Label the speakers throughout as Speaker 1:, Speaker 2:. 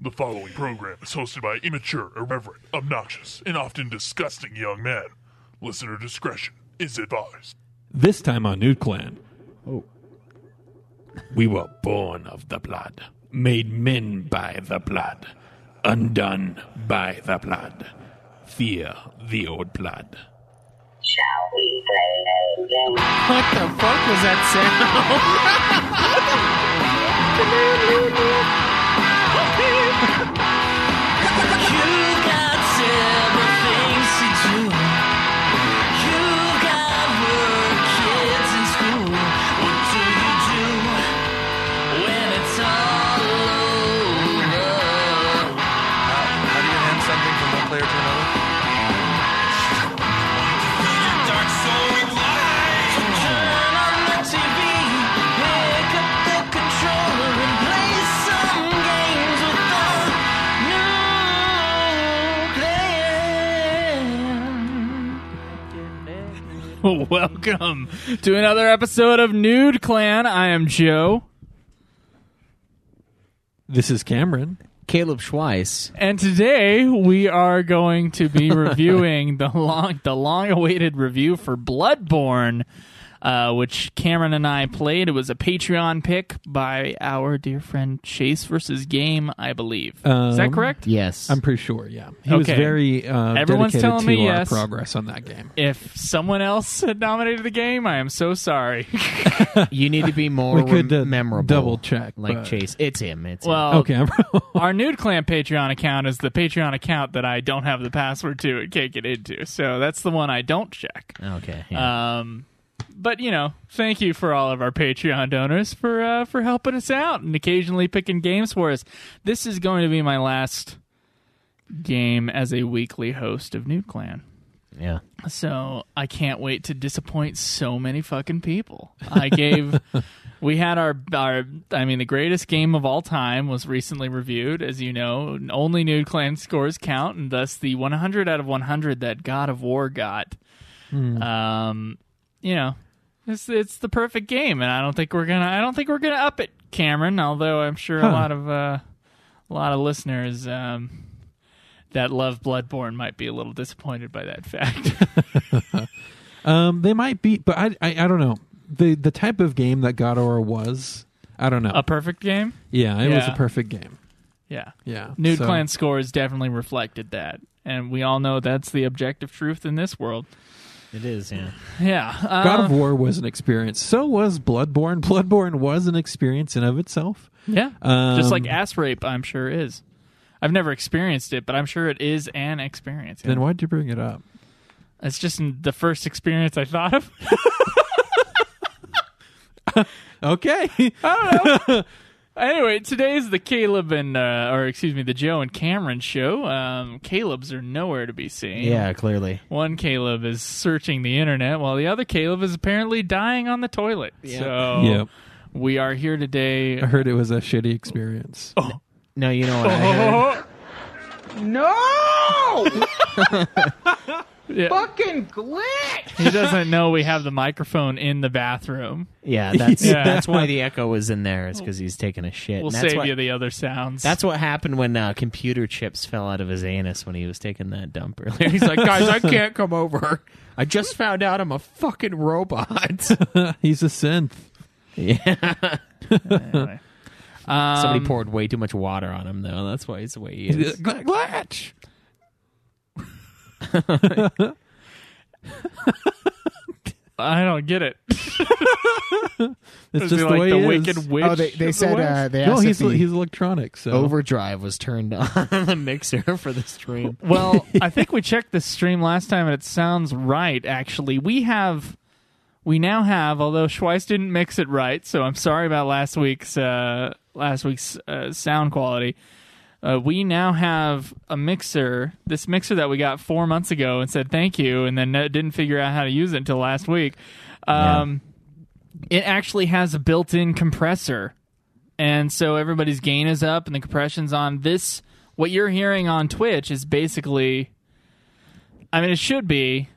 Speaker 1: The following program is hosted by immature, irreverent, obnoxious, and often disgusting young men. Listener discretion is advised.
Speaker 2: This time on Nude Clan,
Speaker 3: Oh,
Speaker 2: we were born of the blood, made men by the blood, undone by the blood. Fear the old blood.
Speaker 4: Shall we play a game?
Speaker 5: What the fuck was that sound? you got several things to do. You got work, kids in school. What do you do when it's all over?
Speaker 6: How do you hand something from one player to another?
Speaker 5: Turn on the TV, pick up the controller and play some games with the
Speaker 7: Welcome to another episode of Nude Clan. I am Joe,
Speaker 2: This is Cameron.
Speaker 3: Caleb Schweiss.
Speaker 7: and today we are going to be reviewing the long, the long-awaited review for Bloodborne, uh, which Cameron and I played. It was a Patreon pick by our dear friend Chase versus Game, I believe. Is
Speaker 2: Um,
Speaker 7: that correct?
Speaker 3: Yes.
Speaker 2: I'm pretty sure, yeah. He was
Speaker 7: Okay.
Speaker 2: very uh,
Speaker 7: Everyone's
Speaker 2: dedicated
Speaker 7: telling
Speaker 2: to
Speaker 7: me
Speaker 2: our
Speaker 7: yes.
Speaker 2: progress on that game.
Speaker 7: If someone else had nominated the game, I am so sorry.
Speaker 3: you need to be more
Speaker 2: We could,
Speaker 3: rem-
Speaker 2: uh,
Speaker 3: memorable.
Speaker 2: double check,
Speaker 3: Like
Speaker 2: but-
Speaker 3: Chase. It's him. It's him.
Speaker 7: well,
Speaker 2: Okay, I'm
Speaker 7: Our Nude Clan Patreon account is the Patreon account that I don't have the password to and can't get into. So that's the one I don't check.
Speaker 3: Okay. yeah.
Speaker 7: Um, but you know, thank you for all of our Patreon donors for uh, for helping us out and occasionally picking games for us. This is going to be my last game as a weekly host of Nude Clan.
Speaker 3: yeah.
Speaker 7: So I can't wait to disappoint so many fucking people. I gave. we had our our. I mean, the greatest game of all time was recently reviewed, as you know. Only nude clan scores count, and thus the 100 out of 100 that God of War got. Um, you know, it's it's the perfect game, and I don't think we're gonna. I don't think we're gonna up it, Cameron. Although I'm sure a lot of uh, a lot of listeners. Um, that love Bloodborne might be a little disappointed by that fact.
Speaker 2: Um, they might be, but I, I, I don't know. The the type of game that God of War was, I don't know.
Speaker 7: a perfect game.
Speaker 2: yeah, it was
Speaker 7: yeah.
Speaker 2: a perfect game.
Speaker 7: Yeah.
Speaker 2: Yeah.
Speaker 7: Nude
Speaker 2: so-
Speaker 7: Clan scores definitely reflected that. And we all know that's the objective truth in this world.
Speaker 3: It is. Yeah.
Speaker 7: Yeah. Uh,
Speaker 2: God of War was an experience. So was Bloodborne. Bloodborne was an experience in of itself.
Speaker 7: Yeah.
Speaker 2: Um,
Speaker 7: Just like ass rape, I'm sure is. I've never experienced it, but I'm sure it is an experience.
Speaker 2: Then why'd you bring it up?
Speaker 7: It's just the first experience I thought of.
Speaker 2: Okay.
Speaker 7: Oh. Anyway, today is the Caleb and, uh, or excuse me, the Joe and Cameron show. Um, Caleb's are nowhere to be seen.
Speaker 3: Yeah. Clearly.
Speaker 7: One Caleb is searching the internet while the other Caleb is apparently dying on the toilet. So
Speaker 2: Yep.
Speaker 7: we are here today.
Speaker 2: I heard it was a shitty experience.
Speaker 7: Oh.
Speaker 3: No, you know what I heard.
Speaker 7: Yeah. Fucking glitch! He doesn't know we have the microphone in the bathroom.
Speaker 3: Yeah. That's
Speaker 7: Yeah.
Speaker 3: that's why the echo was in there. It's because he's taking a shit.
Speaker 7: We'll
Speaker 3: And that's
Speaker 7: save
Speaker 3: what,
Speaker 7: you the other sounds.
Speaker 3: That's what happened when uh, computer chips fell out of his anus when he was taking that dump earlier. He's like, guys, I can't come over. I just found out I'm a fucking robot.
Speaker 2: He's a synth.
Speaker 7: anyway. um,
Speaker 3: Somebody poured way too much water on him, though. That's why he's the way he is.
Speaker 2: Glitch.
Speaker 7: I don't get it.
Speaker 2: It's
Speaker 7: Is
Speaker 2: just
Speaker 7: he
Speaker 2: the
Speaker 7: like
Speaker 2: way
Speaker 7: the
Speaker 2: it is.
Speaker 7: Wicked Witch?
Speaker 5: Oh, they, they
Speaker 7: of the
Speaker 5: said
Speaker 7: West?
Speaker 5: uh, they
Speaker 2: No,
Speaker 5: asked
Speaker 2: he's
Speaker 5: if he-
Speaker 2: he's electronic. So
Speaker 3: Overdrive was turned on the mixer for the stream.
Speaker 7: Well, I think we checked this stream last time, and it sounds right. Actually, we have, we now have. Although Schweiss didn't mix it right, so I'm sorry about last week's uh, last week's uh, sound quality. Uh, we now have a mixer. This mixer that we got four months ago and said thank you, and then no- didn't figure out how to use it until last week. Um, It actually has a built-in compressor and so everybody's gain is up and the compression's on this what you're hearing on twitch is basically i mean it should be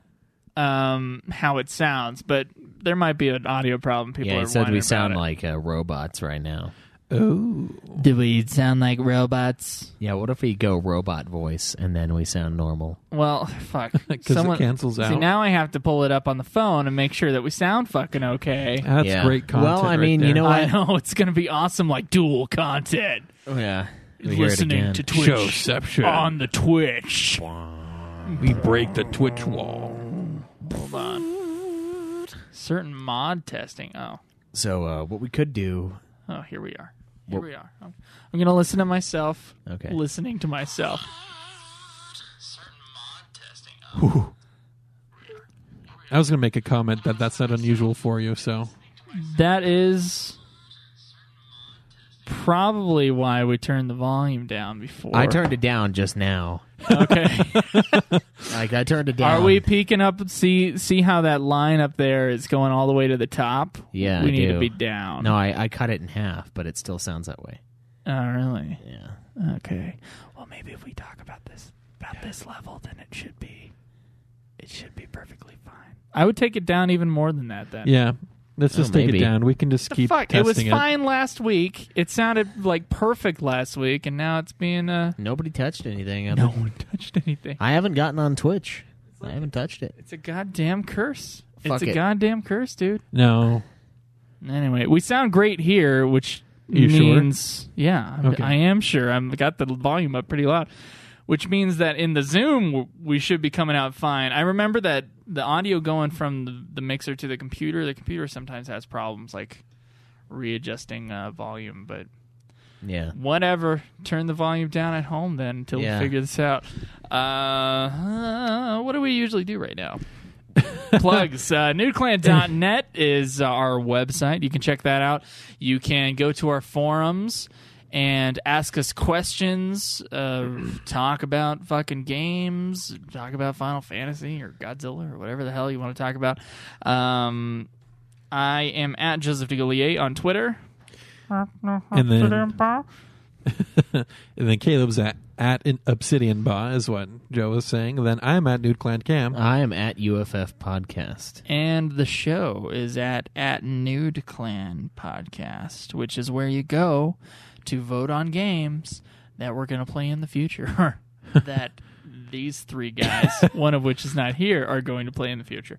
Speaker 7: um how it sounds but there might be an audio problem people
Speaker 3: Yeah,
Speaker 7: are
Speaker 3: he said
Speaker 7: whining
Speaker 3: we
Speaker 7: about
Speaker 3: sound
Speaker 7: it.
Speaker 3: like uh, robots right now.
Speaker 7: Do we sound like robots?
Speaker 3: Yeah, what if we go robot voice and then we sound normal?
Speaker 7: Well, fuck.
Speaker 8: 'Cause it cancels
Speaker 7: see,
Speaker 8: out.
Speaker 7: now I have to pull it up on the phone and make sure that we sound fucking okay.
Speaker 8: That's
Speaker 3: Yeah.
Speaker 8: great content.
Speaker 3: Well, I
Speaker 8: right
Speaker 3: mean, you
Speaker 8: there.
Speaker 3: know
Speaker 7: I
Speaker 3: what?
Speaker 7: know it's gonna be awesome, like dual content.
Speaker 3: Oh, yeah. We hear it
Speaker 7: Listening
Speaker 3: again.
Speaker 7: to Twitch
Speaker 2: Showception.
Speaker 7: on the Twitch.
Speaker 2: we break the Twitch wall.
Speaker 7: Hold on. Certain mod testing. Oh,
Speaker 3: So uh, what we could do?
Speaker 7: oh, here we are. Here we are. I'm, I'm gonna listen to myself.
Speaker 3: Okay.
Speaker 7: Listening to myself.
Speaker 8: I was going to make a comment that that's not unusual for you. So
Speaker 7: That is probably why we turned the volume down before.
Speaker 3: I turned it down just now.
Speaker 7: Okay.
Speaker 3: Like I turned it down.
Speaker 7: Are we peeking up? See, see how that line up there is going all the way to the top.
Speaker 3: Yeah,
Speaker 7: we
Speaker 3: I
Speaker 7: need to
Speaker 3: do.
Speaker 7: be down.
Speaker 3: No, I, I cut it in half, but it still sounds that way.
Speaker 7: oh really?
Speaker 3: Yeah.
Speaker 7: Okay. Well, maybe if we talk about this about this level, then it should be, it should be perfectly fine. I would take it down even more than that. Then.
Speaker 8: yeah, let's just take
Speaker 3: maybe.
Speaker 8: it down. We can just keep
Speaker 7: Fuck!
Speaker 8: testing
Speaker 7: It was fine last week. It sounded like perfect last week, and now it's being uh.
Speaker 3: Nobody touched anything.
Speaker 7: No
Speaker 3: No.
Speaker 7: one touched anything.
Speaker 3: I haven't gotten on Twitch. I haven't touched it.
Speaker 7: It's a goddamn curse.
Speaker 3: Fuck
Speaker 7: it's a
Speaker 3: it.
Speaker 7: goddamn curse, dude.
Speaker 8: No,
Speaker 7: Anyway, we sound great here, which
Speaker 8: You sure?
Speaker 7: means yeah, I'm-
Speaker 8: Okay.
Speaker 7: I am sure. I've got the volume up pretty loud, which means that in the Zoom w- we should be coming out fine. I remember that the audio going from the, the mixer to the computer. The computer sometimes has problems like readjusting uh, volume, but
Speaker 3: Yeah.
Speaker 7: whatever. Turn the volume down at home then until
Speaker 3: Yeah.
Speaker 7: we figure this out. Uh, uh, what do we usually do right now? Plugs. Uh, NewClan.net is uh, our website. You can check that out. You can go to our forums and ask us questions, uh, talk about fucking games, talk about Final Fantasy or Godzilla or whatever the hell you want to talk about. Um, I am at Joseph DeGollier on Twitter.
Speaker 8: and then and then Caleb's at at an obsidian ba is what Joe was saying. then I'm at nude clan cam.
Speaker 7: Uh.
Speaker 3: I am at UFF podcast.
Speaker 7: And the show is at at Nude Clan Podcast, which is where you go to vote on games that we're going to play in the future. that these three guys, one of which is not here, are going to play in the future.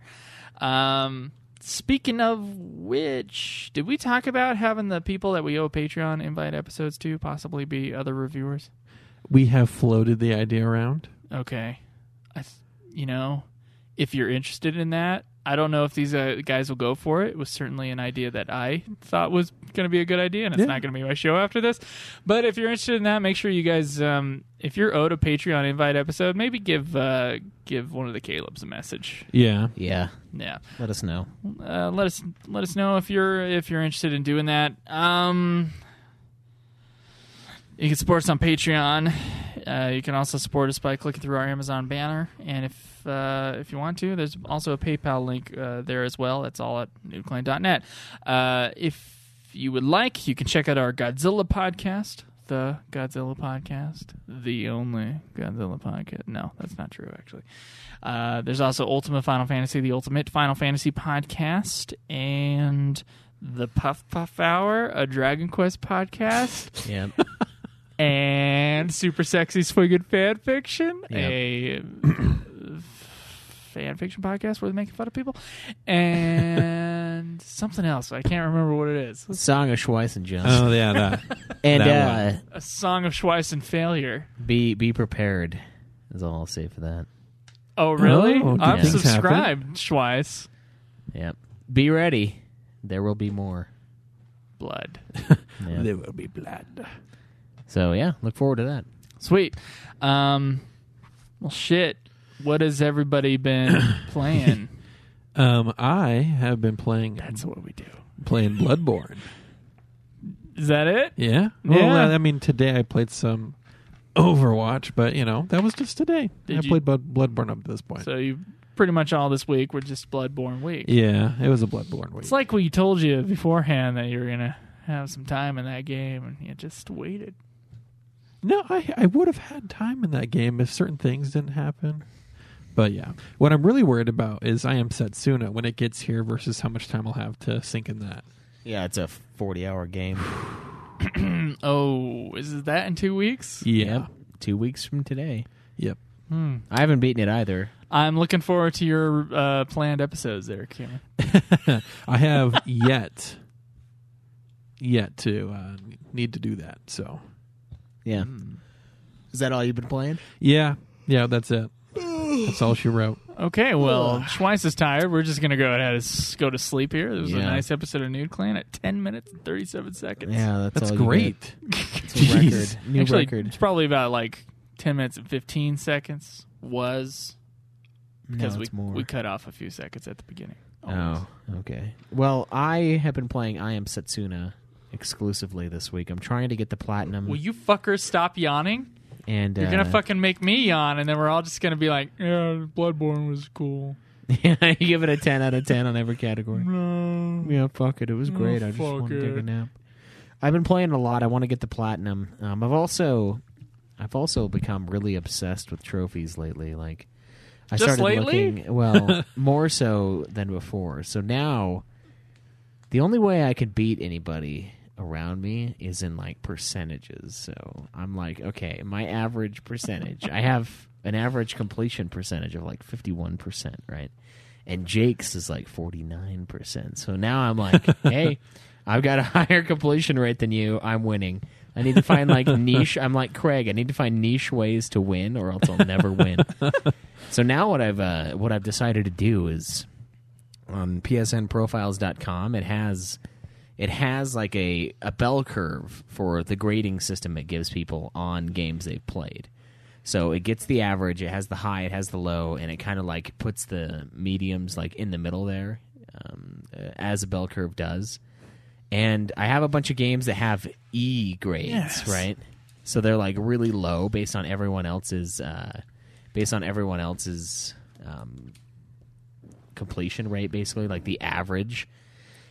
Speaker 7: Um, speaking of which, did we talk about having the people that we owe Patreon invite episodes to possibly be other reviewers?
Speaker 8: we have floated the idea around.
Speaker 7: Okay. I, th- you know, if you're interested in that, I don't know if these uh, guys will go for it. It was certainly an idea that I thought was going to be a good idea, and it's not going to be my show after this. But if you're interested in that, make sure you guys, um, if you're owed a Patreon invite episode, maybe give uh, give one of the Caleb's a message.
Speaker 8: Yeah,
Speaker 3: Yeah.
Speaker 7: Yeah,
Speaker 3: Let us know.
Speaker 7: uh, let us let us know if you're if you're interested in doing that. Um, you can support us on Patreon. Uh, you can also support us by clicking through our Amazon banner, and if uh, if you want to, there's also a PayPal link uh, there as well. That's all at newclan.net. Uh, if you would like, you can check out our Godzilla podcast, the Godzilla podcast, the only Godzilla podcast. No, that's not true, actually. Uh, there's also Ultimate Final Fantasy, the Ultimate Final Fantasy podcast, and the Puff Puff Hour, a Dragon Quest podcast,
Speaker 3: Yeah.
Speaker 7: and Super Sexy Swingin' Fan Fiction,
Speaker 3: Yep.
Speaker 7: a uh, fan fiction podcast where they're making fun of people, and something else. I can't remember what it is.
Speaker 3: Song of Schweiss and Johnson.
Speaker 8: oh yeah, that.
Speaker 3: and
Speaker 8: that
Speaker 3: uh,
Speaker 7: A Song of Schweiss and Failure.
Speaker 3: be be prepared. Is all I'll say for that.
Speaker 7: Oh, really?
Speaker 8: Oh, do
Speaker 7: I'm
Speaker 8: things happen?
Speaker 7: subscribed, Schweiss.
Speaker 3: Yep. Be ready. There will be more.
Speaker 7: Blood.
Speaker 3: Yeah.
Speaker 8: there will be blood.
Speaker 3: So yeah, look forward to that.
Speaker 7: Sweet. Um, well, shit. What has everybody been playing?
Speaker 8: Um, I have been playing
Speaker 7: That's what we do.
Speaker 8: playing Bloodborne.
Speaker 7: Is that it?
Speaker 8: Yeah. Well,
Speaker 7: Yeah.
Speaker 8: I- I mean, today I played some Overwatch, but you know that was just today.
Speaker 7: Did
Speaker 8: I
Speaker 7: you-
Speaker 8: played Blood- Bloodborne up to this point.
Speaker 7: So you pretty much all this week were just Bloodborne week.
Speaker 8: yeah, it was a Bloodborne week.
Speaker 7: It's like we told you beforehand that you were gonna have some time in that game, and you just waited.
Speaker 8: No, I I would have had time in that game if certain things didn't happen. But yeah, what I'm really worried about is I am Setsuna when it gets here versus how much time I'll have to sink in that.
Speaker 3: Yeah, it's a forty-hour game.
Speaker 7: oh, is that in two weeks?
Speaker 8: Yeah.
Speaker 3: Two weeks from today.
Speaker 8: Yep.
Speaker 3: I haven't beaten it either.
Speaker 7: I'm looking forward to your uh, planned episodes there, Cameron.
Speaker 8: I have yet, yet to uh, need to do that. So
Speaker 3: Yeah. Mm. Is that all you've been playing?
Speaker 8: yeah, yeah, that's it. That's all she wrote.
Speaker 7: Okay, well, Schweiss is tired. We're just going to go ahead and s- go to sleep here. There was a
Speaker 3: Yeah.
Speaker 7: nice episode of Nude Clan at 10 minutes and 37 seconds.
Speaker 3: Yeah, that's,
Speaker 8: That's
Speaker 3: all you
Speaker 8: great.
Speaker 3: get. It's a
Speaker 8: Jeez.
Speaker 3: record. New
Speaker 7: Actually,
Speaker 3: record.
Speaker 7: it's probably about like 10 minutes and 15 seconds was because
Speaker 3: no,
Speaker 7: we,
Speaker 3: it's more.
Speaker 7: we cut off a few seconds at the beginning.
Speaker 3: oh, okay. Well, I have been playing I Am Setsuna exclusively this week. I'm trying to get the platinum.
Speaker 7: Will you fuckers stop yawning?
Speaker 3: and
Speaker 7: You're
Speaker 3: uh,
Speaker 7: going to fucking make me yawn, and then we're all just going to be like, yeah, Bloodborne was cool.
Speaker 3: you give it a ten out of ten on every category.
Speaker 7: No.
Speaker 3: Yeah, fuck it. It was great. I just
Speaker 7: fuck
Speaker 3: want to take a
Speaker 7: it.
Speaker 3: nap. I've been playing a lot. I want to get the platinum. Um, I've also, I've also become really obsessed with trophies lately. Like, I
Speaker 7: Just
Speaker 3: started
Speaker 7: lately?
Speaker 3: looking well more so than before. So now, the only way I could beat anybody around me is in like percentages. So I'm like, okay, my average percentage. I have an average completion percentage of like fifty one percent, right? and Jake's is like 49%. So now I'm like, hey, I've got a higher completion rate than you. I'm winning. I need to find like niche. I'm like Craig. I need to find niche ways to win, or else I'll never win. so now what I've uh, what I've decided to do is on psnprofiles.com it has it has like a, a bell curve for the grading system it gives people on games they've played so it gets the average it has the high it has the low and it kind of like puts the mediums like in the middle there um, uh, as a bell curve does and i have a bunch of games that have e grades right so they're like really low based on everyone else's uh, based on everyone else's um, completion rate, basically like the average.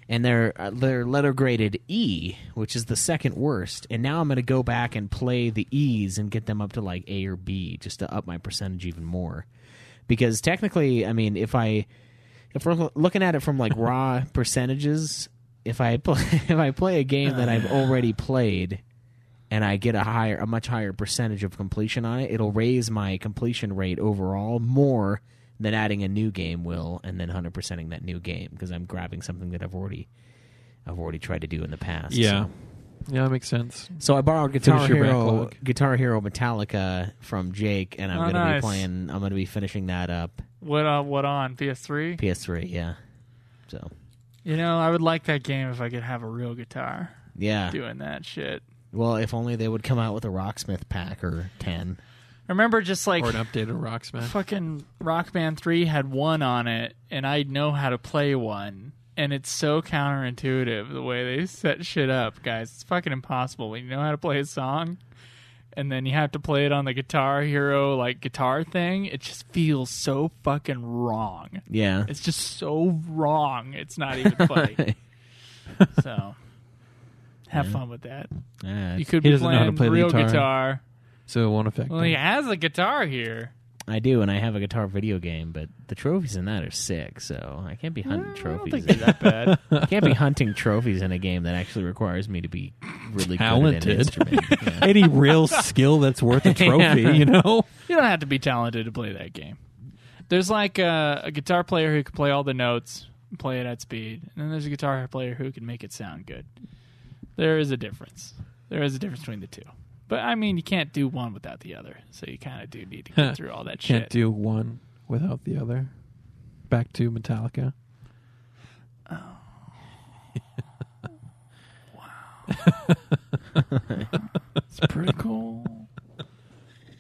Speaker 3: And they're uh, they're letter graded E, which is the second worst. And now I'm going to go back and play the E's and get them up to like A or B, just to up my percentage even more. Because technically, I mean, if I if we're lo- looking at it from like raw percentages, if I play, if I play a game that
Speaker 8: Uh.
Speaker 3: I've already played and I get a higher a much higher percentage of completion on it, it'll raise my completion rate overall more than adding a new game will and then 100%ing that new game because I'm grabbing something that I've already I've already tried to do in the past.
Speaker 8: Yeah,
Speaker 3: So.
Speaker 8: yeah, that makes sense.
Speaker 3: So I borrowed Guitar
Speaker 8: Finish your
Speaker 3: Hero,
Speaker 8: backlog.
Speaker 3: Guitar Hero Metallica from Jake, and I'm
Speaker 7: Oh,
Speaker 3: gonna
Speaker 7: nice.
Speaker 3: be playing. I'm gonna be finishing that up.
Speaker 7: What, uh, what on? PS3?
Speaker 3: PS3, yeah. So
Speaker 7: You know, I would like that game if I could have a real guitar
Speaker 3: yeah.
Speaker 7: doing that shit.
Speaker 3: Well, if only they would come out with a Rocksmith pack or ten.
Speaker 7: I remember just like
Speaker 8: Or an updated Rocksmith.
Speaker 7: fucking Rock Band 3 had one on it, and I know how to play one. And it's so counterintuitive the way they set shit up, guys. It's fucking impossible. When you know how to play a song, and then you have to play it on the Guitar Hero, like, guitar thing, it just feels so fucking wrong.
Speaker 3: Yeah.
Speaker 7: It's just so wrong. It's not even funny. so, have fun with that.
Speaker 3: Yeah,
Speaker 7: You could
Speaker 8: He
Speaker 7: be
Speaker 8: doesn't know how to
Speaker 7: playing
Speaker 8: play the
Speaker 7: real
Speaker 8: guitar.
Speaker 7: guitar.
Speaker 8: So it won't affect.
Speaker 7: Well,
Speaker 8: me.
Speaker 7: he has a guitar here.
Speaker 3: I do, and I have a guitar video game, but the trophies in that are sick, so I can't be hunting
Speaker 7: Uh, I
Speaker 3: trophies.
Speaker 7: don't think they're that bad.
Speaker 3: I can't be hunting trophies in a game that actually requires me to be really good at
Speaker 8: Talented.
Speaker 3: an instrument. Yeah.
Speaker 8: Any real skill that's worth a trophy, you know.
Speaker 7: You don't have to be talented to play that game. There's like a, a guitar player who can play all the notes, and play it at speed, and then there's a guitar player who can make it sound good. There is a difference. There is a difference between the two. But I mean, you can't do one without the other, so you kind of do need to get through all that
Speaker 8: Can't
Speaker 7: shit.
Speaker 8: do one without the other. Back to Metallica.
Speaker 7: it's pretty cool.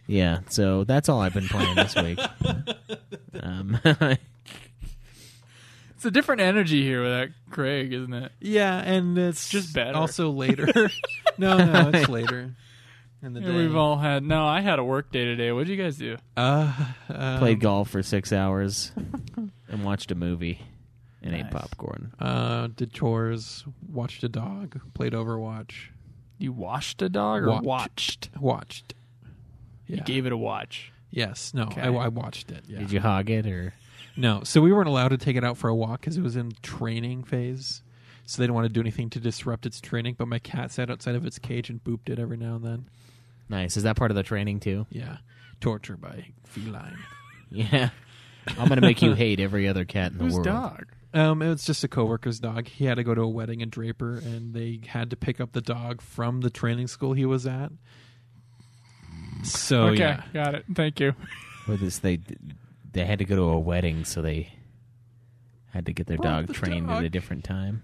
Speaker 3: Yeah, so that's all I've been playing this week. Um,
Speaker 7: It's a different energy here without Craig, isn't it?
Speaker 8: Yeah, and it's
Speaker 7: Just better.
Speaker 8: Also later. no, no, it's later. In the
Speaker 7: Yeah, we've all had. No, I had a work day today. What did you guys do?
Speaker 8: uh, um,
Speaker 3: played golf for six hours and watched a movie and ate
Speaker 7: Nice.
Speaker 3: popcorn.
Speaker 8: Uh, did chores, watched a dog, played Overwatch,
Speaker 7: You washed a dog or
Speaker 8: Watch.
Speaker 7: watched?
Speaker 8: watched. Yeah.
Speaker 7: You gave it a watch.
Speaker 8: yes. No. I, I watched it. Yeah.
Speaker 3: Did you hog it or?
Speaker 8: No. So we weren't allowed to take it out for a walk because it was in training phase. so they didn't want to do anything to disrupt its training. But my cat sat outside of its cage and booped it every now and then.
Speaker 3: Nice. Is that part of the training too?
Speaker 8: Yeah, torture by feline.
Speaker 3: Yeah. I'm gonna make you hate every other cat in the
Speaker 7: Who's
Speaker 3: world.
Speaker 7: dog?
Speaker 8: Um, it was just a coworker's dog. He had to go to a wedding in Draper, and they had to pick up the dog from the training school he was at. So
Speaker 7: okay,
Speaker 8: yeah,
Speaker 7: got it. Thank you.
Speaker 3: With this, they they had to go to a wedding, so they had to get their dog
Speaker 8: Brought the
Speaker 3: trained at a
Speaker 8: dog.
Speaker 3: different time.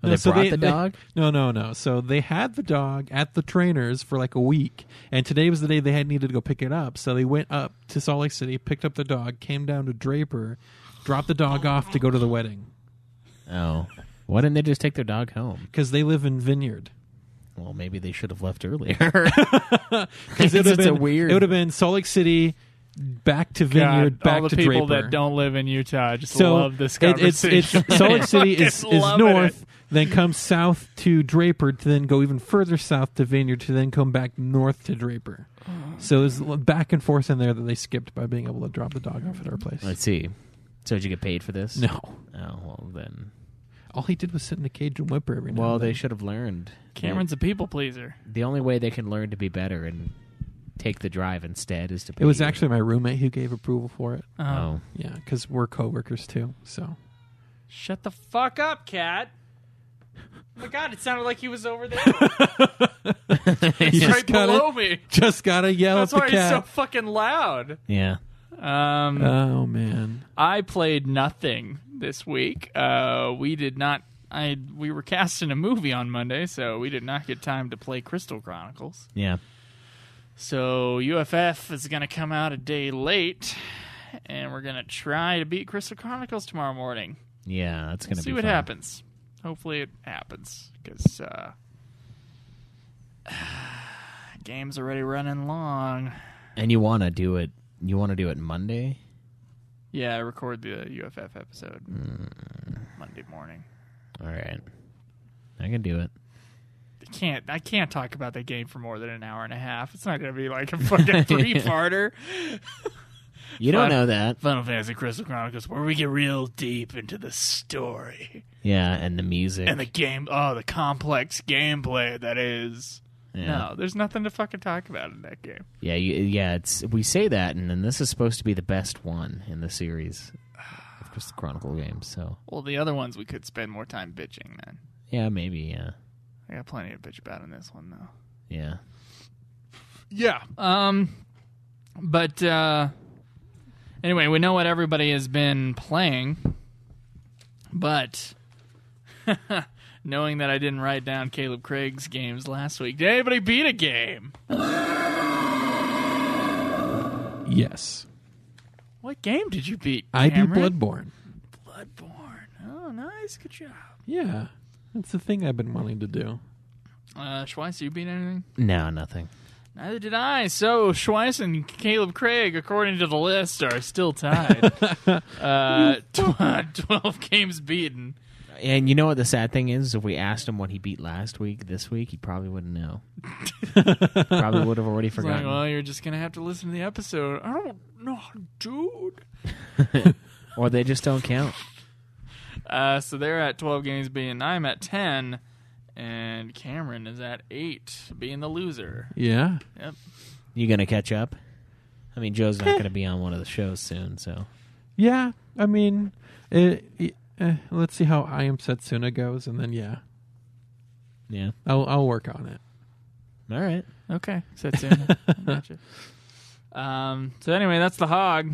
Speaker 3: Oh,
Speaker 8: No,
Speaker 3: they
Speaker 8: so
Speaker 3: brought
Speaker 8: they-
Speaker 3: the
Speaker 8: they-
Speaker 3: dog.
Speaker 8: No, no, no. So they had the dog at the trainers for like a week, and today was the day they had needed to go pick it up. So they went up to Salt Lake City, picked up the dog, came down to Draper, dropped the dog off to go to the wedding
Speaker 3: Oh, why didn't they just take their dog home?
Speaker 8: because they live in Vineyard.
Speaker 3: Well, maybe they should have left earlier.
Speaker 8: Because
Speaker 3: It's just a weird-
Speaker 8: It would have been Salt Lake City, back to
Speaker 7: God,
Speaker 8: Vineyard, back
Speaker 7: all the
Speaker 8: to
Speaker 7: people
Speaker 8: Draper.
Speaker 7: that don't live in Utah just
Speaker 8: so
Speaker 7: love this
Speaker 8: it- it's,
Speaker 7: conversation.
Speaker 8: it's Salt Lake City is,
Speaker 7: Fucking
Speaker 8: is
Speaker 7: loving
Speaker 8: north,
Speaker 7: it.
Speaker 8: then comes south to Draper, to then go even further south to Vineyard, to then come back north to Draper.
Speaker 7: Oh.
Speaker 8: So there's l- back and forth in there that they skipped by being able to drop the dog off at our place.
Speaker 3: Let's see. So did you get paid for this?
Speaker 8: no,
Speaker 3: Oh well then.
Speaker 8: all he did was sit in a cage and whimper every now.
Speaker 3: Well,
Speaker 8: and then.
Speaker 3: they should have learned.
Speaker 7: Cameron's a people pleaser.
Speaker 3: the only way they can learn to be better and take the drive instead is to. Pay
Speaker 8: It was
Speaker 3: you.
Speaker 8: actually my roommate who gave approval for it.
Speaker 7: Oh.
Speaker 3: Oh,
Speaker 8: Yeah, because we're coworkers too. So
Speaker 7: Shut the fuck up, cat. Oh my god, it sounded like he was over there
Speaker 8: you
Speaker 7: right
Speaker 8: just gotta,
Speaker 7: below me.
Speaker 8: just gotta yell
Speaker 7: That's
Speaker 8: at
Speaker 7: why
Speaker 8: the
Speaker 7: he's so
Speaker 8: cat.
Speaker 7: fucking loud.
Speaker 3: yeah.
Speaker 7: Um,
Speaker 8: oh man,
Speaker 7: I played nothing this week. Uh, we did not. I we were casting a movie on Monday, so we did not get time to play Crystal Chronicles.
Speaker 3: Yeah.
Speaker 7: So UFF is going to come out a day late, and we're going to try to beat Crystal Chronicles tomorrow morning.
Speaker 3: Yeah. That's gonna
Speaker 7: See
Speaker 3: be
Speaker 7: what
Speaker 3: fun.
Speaker 7: happens. Hopefully it happens because uh, game's already running long.
Speaker 3: And you want to do it. You want to do it Monday.
Speaker 7: Yeah, I record the UFF episode
Speaker 3: Mm.
Speaker 7: Monday morning.
Speaker 3: All right. I can do it.
Speaker 7: I can't I can't talk about that game for more than an hour and a half. It's not going to be like a fucking three parter.
Speaker 3: You don't
Speaker 7: Fine.
Speaker 3: know that.
Speaker 7: Final Fantasy Crystal Chronicles, where we get real deep into the story.
Speaker 3: Yeah, and the music.
Speaker 7: and the game oh the complex gameplay that is
Speaker 3: yeah.
Speaker 7: no there's nothing to fucking talk about in that game
Speaker 3: Yeah, you, yeah. It's we say that, and then this is supposed to be the best one in the series of Crystal Chronicle games. So
Speaker 7: well the other ones we could spend more time bitching then
Speaker 3: yeah, maybe yeah,
Speaker 7: i got plenty to bitch about in this one though
Speaker 3: yeah.
Speaker 7: yeah um but uh anyway we know what everybody has been playing but knowing that i didn't write down caleb craig's games last week did anybody beat a game
Speaker 8: yes,
Speaker 7: what game did you beat
Speaker 8: I do
Speaker 7: Cameron?
Speaker 8: Bloodborne.
Speaker 7: bloodborne oh nice good job
Speaker 8: Yeah. That's the thing I've been wanting to do.
Speaker 7: uh schweiss you beat anything
Speaker 3: No, nothing.
Speaker 7: Neither did I. So Schweiss and Caleb Craig, according to the list, are still tied. uh, tw- Twelve games beaten.
Speaker 3: And you know what the sad thing is? If we asked him what he beat last week, this week he probably wouldn't know. probably would have already
Speaker 7: It's like,
Speaker 3: forgotten.
Speaker 7: well, you're just gonna have to listen to the episode. I don't know, dude.
Speaker 3: or they just don't count.
Speaker 7: Uh, so they're at twelve games beaten. I'm at ten, and Cameron is at eight, being the loser.
Speaker 8: Yeah.
Speaker 7: Yep.
Speaker 3: You gonna catch up? I mean, Joe's not gonna be on one of the shows soon, so
Speaker 8: Yeah. I mean, it, it- eh, let's see how I Am Setsuna goes, and then, yeah,
Speaker 3: yeah.
Speaker 8: I'll, I'll work on it.
Speaker 3: All right.
Speaker 7: Okay, Setsuna. I gotcha. Um. So anyway, that's the hog.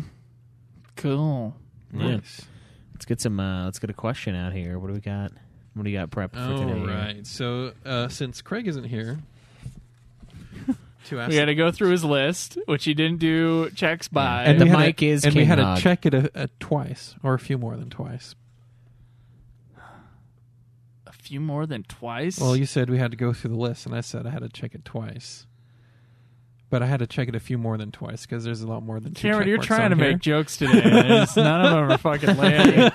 Speaker 7: Cool.
Speaker 3: Yeah. Let's get some. Uh, let's get a question out here. What do we got? What do you got prepped for
Speaker 8: All
Speaker 3: today?
Speaker 8: Oh, right. So, uh, since Craig isn't here, to ask.
Speaker 7: We had to go through his list, which he didn't do checks by.
Speaker 3: And
Speaker 8: we
Speaker 3: the
Speaker 8: had
Speaker 3: mic
Speaker 8: a,
Speaker 3: is
Speaker 8: And we
Speaker 3: King
Speaker 8: had
Speaker 3: Hog.
Speaker 8: to check it a, a twice, or a few more than twice.
Speaker 7: a few more than twice.
Speaker 8: Well, you said we had to go through the list, and I said I had to check it twice. But I had to check it a few more than twice because there's a lot more than two
Speaker 7: Cameron,
Speaker 8: check
Speaker 7: you're
Speaker 8: marks
Speaker 7: trying
Speaker 8: on
Speaker 7: to
Speaker 8: here.
Speaker 7: make jokes today. and it's- none of them are fucking landing.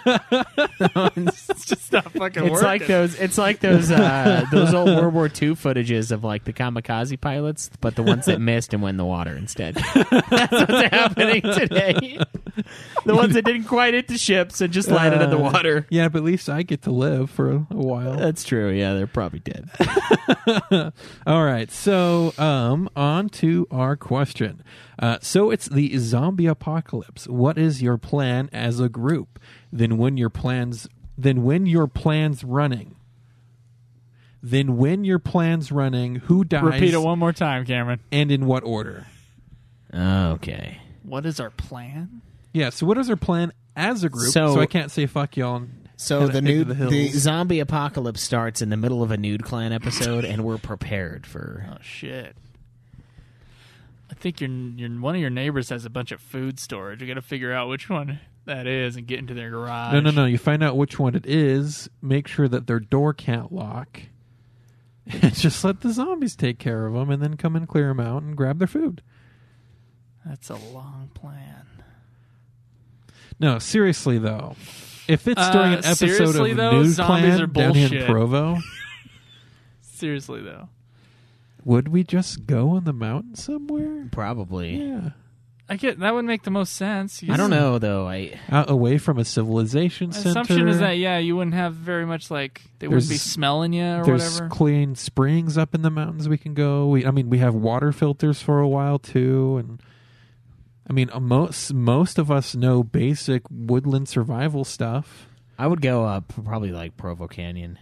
Speaker 7: it's just not fucking
Speaker 3: It's
Speaker 7: working.
Speaker 3: like those. It's like those. Uh, those old World War II footages of like the kamikaze pilots, but the ones that missed and went in the water instead. That's what's happening today. the ones that didn't quite hit the ships and just landed in the
Speaker 8: Uh,
Speaker 3: water.
Speaker 8: Yeah, but at least I get to live for a, a
Speaker 7: Uh,
Speaker 8: while.
Speaker 3: That's true. Yeah, they're probably dead.
Speaker 8: All right, so um, on to our question. Uh, so it's the zombie apocalypse. What is your plan as a group? Then when your plans, then when your plans running, then when your plans running, who dies?
Speaker 7: Repeat it one more time, Cameron.
Speaker 8: and in what order?
Speaker 3: okay.
Speaker 7: What is our plan?
Speaker 8: Yeah. So what is our plan as a group?
Speaker 3: So-
Speaker 8: So, I can't say fuck y'all. and
Speaker 3: So
Speaker 8: head
Speaker 3: the
Speaker 8: into
Speaker 3: new the,
Speaker 8: the hills.
Speaker 3: zombie apocalypse starts in the middle of a nude clan episode, and we're prepared for.
Speaker 7: Oh shit. I think your your one of your neighbors has a bunch of food storage. We got to figure out which one that is and get into their garage.
Speaker 8: No, no, no. You find out which one it is. Make sure that their door can't lock. And just let the zombies take care of them, and then come and clear them out and grab their food.
Speaker 7: That's a long plan.
Speaker 8: No, seriously though, if it's during
Speaker 7: Uh,
Speaker 8: an episode
Speaker 7: seriously,
Speaker 8: of
Speaker 7: though,
Speaker 8: News
Speaker 7: zombies
Speaker 8: Plan
Speaker 7: are
Speaker 8: down here in
Speaker 7: bullshit.
Speaker 8: Provo,
Speaker 7: Seriously though.
Speaker 8: would we just go on the mountain somewhere?
Speaker 3: Probably.
Speaker 8: Yeah,
Speaker 7: I get that would make the most sense. You
Speaker 3: I don't
Speaker 7: just-
Speaker 3: know though. I
Speaker 8: out away from a civilization
Speaker 7: The
Speaker 8: center.
Speaker 7: Assumption is that yeah, you wouldn't have very much like they wouldn't be
Speaker 8: There's-
Speaker 7: smelling you or
Speaker 8: There's
Speaker 7: whatever.
Speaker 8: clean springs up in the mountains we can go. We, I mean, we have water filters for a while too, and I mean, uh, most most of us know basic woodland survival stuff.
Speaker 3: I would go up probably like Provo Canyon.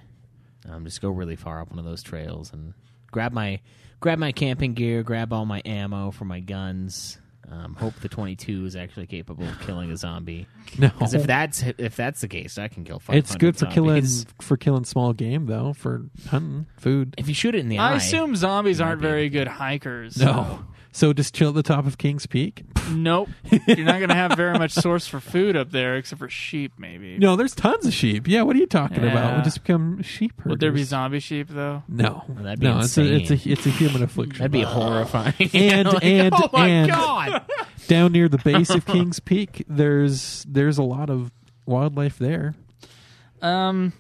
Speaker 3: Um, just go really far up one of those trails and grab my grab my camping gear, grab all my ammo for my guns. Um, hope the twenty two is actually capable of killing a zombie.
Speaker 8: No,
Speaker 3: Because if that's if that's the case, I can kill five.
Speaker 8: Oh. it's good for killing
Speaker 3: zombies.
Speaker 8: for killing small game though for hunting food.
Speaker 3: If you shoot it in the eye,
Speaker 7: I assume zombies aren't
Speaker 3: be.
Speaker 7: very good hikers.
Speaker 8: No, so just chill at the top of King's Peak.
Speaker 7: so- Nope. You're not going to have very much source for food up there except for sheep, maybe.
Speaker 8: No, there's tons of sheep. Yeah, what are you talking about?
Speaker 7: Yeah.
Speaker 8: We just become sheep herders.
Speaker 7: Would there be zombie sheep, though?
Speaker 8: No,
Speaker 3: that'd be
Speaker 8: no, it's a, it's
Speaker 3: insane.
Speaker 8: a it's a human affliction.
Speaker 3: that'd be horrifying.
Speaker 8: and and
Speaker 3: oh my
Speaker 8: and
Speaker 3: god!
Speaker 8: down near the base of King's Peak, there's there's a lot of wildlife there.
Speaker 7: Um,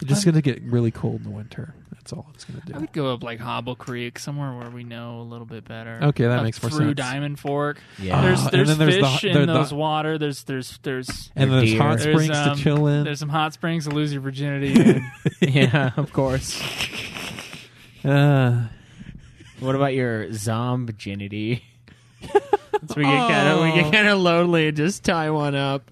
Speaker 8: It's just gonna get really cold in the winter. That's all it's gonna
Speaker 7: I
Speaker 8: do.
Speaker 7: would go up like Hobble Creek, somewhere where we know a little bit better.
Speaker 8: Okay, that
Speaker 7: Up
Speaker 8: makes more
Speaker 7: through
Speaker 8: sense.
Speaker 7: Diamond Fork.
Speaker 3: Yeah.
Speaker 7: There's
Speaker 8: Ah, and
Speaker 7: there's
Speaker 8: then there's the-
Speaker 7: fish
Speaker 8: there-
Speaker 7: in
Speaker 8: the-
Speaker 7: those water. There's there's there's
Speaker 8: And
Speaker 3: They're
Speaker 8: there's
Speaker 3: deer.
Speaker 8: hot
Speaker 3: There's,
Speaker 8: springs
Speaker 7: um,
Speaker 8: to chill in.
Speaker 7: there's some hot springs to lose your virginity. in.
Speaker 3: yeah, of course.
Speaker 8: Uh,
Speaker 3: What about your zombinity? we get kind of we
Speaker 8: Oh.
Speaker 7: Oh.
Speaker 3: get kind of lonely and just tie one up.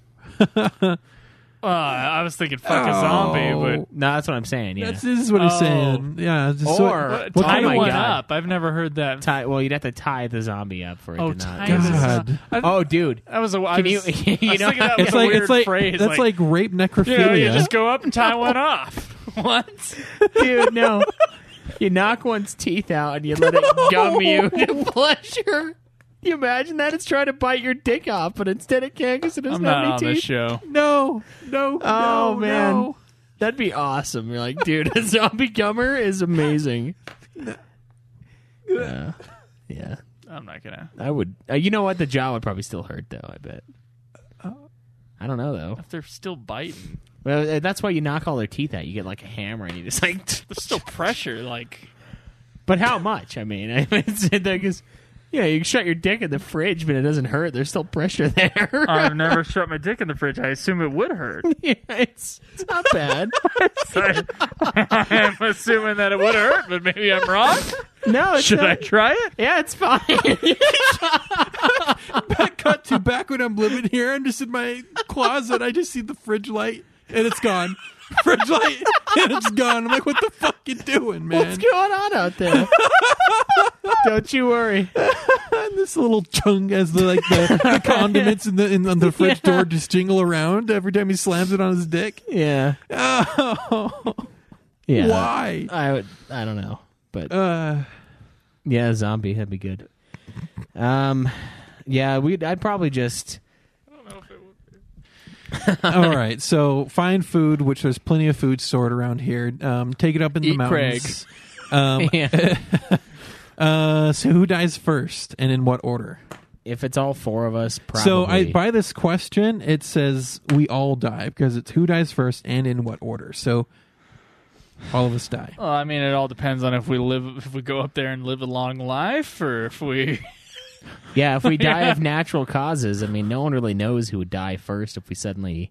Speaker 7: Uh, I was thinking fuck a zombie,
Speaker 8: Oh.
Speaker 7: but
Speaker 3: Oh. No, that's what I'm saying. Yeah,
Speaker 8: that's this is what he's
Speaker 7: Oh.
Speaker 8: saying. Yeah, just so-
Speaker 3: Or-
Speaker 7: Uh,
Speaker 3: What
Speaker 7: tie
Speaker 3: kind of-
Speaker 7: one
Speaker 3: Oh my God.
Speaker 7: up. I've never heard that.
Speaker 3: tie. Well, you'd have to tie the zombie up for it
Speaker 7: Oh,
Speaker 3: to not.
Speaker 7: tie
Speaker 8: God.
Speaker 7: this up. I-
Speaker 3: Oh, dude.
Speaker 7: That was a. I
Speaker 3: Can
Speaker 7: was,
Speaker 3: you- you
Speaker 7: I was
Speaker 3: know-
Speaker 7: thinking that was
Speaker 8: it's
Speaker 7: a
Speaker 8: like
Speaker 7: weird
Speaker 8: it's like
Speaker 7: phrase.
Speaker 8: that's like, rape necrophilia.
Speaker 7: you know, you just go up and tie one off. What?
Speaker 3: dude, no. You knock one's teeth out and you let it gum you to pleasure. You imagine that it's trying to bite your dick off, but instead it can't because it
Speaker 7: I'm
Speaker 3: doesn't
Speaker 7: not
Speaker 3: have
Speaker 7: on
Speaker 3: any
Speaker 7: this
Speaker 3: teeth.
Speaker 7: show.
Speaker 8: no, no.
Speaker 3: Oh
Speaker 8: no,
Speaker 3: man,
Speaker 8: no.
Speaker 3: that'd be awesome. You're like, dude, a zombie gummer is amazing. Yeah, yeah.
Speaker 7: I'm not gonna.
Speaker 3: I would. Uh, you know what? The jaw would probably still hurt, though. I bet.
Speaker 8: Uh,
Speaker 3: I don't know though.
Speaker 7: If they're still biting,
Speaker 3: Well, uh, that's why you knock all their teeth out. You get like a hammer, and you just like.
Speaker 7: there's still pressure. Like
Speaker 3: but how much? I mean, I mean, it's, because yeah, you can shut your dick in the fridge, but it doesn't hurt. There's still pressure there.
Speaker 7: I've never shut my dick in the fridge. I assume it would hurt.
Speaker 3: Yeah, it's it's not bad.
Speaker 7: I'm assuming that it would hurt, but maybe I'm wrong.
Speaker 3: no, it's
Speaker 7: Should I
Speaker 3: not,
Speaker 7: try it?
Speaker 3: Yeah, it's fine.
Speaker 8: Cut to back when I'm living here. I'm just in my closet. I just see the fridge light, and it's gone. Fridge light, and it's gone. I'm like, what the fuck you doing, man?
Speaker 3: What's going on out there? Don't you worry.
Speaker 8: And this little chung as the like the, the condiments in the in on the fridge door just jingle around every time he slams it on his dick.
Speaker 3: Yeah. Yeah.
Speaker 8: Why?
Speaker 3: I would. I don't know, but
Speaker 8: Uh,
Speaker 3: yeah, zombie. That'd be good. Um, yeah, we. would I'd probably just.
Speaker 8: Uh, all right, so find food, which there's plenty of food stored around here. Um, take it up in the
Speaker 7: Eat
Speaker 8: mountains. Um,
Speaker 3: Yeah.
Speaker 8: uh, so who dies first, and in what order?
Speaker 3: if it's all four of us, probably.
Speaker 8: So I by this question, it says we all die because it's who dies first and in what order. So all of us die.
Speaker 7: Well, I mean, it all depends on if we live, if we go up there and live a long life, or if we
Speaker 3: Yeah, if we die of natural causes, I mean, no one really knows who would die first if we suddenly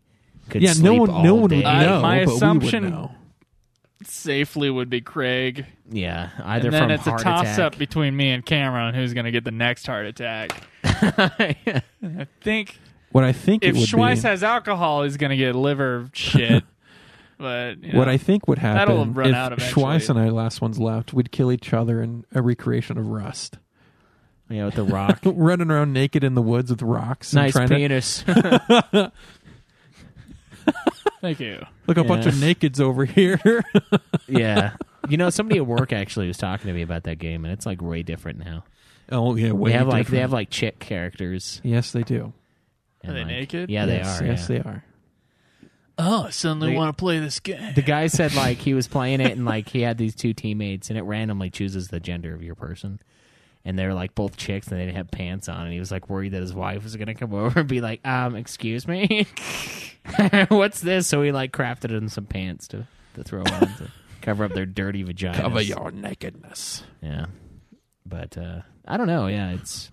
Speaker 3: could
Speaker 8: Yeah, no
Speaker 3: sleep
Speaker 8: one-
Speaker 3: all
Speaker 8: no one would
Speaker 3: day.
Speaker 8: know.
Speaker 7: Uh, my
Speaker 8: but we would
Speaker 7: assumption
Speaker 8: know.
Speaker 7: safely would be Craig.
Speaker 3: Yeah, either
Speaker 7: And then
Speaker 3: from
Speaker 7: it's a
Speaker 3: heart
Speaker 7: toss
Speaker 3: attack.
Speaker 7: up between me and Cameron who's going to get the next heart attack. I think
Speaker 8: What I think
Speaker 7: if
Speaker 8: it would
Speaker 7: Schweiss
Speaker 8: be,
Speaker 7: has alcohol, he's going to get liver shit. but you know,
Speaker 8: what I think would
Speaker 7: That'll
Speaker 8: happen
Speaker 7: run
Speaker 8: if
Speaker 7: out eventually.
Speaker 8: Schweiss and I last ones left, we'd kill each other in a recreation of Rust,
Speaker 3: Yeah, with the rock.
Speaker 8: running around naked in the woods with rocks. and
Speaker 3: nice
Speaker 8: trying to-
Speaker 3: penis.
Speaker 7: thank you.
Speaker 8: Look, a bunch
Speaker 3: Yeah.
Speaker 8: of nakeds over here.
Speaker 3: yeah. You know, somebody at work actually was talking to me about that game, and it's like way different now.
Speaker 8: oh yeah, way
Speaker 3: they have like
Speaker 8: different.
Speaker 3: they have like chick characters.
Speaker 8: yes, they do.
Speaker 3: and,
Speaker 7: Are they
Speaker 3: like-
Speaker 7: naked?
Speaker 3: Yeah,
Speaker 8: yes,
Speaker 3: they are.
Speaker 8: Yes,
Speaker 3: yeah.
Speaker 8: they are.
Speaker 7: Oh, I suddenly
Speaker 3: They-
Speaker 7: want to play this game.
Speaker 3: The guy said like he was playing it, and like he had these two teammates, and it randomly chooses the gender of your person. And they were like both chicks, and they didn't have pants on. And he was like worried that his wife was gonna come over and be like, "Um, excuse me, what's this?" So he like crafted him some pants to to throw on to cover up their dirty vaginas.
Speaker 2: Cover your nakedness.
Speaker 3: Yeah. But uh I don't know, yeah, it's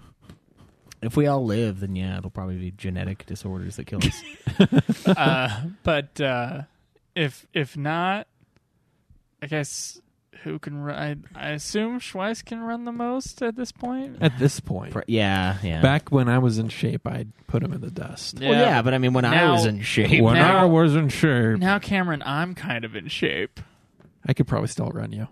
Speaker 3: if we all live, then yeah, it'll probably be genetic disorders that kill us.
Speaker 7: uh, but uh, if if not, I guess who can run? I, I assume Schweiss can run the most at this point.
Speaker 8: At this point,
Speaker 3: Pr- yeah, yeah.
Speaker 8: back when I was in shape, I'd put him in the dust.
Speaker 3: well, yeah, but I mean, when I
Speaker 7: Now-
Speaker 3: was in shape,
Speaker 8: When
Speaker 7: Now-
Speaker 8: I was in shape,
Speaker 7: now Cameron, I'm kind of in shape.
Speaker 8: I could probably still run you.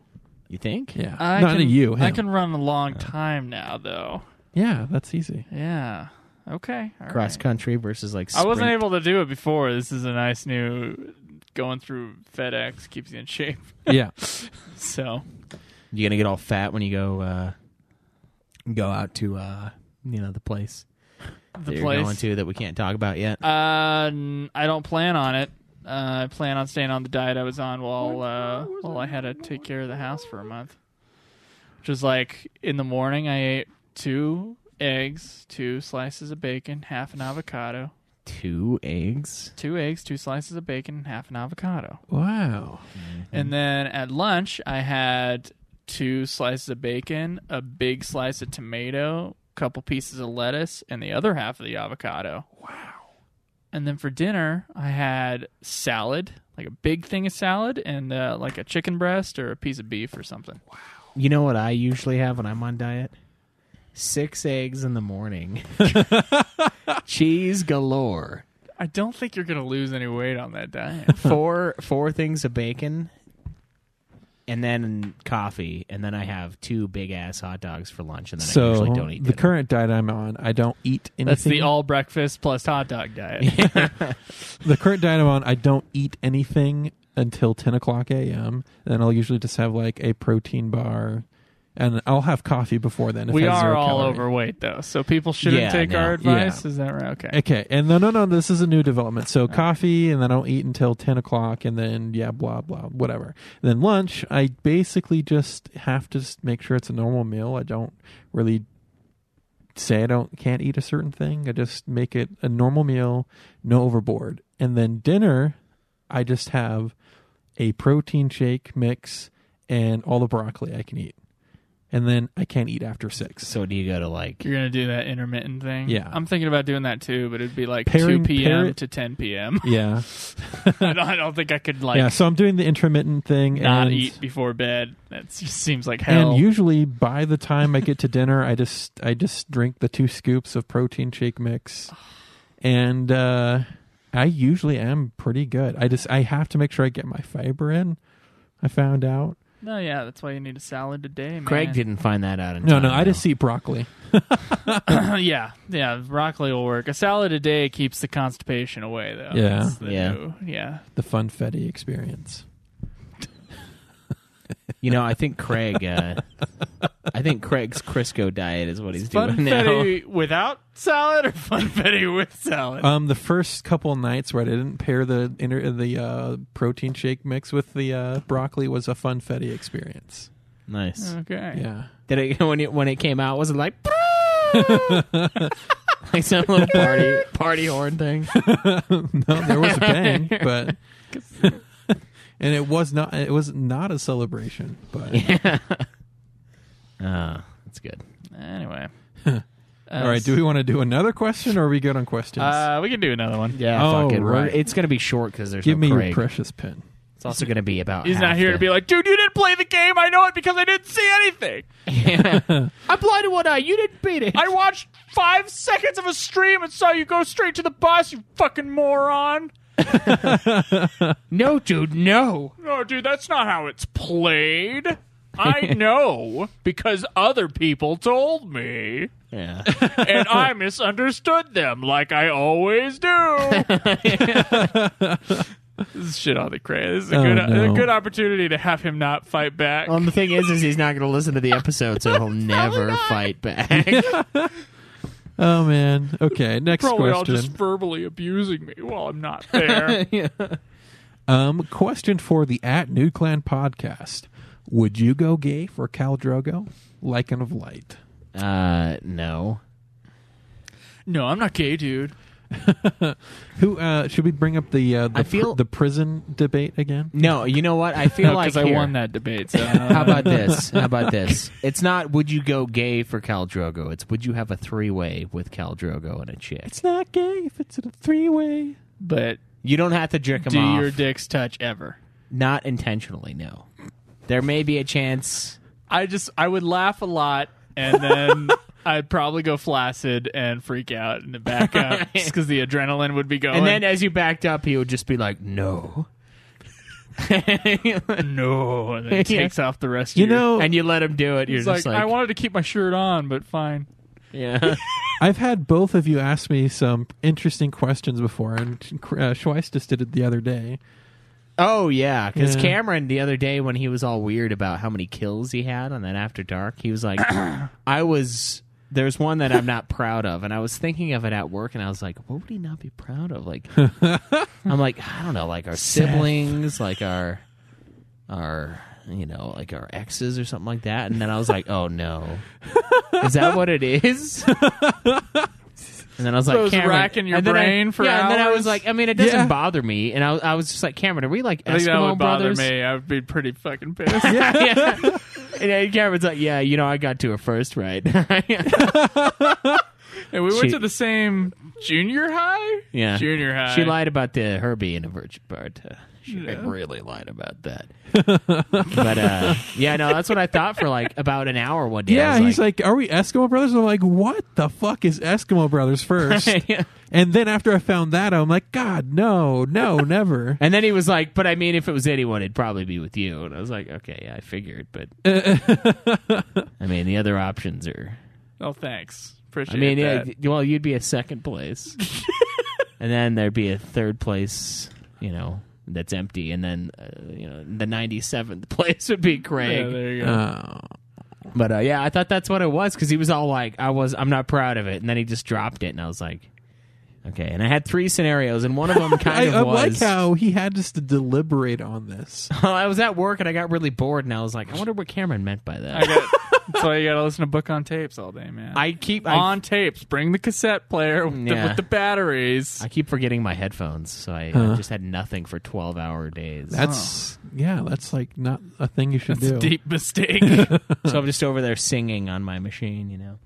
Speaker 3: you think?
Speaker 8: Yeah,
Speaker 7: I
Speaker 8: not
Speaker 7: can,
Speaker 8: you.
Speaker 7: I
Speaker 8: him.
Speaker 7: can run a long time now, though.
Speaker 8: Yeah, that's easy.
Speaker 7: Yeah. Okay. all
Speaker 3: Cross
Speaker 7: right.
Speaker 3: country versus like
Speaker 7: I wasn't
Speaker 3: sprint.
Speaker 7: able to do it before. This is a nice new going through FedEx keeps you in shape.
Speaker 8: Yeah,
Speaker 7: So
Speaker 3: You're gonna get all fat when you go uh go out to uh you know the place
Speaker 7: the
Speaker 3: that you're
Speaker 7: place.
Speaker 3: going to that we can't talk about yet.
Speaker 7: Uh, n- I don't plan on it. Uh, I plan on staying on the diet I was on while uh, while I had to take care of the house for a month. Which was like in the morning, I ate two eggs, two slices of bacon, half an avocado,
Speaker 3: Two eggs.
Speaker 7: two eggs, two slices of bacon, half an avocado.
Speaker 8: wow.
Speaker 7: And then at lunch, I had two slices of bacon, a big slice of tomato, a couple pieces of lettuce, and the other half of the avocado. Wow. And then for dinner, I had salad, like a big thing of salad, and uh, like a chicken breast or a piece of beef or something.
Speaker 3: You know what I usually have when I'm on diet? Six eggs in the morning. Cheese galore.
Speaker 7: I don't think you're going to lose any weight on that diet.
Speaker 3: Four four things of bacon and then coffee and then I have two big ass hot dogs for lunch and then I
Speaker 8: So
Speaker 3: usually don't eat
Speaker 8: the
Speaker 3: dinner.
Speaker 8: current diet I'm on, I don't eat anything.
Speaker 7: That's the all breakfast plus hot dog diet.
Speaker 8: the current diet I'm on, I don't eat anything until 10 o'clock a.m. Then I'll usually just have like a protein bar, and I'll have coffee before then. If
Speaker 7: we
Speaker 8: it has
Speaker 7: are
Speaker 8: zero
Speaker 7: all
Speaker 8: calorie.
Speaker 7: overweight, though, so people shouldn't
Speaker 3: Yeah,
Speaker 7: take
Speaker 3: no.
Speaker 7: our advice.
Speaker 8: Yeah.
Speaker 7: Is that right? Okay.
Speaker 8: Okay, and no, no, no. This is a new development. So coffee, and then I'll eat until ten o'clock, and then yeah, blah blah, whatever. And then lunch, I basically just have to s- make sure it's a normal meal. I don't really say I don't can't eat a certain thing. I just make it a normal meal, no overboard. And then dinner, I just have a protein shake mix and all the broccoli I can eat. And then I can't eat after six.
Speaker 3: So do you go to like
Speaker 7: You're gonna do that intermittent thing.
Speaker 8: Yeah.
Speaker 7: I'm thinking about doing that too, but it'd be like
Speaker 8: Pairing-
Speaker 7: two p.m.
Speaker 8: pair-
Speaker 7: to ten p.m.
Speaker 8: yeah,
Speaker 7: I, don't, I don't think I could like
Speaker 8: yeah. So I'm doing the intermittent thing.
Speaker 7: not
Speaker 8: and
Speaker 7: eat before bed. That just seems like hell.
Speaker 8: And usually by the time I get to dinner, I just I just drink the two scoops of protein shake mix, and uh, I usually am pretty good. I just I have to make sure I get my fiber in. I found out.
Speaker 7: no, yeah, that's why you need a salad today, man.
Speaker 3: Craig didn't find that out
Speaker 8: No,
Speaker 3: until
Speaker 8: no, I just eat broccoli.
Speaker 7: yeah, yeah, broccoli will work. A salad a day keeps the constipation away, though.
Speaker 8: Yeah.
Speaker 7: That's the
Speaker 3: Yeah.
Speaker 7: new- yeah.
Speaker 8: The funfetti experience.
Speaker 3: You know, I think Craig uh, I think Craig's Crisco diet is what he's doing now.
Speaker 7: Funfetti without salad or funfetti with salad?
Speaker 8: Um, the first couple nights where I didn't pair the inter- the uh, protein shake mix with the uh, broccoli was a funfetti experience. Uh,
Speaker 3: Nice.
Speaker 7: okay.
Speaker 8: Yeah.
Speaker 3: Did it when it when it came out? Was it like like some little party party horn thing?
Speaker 8: No, there was a bang, but and it was not it was not a celebration, but
Speaker 3: Ah, that's good.
Speaker 7: Anyway.
Speaker 8: All right. Do we want to do another question, or are we good on questions?
Speaker 7: Uh, we can do another one.
Speaker 3: Yeah,
Speaker 8: Oh,
Speaker 3: fuck it. We're-
Speaker 8: right.
Speaker 3: It's gonna be short because there's
Speaker 8: Give
Speaker 3: no
Speaker 8: me your
Speaker 3: Craig.
Speaker 8: precious pen.
Speaker 3: It's also gonna be about.
Speaker 7: He's not here to be like, dude, you didn't play the game. I know it because I didn't see anything.
Speaker 3: I'm blind to one eye. You didn't beat it.
Speaker 7: I watched five seconds of a stream and saw you go straight to the boss. You fucking moron.
Speaker 3: no, dude. No.
Speaker 7: No, dude, that's not how it's played. I know because other people told me,
Speaker 3: Yeah.
Speaker 7: and I misunderstood them like I always do. this is shit on the crayon. This is a
Speaker 8: Oh,
Speaker 7: good,
Speaker 8: no.
Speaker 7: a good opportunity to have him not fight back.
Speaker 3: well, the thing is, is he's not gonna listen to the episode, so he'll never fight back.
Speaker 8: Oh man. Okay. Next
Speaker 7: Probably all
Speaker 8: question.
Speaker 7: just verbally abusing me while I'm not there.
Speaker 8: Um, question for the at New Clan podcast: Would you go gay for Cal Drogo, Lycan of Light?
Speaker 3: uh, no.
Speaker 7: no, I'm not gay, dude.
Speaker 8: Who uh, should we bring up the uh, the,
Speaker 3: I feel-
Speaker 8: pr- the prison debate again?
Speaker 3: No. You know what? I feel like
Speaker 7: because I
Speaker 3: here-
Speaker 7: won that debate. So
Speaker 3: How about this? How about this? It's not would you go gay for Cal Drogo. It's would you have a three way with Cal Drogo and a chick.
Speaker 8: It's not gay if it's a three way.
Speaker 7: but
Speaker 3: You don't have to jerk him
Speaker 7: do
Speaker 3: off.
Speaker 7: your dicks touch ever?
Speaker 3: not intentionally. No. There may be a chance.
Speaker 7: I just I would laugh a lot, and then I'd probably go flaccid and freak out and then back up just because the adrenaline would be going.
Speaker 3: And then as you backed up, he would just be like, no.
Speaker 7: no, and then takes off the rest.
Speaker 8: You
Speaker 7: of your,
Speaker 8: know,
Speaker 3: and you let him do it. You're
Speaker 7: it's
Speaker 3: just
Speaker 7: like,
Speaker 3: like,
Speaker 7: I wanted to keep my shirt on, but fine.
Speaker 3: yeah.
Speaker 8: I've had both of you ask me some interesting questions before, and uh, Schweiss just did it the other day.
Speaker 3: oh yeah, because
Speaker 8: Yeah.
Speaker 3: Cameron the other day when he was all weird about how many kills he had on that After Dark, he was like, I was. There's one that I'm not proud of, and I was thinking of it at work, and I was like, what would he not be proud of? Like, I'm like, I don't know, like our siblings, like our, our, you know, like our exes or something like that. And then I was like, oh no, is that what it is? And then I was like,
Speaker 7: Those
Speaker 3: Cameron,
Speaker 7: racking your
Speaker 3: and then I-
Speaker 7: brain for
Speaker 3: yeah. And then I was
Speaker 7: hours?
Speaker 3: like, I mean, it doesn't
Speaker 8: Yeah.
Speaker 3: bother me. And I, I was just like, Cameron, are we like
Speaker 7: I think that
Speaker 3: Eskimo
Speaker 7: would bother
Speaker 3: brothers?
Speaker 7: me. I'd be pretty fucking pissed.
Speaker 3: yeah. And then Cameron's like, yeah, you know, I got to her first, right?
Speaker 7: And we
Speaker 3: She-
Speaker 7: went to the same junior high.
Speaker 3: yeah,
Speaker 7: junior high.
Speaker 3: She lied about the her being a virgin part. Uh, She really lied about that. but uh, yeah, no, that's what I thought for like about an hour one day. I
Speaker 8: Yeah,
Speaker 3: was
Speaker 8: he's like, "Are we Eskimo brothers?" I'm like, "What the fuck is Eskimo brothers?" First, and then after I found that, I'm like, "God, no, no, never."
Speaker 3: And then he was like, "But I mean, if it was anyone, it'd probably be with you." And I was like, "Okay, yeah, I figured." But I mean, the other options are.
Speaker 7: Oh, thanks. Appreciate
Speaker 3: I mean, yeah,
Speaker 7: that.
Speaker 3: y- well, you'd be a second place, and then there'd be a third place, you know, that's empty, and then uh, you know the ninety seventh place would be Craig.
Speaker 7: Yeah, there you go.
Speaker 8: Oh.
Speaker 3: But uh, yeah, I thought that's what it was because he was all like, "I was, I'm not proud of it," and then he just dropped it, and I was like, "Okay." And I had three scenarios, and one of them
Speaker 8: I,
Speaker 3: kind
Speaker 8: I
Speaker 7: uh,
Speaker 3: of
Speaker 8: like
Speaker 3: was.
Speaker 8: how he had just to deliberate on this.
Speaker 3: I was at work and I got really bored, and I was like, "I wonder what Cameron meant by
Speaker 7: I
Speaker 3: that."
Speaker 7: got, that's why you got to listen to book on tapes all day, man.
Speaker 3: I keep I,
Speaker 7: on tapes. Bring the cassette player with, the,
Speaker 3: Yeah.
Speaker 7: with the batteries.
Speaker 3: I keep forgetting my headphones, so I, I just had nothing for twelve hour days.
Speaker 8: That's yeah, that's like not a thing you should
Speaker 7: It's
Speaker 8: do.
Speaker 7: a deep mistake.
Speaker 3: so I'm just over there singing on my machine, you know.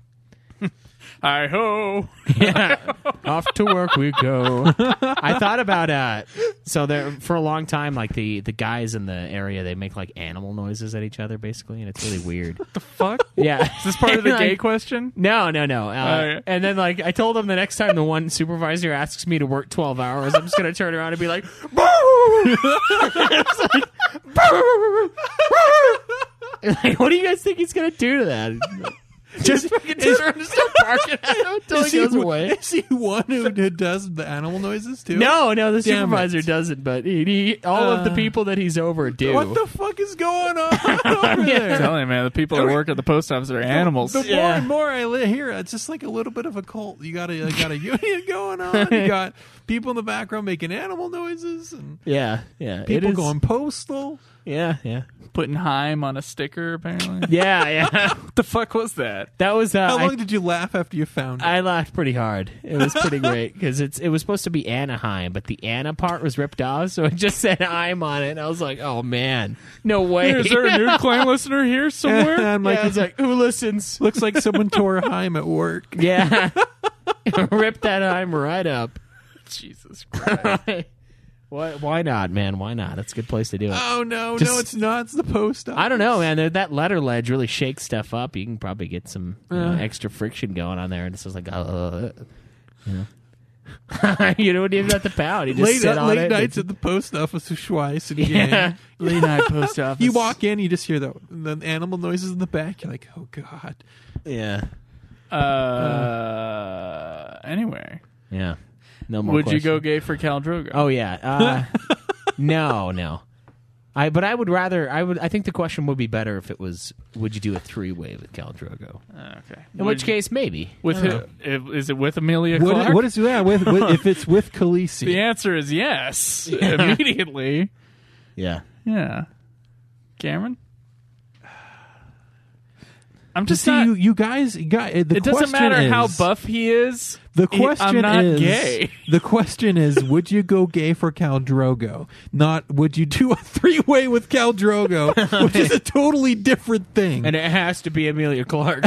Speaker 7: I ho.
Speaker 3: off to work we go. I thought about uh so there for a long time like the the guys in the area they make like animal noises at each other basically and it's really weird.
Speaker 7: Fuck.
Speaker 3: yeah.
Speaker 7: Is this part of the
Speaker 3: Like,
Speaker 7: gay question?
Speaker 3: No, no, no. Uh,
Speaker 7: Okay.
Speaker 3: And then, like, I told them the next time the one supervisor asks me to work twelve hours, I'm just gonna turn around and be like, "Boo!" It's like, "Boo!" Like, what do you guys think he's gonna do to that? Just fucking turn and start barking at him until he goes away.
Speaker 8: Is he one who d- does the animal noises too?
Speaker 3: No, no, the
Speaker 8: Damn
Speaker 3: supervisor
Speaker 8: it. Uh,
Speaker 3: doesn't. But he, he- all of the people that he's over do.
Speaker 8: What the fuck is going on over
Speaker 7: I'm
Speaker 8: there?
Speaker 7: telling you, man, the people that work at the post office are animals.
Speaker 8: The more and more I li- hear, it's just like a little bit of a cult. You got a you got a union going on. You got people in the background making animal noises and
Speaker 3: yeah, yeah. it
Speaker 8: people
Speaker 3: is-
Speaker 8: going postal.
Speaker 3: Yeah, yeah,
Speaker 7: Putting Heim on a sticker, apparently.
Speaker 3: yeah, yeah.
Speaker 7: what the fuck was that?
Speaker 3: that was. Uh,
Speaker 8: How
Speaker 3: I,
Speaker 8: long did you laugh after you found it?
Speaker 3: I laughed pretty hard. It was pretty great because it's it was supposed to be Anaheim, but the Anna part was ripped off, so it just said I'm on it. And I was like, oh man, no way.
Speaker 7: Is there a new clan listener here somewhere?
Speaker 8: I'm like,
Speaker 3: yeah, I was like, who listens?
Speaker 8: looks like someone tore Heim at work.
Speaker 3: Yeah, ripped that I'm right up.
Speaker 7: Jesus Christ.
Speaker 3: Why, why not, man? Why not? It's a good place to do it.
Speaker 8: Oh no, no,
Speaker 3: Just-
Speaker 8: it's not. It's the post office.
Speaker 3: I don't know, man. That letter ledge really shakes stuff up. You can probably get some you know, extra friction going on there, and it's just like, uh, you know, you don't even have to pound. You just
Speaker 8: Late, uh,
Speaker 3: sit on
Speaker 8: late
Speaker 3: it.
Speaker 8: nights at the post office of Schweiss and
Speaker 3: Yeah.
Speaker 8: yeah.
Speaker 7: Late night post office.
Speaker 8: You walk in, you just hear the, the animal noises in the back. You're like, oh god.
Speaker 3: yeah,
Speaker 7: Uh, anyway,
Speaker 3: yeah. No more.
Speaker 7: would you
Speaker 3: question.
Speaker 7: go gay for Cal Drogo?
Speaker 3: Oh yeah. Uh, no, no. I but I would rather I would I think the question would be better if it was would you do a three way with Cal Drogo?
Speaker 7: okay.
Speaker 3: In which case, maybe.
Speaker 7: with who, if- is it with Amelia Clark?
Speaker 8: What, what is yeah? With, with, if it's with Khaleesi,
Speaker 7: the answer is yes immediately.
Speaker 3: Yeah.
Speaker 7: Yeah, Cameron. I'm just
Speaker 8: See,
Speaker 7: not.
Speaker 8: you, you guys, you guys the
Speaker 7: it doesn't
Speaker 8: question
Speaker 7: matter how
Speaker 8: is-
Speaker 7: buff he is.
Speaker 8: The
Speaker 7: he-
Speaker 8: question
Speaker 7: I'm not
Speaker 8: is
Speaker 7: gay.
Speaker 8: The question is, would you go gay for Cal Drogo? Not would you do a three way with Cal Drogo, which is a totally different thing.
Speaker 3: it has to be Amelia Clark.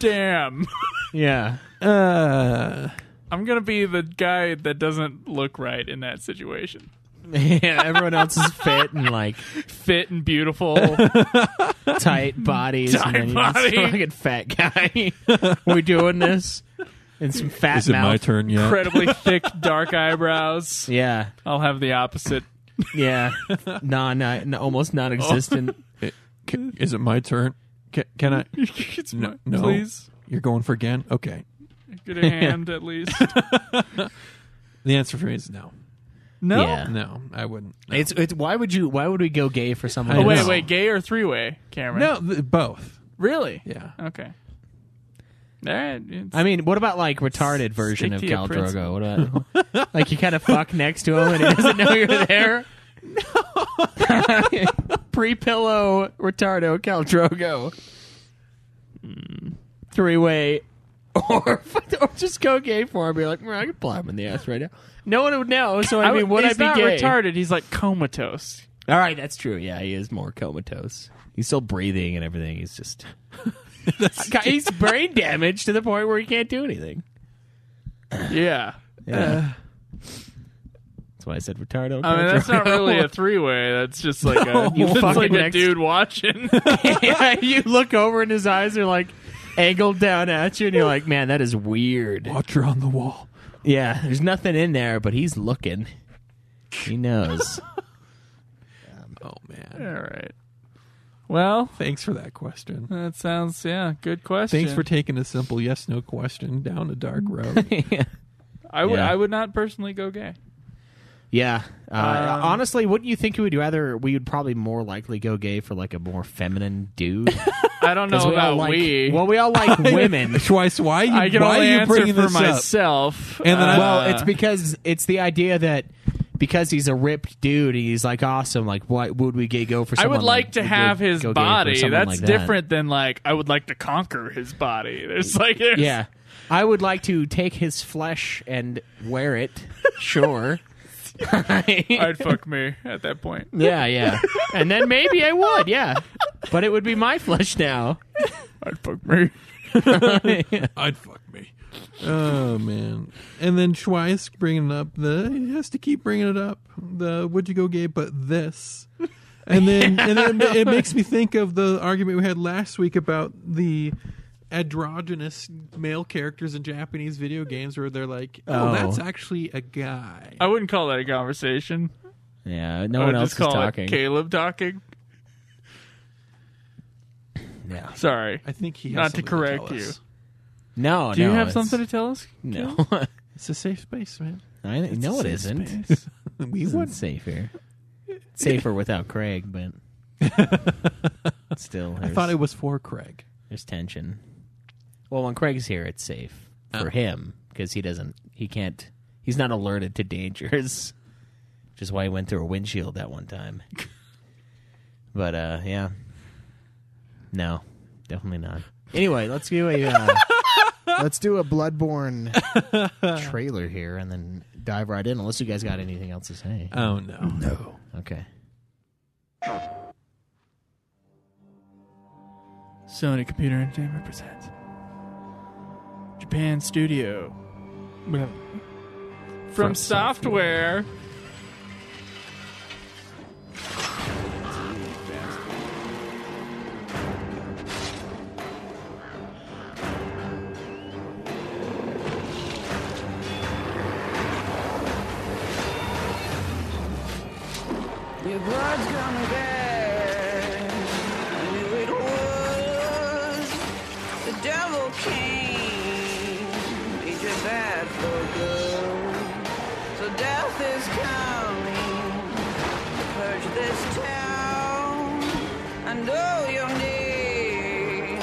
Speaker 7: Damn.
Speaker 3: yeah.
Speaker 8: uh,
Speaker 7: I'm gonna be the guy that doesn't look right in that situation.
Speaker 3: Yeah, everyone else is fit and like
Speaker 7: Fit and beautiful.
Speaker 3: tight bodies. and
Speaker 7: Tight
Speaker 3: then you're just
Speaker 7: body.
Speaker 3: a fucking fat guy. we doing this? And some fat mouth.
Speaker 8: turn yet?
Speaker 7: incredibly thick, dark eyebrows.
Speaker 3: Yeah,
Speaker 7: I'll have the opposite.
Speaker 3: yeah. non, non, almost non-existent.
Speaker 8: Is it my turn? Can, can I?
Speaker 7: it's
Speaker 8: No,
Speaker 7: my-
Speaker 8: no.
Speaker 7: Please,
Speaker 8: You're going for again? Okay.
Speaker 7: get a hand at least.
Speaker 8: The answer for me is no.
Speaker 7: No.
Speaker 3: Yeah.
Speaker 8: No, I wouldn't. No.
Speaker 3: Oh. It's it's why would you why would we go gay for someone?
Speaker 8: Oh,
Speaker 7: Oh, wait,
Speaker 3: else?
Speaker 7: wait. Gay or three way, Cameron?
Speaker 8: no, th- both.
Speaker 7: Really?
Speaker 8: Yeah.
Speaker 7: Okay. All right. It's,
Speaker 3: I mean, what about like retarded version
Speaker 7: Stick
Speaker 3: of
Speaker 7: to your
Speaker 3: Cal
Speaker 7: principle.
Speaker 3: Drogo? What about like you kind of fuck next to him and he doesn't know you're there? Pre-pillow retardo Cal Drogo.
Speaker 7: Hmm.
Speaker 3: Three-way or, or just go gay for him. Be like, "Mm, I can ply him in the ass right now. No one would know. So I,
Speaker 7: I
Speaker 3: mean, would I
Speaker 7: he's
Speaker 3: be
Speaker 7: not
Speaker 3: gay?
Speaker 7: retarded. He's like comatose.
Speaker 3: All right, that's true. Yeah, he is more comatose. He's still breathing and everything. He's just he's brain damaged to the point where he can't do anything.
Speaker 7: Yeah.
Speaker 3: That's why I said retardo.
Speaker 7: I mean, that's not really a three way. That's just like a,
Speaker 3: You
Speaker 7: that's
Speaker 3: fucking
Speaker 7: like a
Speaker 3: next-
Speaker 7: dude watching.
Speaker 3: yeah, you look over and his eyes are like angled down at you, and you're like, man, that is weird.
Speaker 8: Watcher on the wall.
Speaker 3: Yeah, there's nothing in there, but he's looking. He knows.
Speaker 8: Oh
Speaker 7: All
Speaker 8: man.
Speaker 7: right. Well,
Speaker 8: Thanks for that question.
Speaker 7: that sounds yeah. Good question.
Speaker 8: Thanks for taking a simple yes no question down a dark road.
Speaker 7: I would
Speaker 3: Yeah.
Speaker 7: I would not personally go gay.
Speaker 3: yeah. Uh,
Speaker 7: Um,
Speaker 3: honestly, wouldn't you think we would rather? We would probably more likely go gay for like a more feminine dude.
Speaker 7: I don't know
Speaker 3: 'Cause we all
Speaker 7: about
Speaker 3: like,
Speaker 7: Oh, we.
Speaker 3: Well, we all like women.
Speaker 8: Schweiss, why you,
Speaker 7: I can
Speaker 8: why
Speaker 7: only
Speaker 8: are you
Speaker 7: answer
Speaker 8: bringing
Speaker 7: for
Speaker 8: this up?
Speaker 7: myself. Uh,
Speaker 8: And then I-
Speaker 3: well, it's because it's the idea that because he's a ripped dude, he's like awesome. Like, why would we gay go for?
Speaker 7: I
Speaker 3: Someone
Speaker 7: would like to
Speaker 3: we
Speaker 7: have
Speaker 3: go-
Speaker 7: his
Speaker 3: go gay for
Speaker 7: body.
Speaker 3: someone
Speaker 7: That's
Speaker 3: like that.
Speaker 7: different than like I would like to conquer his body. There's like there's,
Speaker 3: Yeah, I would like to take his flesh and wear it. Sure.
Speaker 7: I'd fuck me at that point.
Speaker 3: yeah, yeah, and then maybe I would. Yeah, but it would be my flesh now.
Speaker 7: I'd fuck me.
Speaker 8: I'd fuck me. Oh man! And then Schweiss bringing up the he has to keep bringing it up. The would you go gay? But this, and then and then it, it makes me think of the argument we had last week about the androgynous male characters in Japanese video games, where they're like, "Oh,
Speaker 3: Oh.
Speaker 8: that's actually a guy."
Speaker 7: I wouldn't call that a conversation.
Speaker 3: Yeah, no
Speaker 7: I
Speaker 3: one
Speaker 7: would
Speaker 3: else
Speaker 7: just
Speaker 3: is
Speaker 7: call
Speaker 3: talking.
Speaker 7: it Caleb talking.
Speaker 3: Yeah.
Speaker 7: Sorry.
Speaker 8: I think he has
Speaker 7: Not to
Speaker 8: something tell
Speaker 7: correct you.
Speaker 8: us.
Speaker 3: No,
Speaker 7: Do you
Speaker 3: no,
Speaker 7: have
Speaker 3: it's-
Speaker 7: something to tell us?
Speaker 3: No,
Speaker 8: It's a safe space, man.
Speaker 3: I, no, it isn't.
Speaker 8: Space. we
Speaker 3: Isn't
Speaker 8: would.
Speaker 3: safer. safer without Craig, but still,
Speaker 8: I
Speaker 3: there's,
Speaker 8: thought it was for Craig.
Speaker 3: there's tension. Well, when Craig's here, it's safe for him because he doesn't, he can't, he's not alerted to dangers. which is why he went through a windshield that one time. but uh, yeah, no, definitely not. Anyway, let's do a uh,
Speaker 9: Let's do a Bloodborne.
Speaker 3: trailer here and then dive right in. Unless you guys got anything else to say.
Speaker 8: Oh no, no.
Speaker 3: Okay.
Speaker 7: Sony Computer Entertainment presents Japan Studio from, Software.
Speaker 5: Your blood's coming back. I knew it was. The devil came. He's your bad for good. So death is coming to purge this town. I know your name.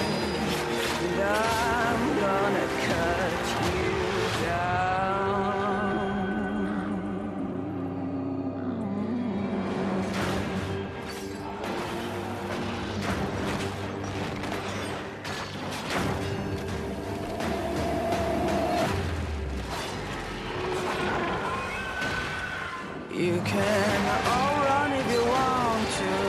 Speaker 5: And I'm gonna cut you down. You can all run if you want to.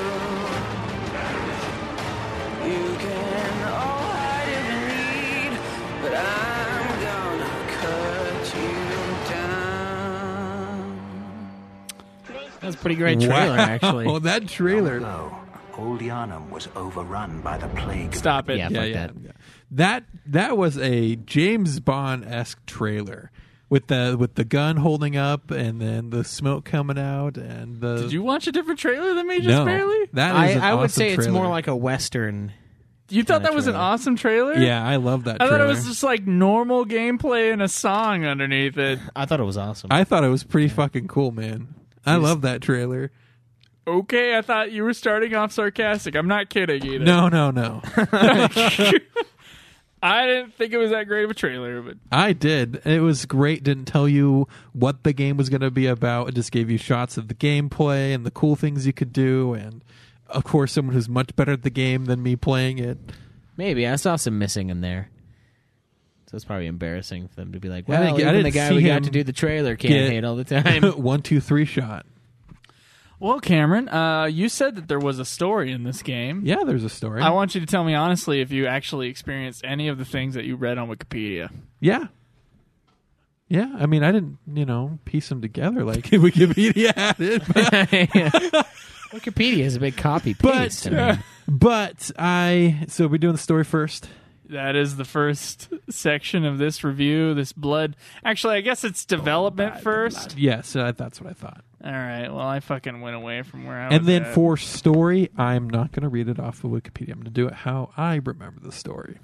Speaker 5: You can all hide if you need, but I'm gonna cut you down.
Speaker 3: That's a pretty great trailer, actually.
Speaker 8: Oh, that trailer.
Speaker 10: No, Aldianum was overrun by the plague.
Speaker 7: Stop it.
Speaker 3: Yeah,
Speaker 8: yeah,
Speaker 3: fuck
Speaker 8: yeah,
Speaker 3: that.
Speaker 8: yeah. That that was a James Bond esque trailer with the with the gun holding up and then the smoke coming out and the.
Speaker 7: Did you watch a different trailer than me just
Speaker 8: no,
Speaker 7: barely?
Speaker 8: That
Speaker 3: I,
Speaker 8: is an
Speaker 3: I would
Speaker 8: awesome
Speaker 3: say it's more
Speaker 8: trailer.
Speaker 3: like a western.
Speaker 7: You thought
Speaker 3: Kinda
Speaker 7: that was an
Speaker 3: trailer.
Speaker 7: awesome trailer?
Speaker 8: Yeah, I love that.
Speaker 7: I
Speaker 8: trailer.
Speaker 7: thought it was just like normal gameplay and a song underneath it.
Speaker 3: I thought it was awesome.
Speaker 8: I thought it was pretty fucking cool, man. I love that trailer.
Speaker 7: Okay, I thought you were starting off sarcastic. I'm not kidding either.
Speaker 8: No, no, no.
Speaker 7: I didn't think it was that great of a trailer, but
Speaker 8: I did. It was great. Didn't tell you what the game was going to be about. It just gave you shots of the gameplay and the cool things you could do. And of course, someone who's much better at the game than me playing it.
Speaker 3: Maybe I saw some missing in there. So it's probably embarrassing for them to be like,
Speaker 8: I
Speaker 3: "Well,
Speaker 8: didn't- I
Speaker 3: even the
Speaker 8: didn't
Speaker 3: guy
Speaker 8: see
Speaker 3: we
Speaker 8: him
Speaker 3: got to do the trailer can't
Speaker 8: get-
Speaker 3: hate all the time."
Speaker 8: One, two, three shot.
Speaker 7: Well, Cameron, uh, you said that there was a story in this game.
Speaker 8: Yeah, there's a story.
Speaker 7: I want you to tell me honestly if you actually experienced any of the things that you read on Wikipedia.
Speaker 8: yeah. Yeah, I mean, I didn't, you know, piece them together like Wikipedia had it, but
Speaker 3: Wikipedia is a big copy paste.
Speaker 8: but, uh,
Speaker 3: I mean,
Speaker 8: but I. So we're doing the story first.
Speaker 7: That is the first section of this review, this blood. Actually, I guess it's development first.
Speaker 8: Yes, uh, that's what I thought.
Speaker 7: All right. Well, I fucking went away from where I was.
Speaker 8: And then
Speaker 7: at.
Speaker 8: for story, I'm not going to read it off of Wikipedia. I'm going to do it how I remember the story.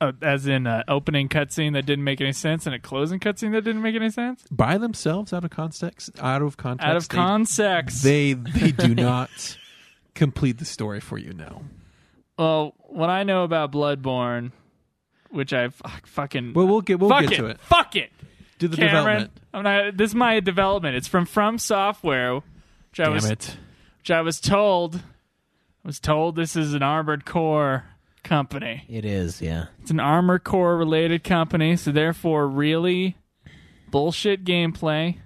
Speaker 7: Uh, as in uh, opening cutscene that didn't make any sense and a closing cutscene that didn't make any sense.
Speaker 8: By themselves, out of context, out of context,
Speaker 7: Out of
Speaker 8: they-
Speaker 7: context.
Speaker 8: they they do not complete the story for you now.
Speaker 7: well, what I know about Bloodborne, which I fuck, fucking.
Speaker 8: Well, we'll get we'll
Speaker 7: fuck
Speaker 8: get
Speaker 7: it,
Speaker 8: to it.
Speaker 7: Fuck it.
Speaker 8: Do the
Speaker 7: Cameron,
Speaker 8: development.
Speaker 7: I'm not, this is my development. It's from From Software, which I
Speaker 8: Damn
Speaker 7: was
Speaker 8: it!
Speaker 7: which I was told I was told this is an Armored Core company.
Speaker 3: it is, yeah.
Speaker 7: It's an Armored Core related company, so therefore really bullshit gameplay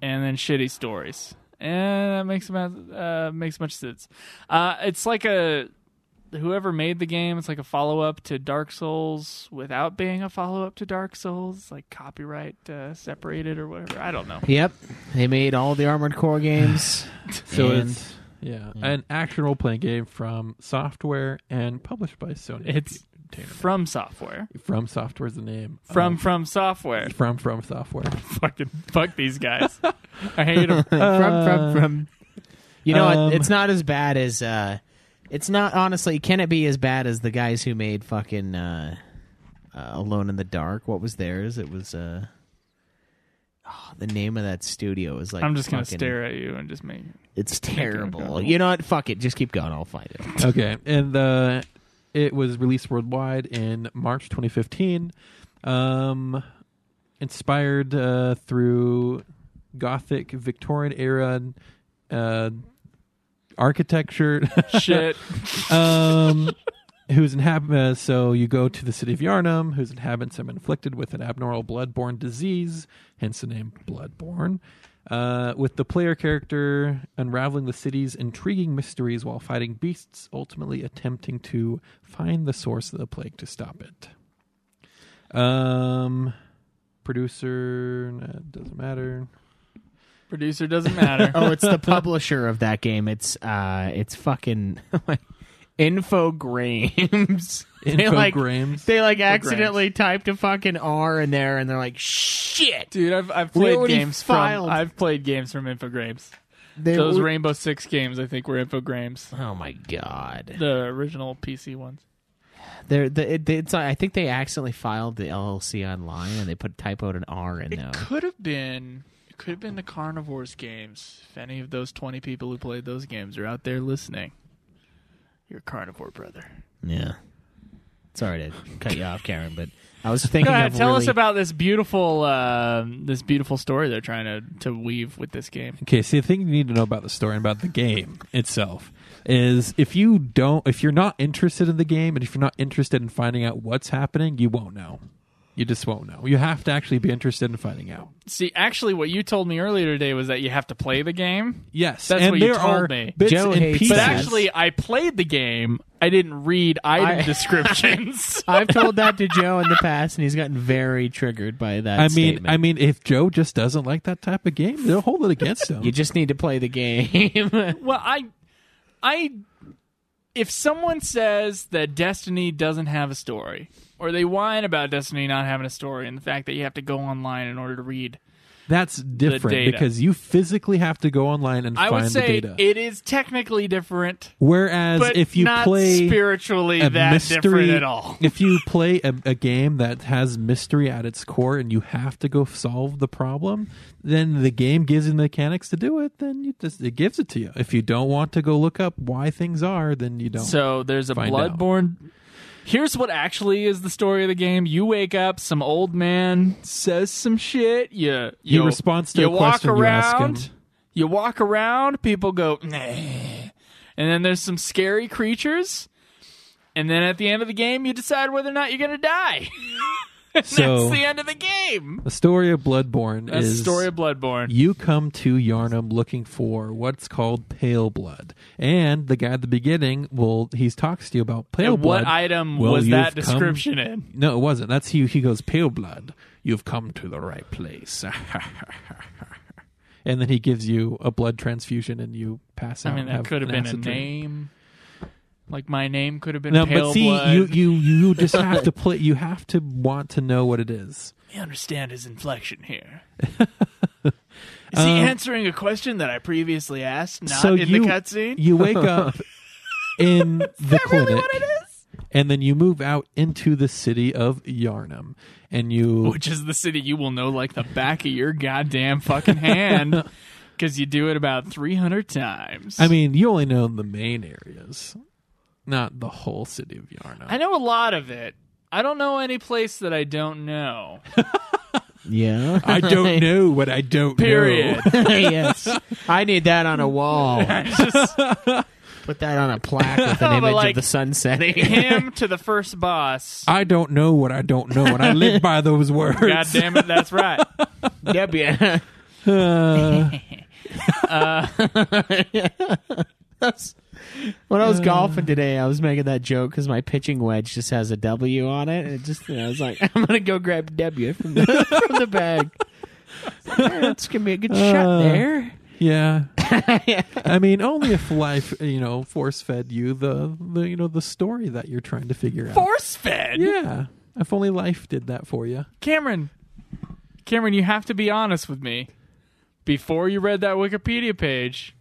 Speaker 7: and then shitty stories. And that makes about uh, makes much sense. Uh, it's like a whoever made the game. It's like a follow up to Dark Souls without being a follow up to Dark Souls, like copyright uh, separated or whatever. I don't know.
Speaker 3: Yep, they made all the Armored Core games.
Speaker 8: So
Speaker 3: And-
Speaker 8: it's yeah,
Speaker 7: Mm.
Speaker 8: an action role playing game from Software and published by Sony.
Speaker 7: It's
Speaker 8: Entertainment.
Speaker 7: from software.
Speaker 8: from Software's the name.
Speaker 7: From
Speaker 8: Um,
Speaker 7: from software.
Speaker 8: from from Software.
Speaker 7: Oh. Fucking fuck these guys. I hate them.
Speaker 3: from from from. You know,
Speaker 8: Um,
Speaker 3: what it's not as bad as. uh It's not honestly. Can it be as bad as the guys who made fucking uh, uh Alone in the Dark? What was theirs? It was. uh oh, The name of that studio is like.
Speaker 7: I'm just gonna
Speaker 3: Uh, fucking-
Speaker 7: stare at you and just make.
Speaker 3: It's
Speaker 7: go.
Speaker 3: terrible. You know what? Fuck it. Just keep going. I'll find it.
Speaker 8: okay, and uh, it was released worldwide in March 2015. Um, inspired uh, through Gothic Victorian era uh, architecture
Speaker 7: Shit.
Speaker 8: um, whose inhabitants. So you go to the city of Yarnum, whose inhabitants have been inflicted with an abnormal bloodborne disease, hence the name Bloodborne. Uh, with the player character unraveling the city's intriguing mysteries while fighting beasts, ultimately attempting to find the source of the plague to stop it. Um, producer nah, doesn't matter.
Speaker 7: Producer doesn't matter.
Speaker 3: oh, it's the publisher of that game. It's uh, it's fucking Infogrames. they like
Speaker 8: Infogrames.
Speaker 3: they like accidentally typed a fucking R in there, and they're like, shit.
Speaker 7: Dude, I've I've
Speaker 3: We
Speaker 7: played
Speaker 3: already
Speaker 7: games
Speaker 3: filed.
Speaker 7: from I've played games from Infogrames.
Speaker 9: They
Speaker 7: Those
Speaker 9: were-
Speaker 7: Rainbow Six games, I think, were Infogrames.
Speaker 3: Oh my god.
Speaker 7: The original PC ones.
Speaker 3: They're, the, it, it's I think they accidentally filed the LLC online, and they put typoed an R in there.
Speaker 7: It could have been. It could have been the Carnivores games. If any of those twenty people who played those games are out there listening, you're a carnivore brother.
Speaker 3: Yeah. Sorry to cut you off, Karen, but I was thinking.
Speaker 7: Go ahead,
Speaker 3: of
Speaker 7: tell
Speaker 3: really-
Speaker 7: us about this beautiful, uh, this beautiful story they're trying to to weave with this game.
Speaker 8: Okay, see the thing you need to know about the story and about the game itself is if you don't if you're not interested in the game and if you're not interested in finding out what's happening, you won't know. You just won't know. You have to actually be interested in finding out.
Speaker 7: See, actually, what you told me earlier today was that you have to play the game.
Speaker 8: Yes,
Speaker 7: That's
Speaker 8: and
Speaker 7: what you
Speaker 8: there
Speaker 7: told
Speaker 8: are
Speaker 7: me.
Speaker 8: Bits
Speaker 3: Joe
Speaker 8: and
Speaker 3: hates
Speaker 7: But
Speaker 8: pieces.
Speaker 3: Yes.
Speaker 7: actually, I played the game. I didn't read item
Speaker 3: I-
Speaker 7: descriptions.
Speaker 3: I've told that to Joe in the past, and he's gotten very triggered by that.
Speaker 8: I mean,
Speaker 3: statement.
Speaker 8: I mean, if Joe just doesn't like that type of game, they'll hold it against him.
Speaker 3: you just need to play the game.
Speaker 7: Well, I, I, if someone says that Destiny doesn't have a story, or they whine about Destiny not having a story, and the fact that you have to go online in order to read,
Speaker 8: That's different
Speaker 7: data.
Speaker 8: because you physically have to go online and
Speaker 7: I
Speaker 8: find
Speaker 7: would say
Speaker 8: the data.
Speaker 7: it is technically different,
Speaker 8: Whereas
Speaker 7: but
Speaker 8: if you
Speaker 7: not
Speaker 8: play
Speaker 7: spiritually
Speaker 8: a
Speaker 7: that
Speaker 8: mystery
Speaker 7: different at all.
Speaker 8: if you play a, a game that has mystery at its core and you have to go solve the problem, then the game gives you the mechanics to do it. Then you just it gives it to you. If you don't want to go look up why things are, then you don't.
Speaker 7: So there's a
Speaker 8: Find out.
Speaker 7: Bloodborne. Here's what actually is the story of the game. You wake up, some old man says some shit. You, you
Speaker 8: responds to
Speaker 7: you
Speaker 8: a
Speaker 7: walk
Speaker 8: question you ask him.
Speaker 7: around. You walk around. People go, nah. and then there's some scary creatures. And then at the end of the game, you decide whether or not you're gonna die.
Speaker 8: So-
Speaker 7: That's the end of the game.
Speaker 8: the story of Bloodborne
Speaker 7: That's
Speaker 8: is
Speaker 7: the story of Bloodborne.
Speaker 8: you come to Yarnum looking for what's called Pale Blood, and the guy at the beginning will he talks to you about Pale
Speaker 7: And
Speaker 8: Blood.
Speaker 7: what item
Speaker 8: Well,
Speaker 7: was that
Speaker 8: you've come-
Speaker 7: description in?
Speaker 8: No, it wasn't. That's he. He goes, "Pale blood, you've come to the right place." and then he gives you a blood transfusion, and you pass
Speaker 7: I
Speaker 8: out.
Speaker 7: mean,
Speaker 8: and
Speaker 7: that
Speaker 8: have
Speaker 7: could have
Speaker 8: an
Speaker 7: been a
Speaker 8: acid drink.
Speaker 7: name. Like my name could have been
Speaker 8: No,
Speaker 7: Pale
Speaker 8: but see,
Speaker 7: Blood.
Speaker 8: you you you just have to play. You have to want to know what it is.
Speaker 7: I understand his inflection here. Is he answering a question that I previously asked, not
Speaker 8: Um, so
Speaker 7: in
Speaker 8: you
Speaker 7: the cutscene?
Speaker 8: you wake up in the clinic, and then you move out into the city of Yarnum, and you
Speaker 7: Which is the city you will know like the back of your goddamn fucking hand, because you do it about three hundred times.
Speaker 8: I mean, you only know the main areas, not the whole city of Yarnum.
Speaker 7: I know a lot of it. I don't know any place that I don't know.
Speaker 3: yeah.
Speaker 8: I don't know what I don't
Speaker 7: Period.
Speaker 8: know.
Speaker 3: yes. I need that on a wall.
Speaker 7: Just
Speaker 3: Put that on a plaque with
Speaker 7: No,
Speaker 3: an
Speaker 7: but
Speaker 3: image
Speaker 7: like-
Speaker 3: of the sun setting.
Speaker 7: him to the first boss.
Speaker 8: I don't know what I don't know, and I live by those words.
Speaker 7: God damn it, that's right.
Speaker 3: W.
Speaker 8: Uh,
Speaker 7: Uh.
Speaker 3: That's- when I was golfing today, I was making that joke because my pitching wedge just has a W on it, and it just and I was like, I'm gonna go grab W from the, from the bag. Yeah, That's gonna be a good shot
Speaker 8: Uh,
Speaker 3: there.
Speaker 8: yeah. I mean, only if life, you know, force fed you the, the, you know, the story that you're trying to figure out.
Speaker 7: Force fed.
Speaker 8: yeah. If only life did that for you.
Speaker 7: Cameron, Cameron, you have to be honest with me. Before you read that Wikipedia page,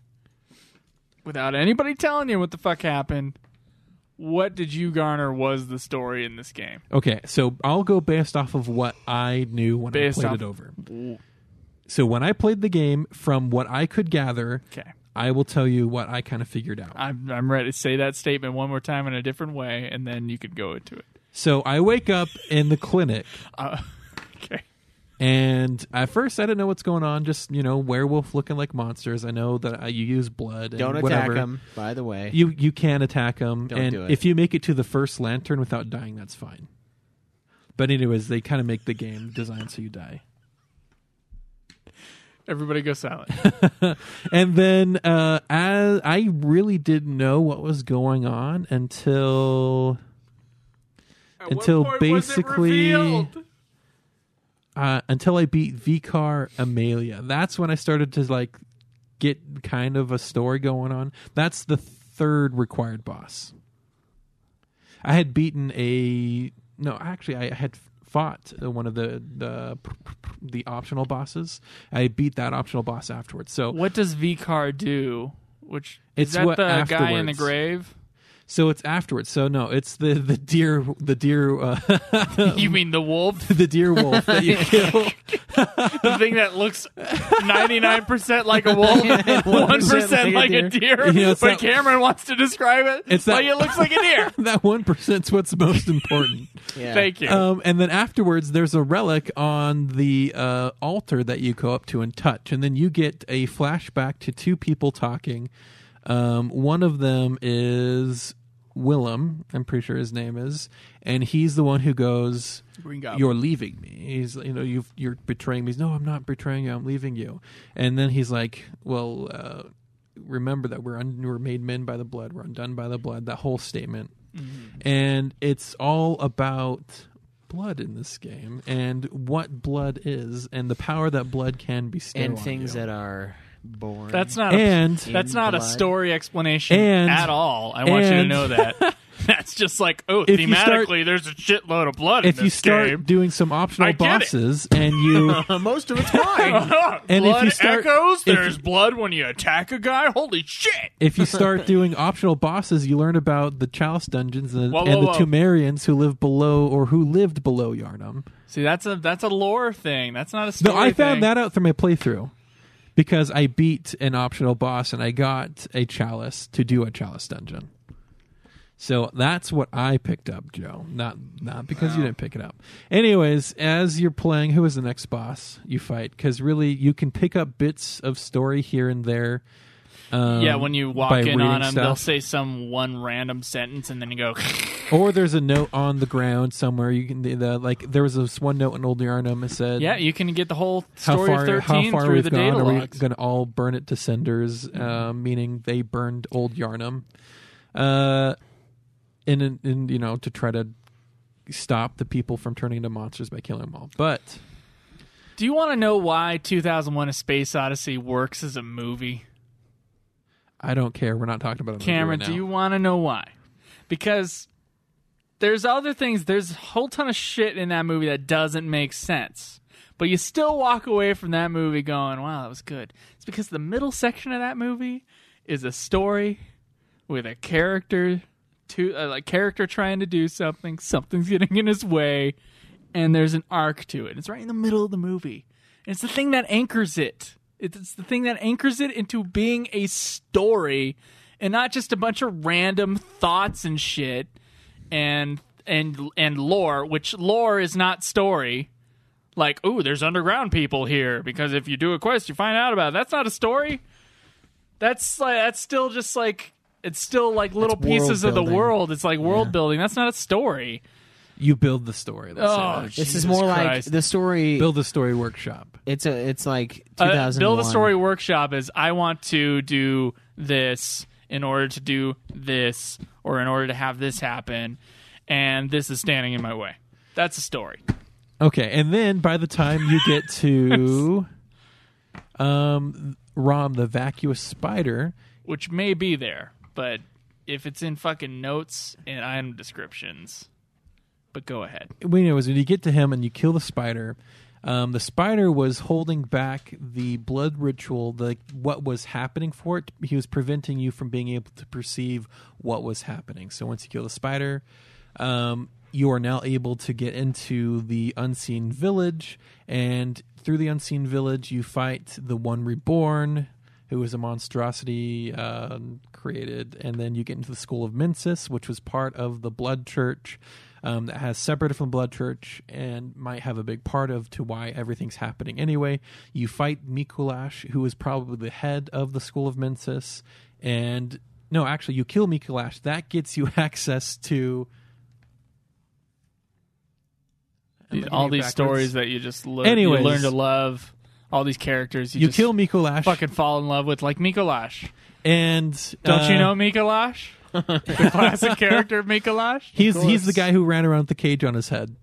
Speaker 7: without anybody telling you what the fuck happened, what did you garner was the story in this game?
Speaker 8: Okay, so I'll go based off of what I knew when
Speaker 7: Based
Speaker 8: I
Speaker 7: off-
Speaker 8: played it over. So when I played the game, from what I could gather,
Speaker 7: Okay.
Speaker 8: I will tell you what I kind of figured out.
Speaker 7: I'm, I'm ready to say that statement one more time in a different way, and then you could go into it.
Speaker 8: So I wake up in the clinic
Speaker 7: Uh, okay.
Speaker 8: And at first, I didn't know what's going on. Just you know, werewolf looking like monsters. I know that uh, you use blood. And
Speaker 3: Don't attack
Speaker 8: whatever.
Speaker 3: him, by the way.
Speaker 8: You you can attack them,
Speaker 3: Don't
Speaker 8: and
Speaker 3: do it.
Speaker 8: if you make it to the first lantern without dying, that's fine. But anyways, they kind of make the game designed so you die.
Speaker 7: Everybody go silent.
Speaker 8: and then uh, as I really didn't know what was going on until until basically uh, until I beat Vicar Amelia. That's when I started to like get kind of a story going on. That's the third required boss. I had beaten a no, actually I had fought one of the the the optional bosses. I beat that optional boss afterwards. So
Speaker 7: what does Vicar do? Which
Speaker 8: It's
Speaker 7: is that
Speaker 8: what
Speaker 7: the guy in the
Speaker 8: afterwards.
Speaker 7: grave?
Speaker 8: So it's afterwards. So no, it's the the deer the deer uh,
Speaker 7: You mean the wolf?
Speaker 8: the deer wolf that you kill.
Speaker 7: the thing that looks ninety nine percent like a wolf, one percent like a deer.
Speaker 8: You know, it's
Speaker 7: but
Speaker 8: not-
Speaker 7: Cameron wants to describe it.
Speaker 8: It's
Speaker 7: like
Speaker 8: not-
Speaker 7: it looks like a deer.
Speaker 8: that one percent's what's most important.
Speaker 3: Yeah.
Speaker 7: Thank you.
Speaker 8: Um, and then afterwards, there's a relic on the uh, altar that you go up to and touch, and then you get a flashback to two people talking. Um, one of them is Willem, I'm pretty sure his name is, and he's the one who goes,
Speaker 7: Green Goblin.
Speaker 8: "You're leaving me." He's, you know, you've, you're betraying me. He's, "No, I'm not betraying you. I'm leaving you." And then he's like, "Well." Uh, Remember that we're un- we're made men by the blood, we're undone by the blood. That whole statement,
Speaker 7: Mm-hmm.
Speaker 8: and it's all about blood in this game and what blood is and the power that blood can bestow
Speaker 3: and
Speaker 8: on
Speaker 3: things
Speaker 8: you.
Speaker 3: that are born.
Speaker 7: that's not
Speaker 8: and
Speaker 7: a, that's
Speaker 3: in
Speaker 7: not a
Speaker 3: blood.
Speaker 7: story explanation
Speaker 8: And-
Speaker 7: at all. I want you to
Speaker 8: and-
Speaker 7: know that. That's just like oh,
Speaker 8: If you
Speaker 7: thematically,
Speaker 8: start-
Speaker 7: there's a shitload of blood
Speaker 8: if
Speaker 7: in
Speaker 8: you
Speaker 7: this
Speaker 8: start
Speaker 7: game.
Speaker 8: doing some optional
Speaker 7: I get it.
Speaker 8: bosses and you
Speaker 9: Most of it's mine.
Speaker 8: and if
Speaker 7: blood
Speaker 8: you start-
Speaker 7: echoes.
Speaker 8: if
Speaker 7: There's
Speaker 8: you-
Speaker 7: blood when you attack a guy. Holy shit!
Speaker 8: if you start doing optional bosses you learn about the chalice dungeons and,
Speaker 7: Whoa,
Speaker 8: and
Speaker 7: whoa,
Speaker 8: the
Speaker 7: whoa.
Speaker 8: Tumerians who live below or who lived below Yarnum.
Speaker 7: See, that's a that's a lore thing. That's not a story.
Speaker 8: No, I
Speaker 7: thing.
Speaker 8: found that out through my playthrough because I beat an optional boss and I got a chalice to do a chalice dungeon. So that's what I picked up, Joe. Not not because you didn't pick it up. Anyways, as you're playing, who is the next boss you fight? Because really, you can pick up bits of story here and there. Um,
Speaker 7: Yeah, when you walk
Speaker 8: by
Speaker 7: in on them,
Speaker 8: reading
Speaker 7: they'll
Speaker 8: stuff.
Speaker 7: say some one random sentence, and then you go,
Speaker 8: or there's a note on the ground somewhere. You can the, the like there was this one note in Old Yarnum that said,
Speaker 7: "Yeah, you can get the whole
Speaker 8: how
Speaker 7: story
Speaker 8: far,
Speaker 7: of thirteen
Speaker 8: how far
Speaker 7: through
Speaker 8: we've
Speaker 7: the Mm-hmm.
Speaker 8: gone.
Speaker 7: data
Speaker 8: Are we
Speaker 7: logs."
Speaker 8: going to all burn it to cinders? Uh, meaning they burned old Yarnum, uh, and, and and you know to try to stop the people from turning into monsters by killing them all. But
Speaker 7: Do you want to know why 2001: A Space Odyssey works as a movie,
Speaker 8: I don't care. We're not talking about it.
Speaker 7: Cameron? do you want to know why? Because there's other things. There's a whole ton of shit in that movie that doesn't make sense. But you still walk away from that movie going, wow, that was good. It's because the middle section of that movie is a story with a character to uh, a character trying to do something, something's getting in his way, and there's an arc to it. It's right in the middle of the movie. And it's the thing that anchors it. It's the thing that anchors it into being a story and not just a bunch of random thoughts and shit and and and lore, which lore is not story. Like, ooh, there's underground people here because if you do a quest, you find out about it. That's not a story. That's like that's still just like it's still like little
Speaker 9: It's world
Speaker 7: pieces of the
Speaker 9: building.
Speaker 7: world. It's like world building. That's not a story.
Speaker 8: you build the story? Let's say
Speaker 7: Oh,
Speaker 8: that.
Speaker 3: This
Speaker 7: Jesus
Speaker 3: is more
Speaker 7: Christ.
Speaker 3: like the story.
Speaker 8: build the story workshop.
Speaker 3: it's a. It's like
Speaker 7: Uh,
Speaker 3: 2001.
Speaker 7: build a story workshop is I want to do this in order to do this or in order to have this happen, and this is standing in my way. That's a story.
Speaker 8: Okay, and then by the time you get to, um, Rom the vacuous spider.
Speaker 7: which may be there, but if it's in fucking notes and item descriptions, but go ahead.
Speaker 8: we know is when you get to him and you kill the spider. Um, the spider was holding back the blood ritual, like what was happening for it. He was preventing you from being able to perceive what was happening. So once you kill the spider, um, you are now able to get into the unseen village, and through the unseen village, you fight the one reborn, who was a monstrosity um, created, and then you get into the school of Mensis, which was part of the Blood Church, um, that has separated from the Blood Church and might have a big part of to why everything's happening anyway. You fight Mikulash, who is probably the head of the School of Mensis, and no, actually, you kill Mikulash. That gets you access to
Speaker 7: The-
Speaker 8: Am I
Speaker 7: all
Speaker 8: getting it
Speaker 7: these
Speaker 8: backwards?
Speaker 7: stories that you just learn,
Speaker 8: Anyways.
Speaker 7: you learn to love. All these characters you,
Speaker 8: You
Speaker 7: just
Speaker 8: kill Mikulash,
Speaker 7: fucking fall in love with, like Mikolash.
Speaker 8: and
Speaker 7: Don't you
Speaker 8: uh,
Speaker 7: know Mikolash? the classic character of Mikolash.
Speaker 8: He's he's the guy who ran around with the cage on his head.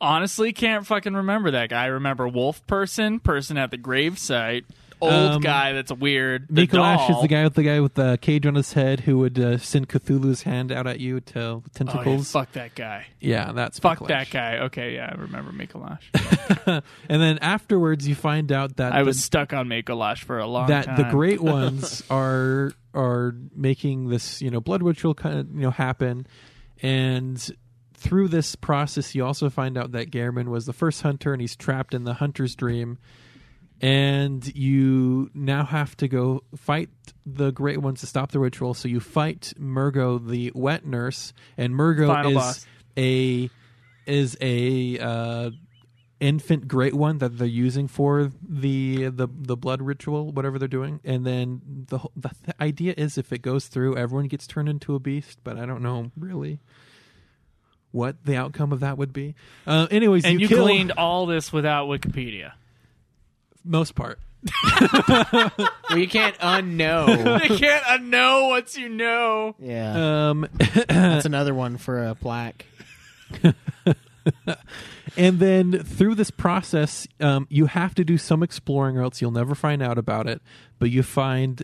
Speaker 7: Honestly, can't fucking remember that guy. I remember Wolf Person, person at the gravesite, old
Speaker 8: Um,
Speaker 7: guy that's weird. The
Speaker 8: Mikolash is
Speaker 7: doll.
Speaker 8: the guy with the guy with the cage on his head who would uh, send Cthulhu's hand out at you to
Speaker 7: Oh, yeah,
Speaker 8: tentacles.
Speaker 7: fuck that guy.
Speaker 8: yeah, that's
Speaker 7: Fuck
Speaker 8: Mikolash.
Speaker 7: that guy. Okay, yeah, I remember Mikolash.
Speaker 8: And then afterwards, you find out that
Speaker 7: I
Speaker 8: the,
Speaker 7: was stuck on Mikolash for a long
Speaker 8: that
Speaker 7: time.
Speaker 8: the great ones are are making this you know blood ritual kind of you know happen, and through this process, you also find out that Garman was the first hunter, and he's trapped in the hunter's dream. and you now have to go fight the great ones to stop the ritual. So you fight Murgo, the wet nurse, and Murgo
Speaker 7: Final
Speaker 8: is
Speaker 7: boss.
Speaker 8: a is a uh, infant great one that they're using for the the the blood ritual, whatever they're doing. And then the whole- the th- idea is if it goes through, everyone gets turned into a beast. But I don't know really. What the outcome of that would be? Uh, anyways,
Speaker 7: and you,
Speaker 8: kill-
Speaker 7: gleaned all this without Wikipedia.
Speaker 8: most part.
Speaker 3: Well, you can't unknow.
Speaker 7: I can't unknow what you know.
Speaker 9: Yeah.
Speaker 8: Um,
Speaker 9: That's another one for a plaque.
Speaker 8: And then through this process, um, you have to do some exploring, or else you'll never find out about it. But you find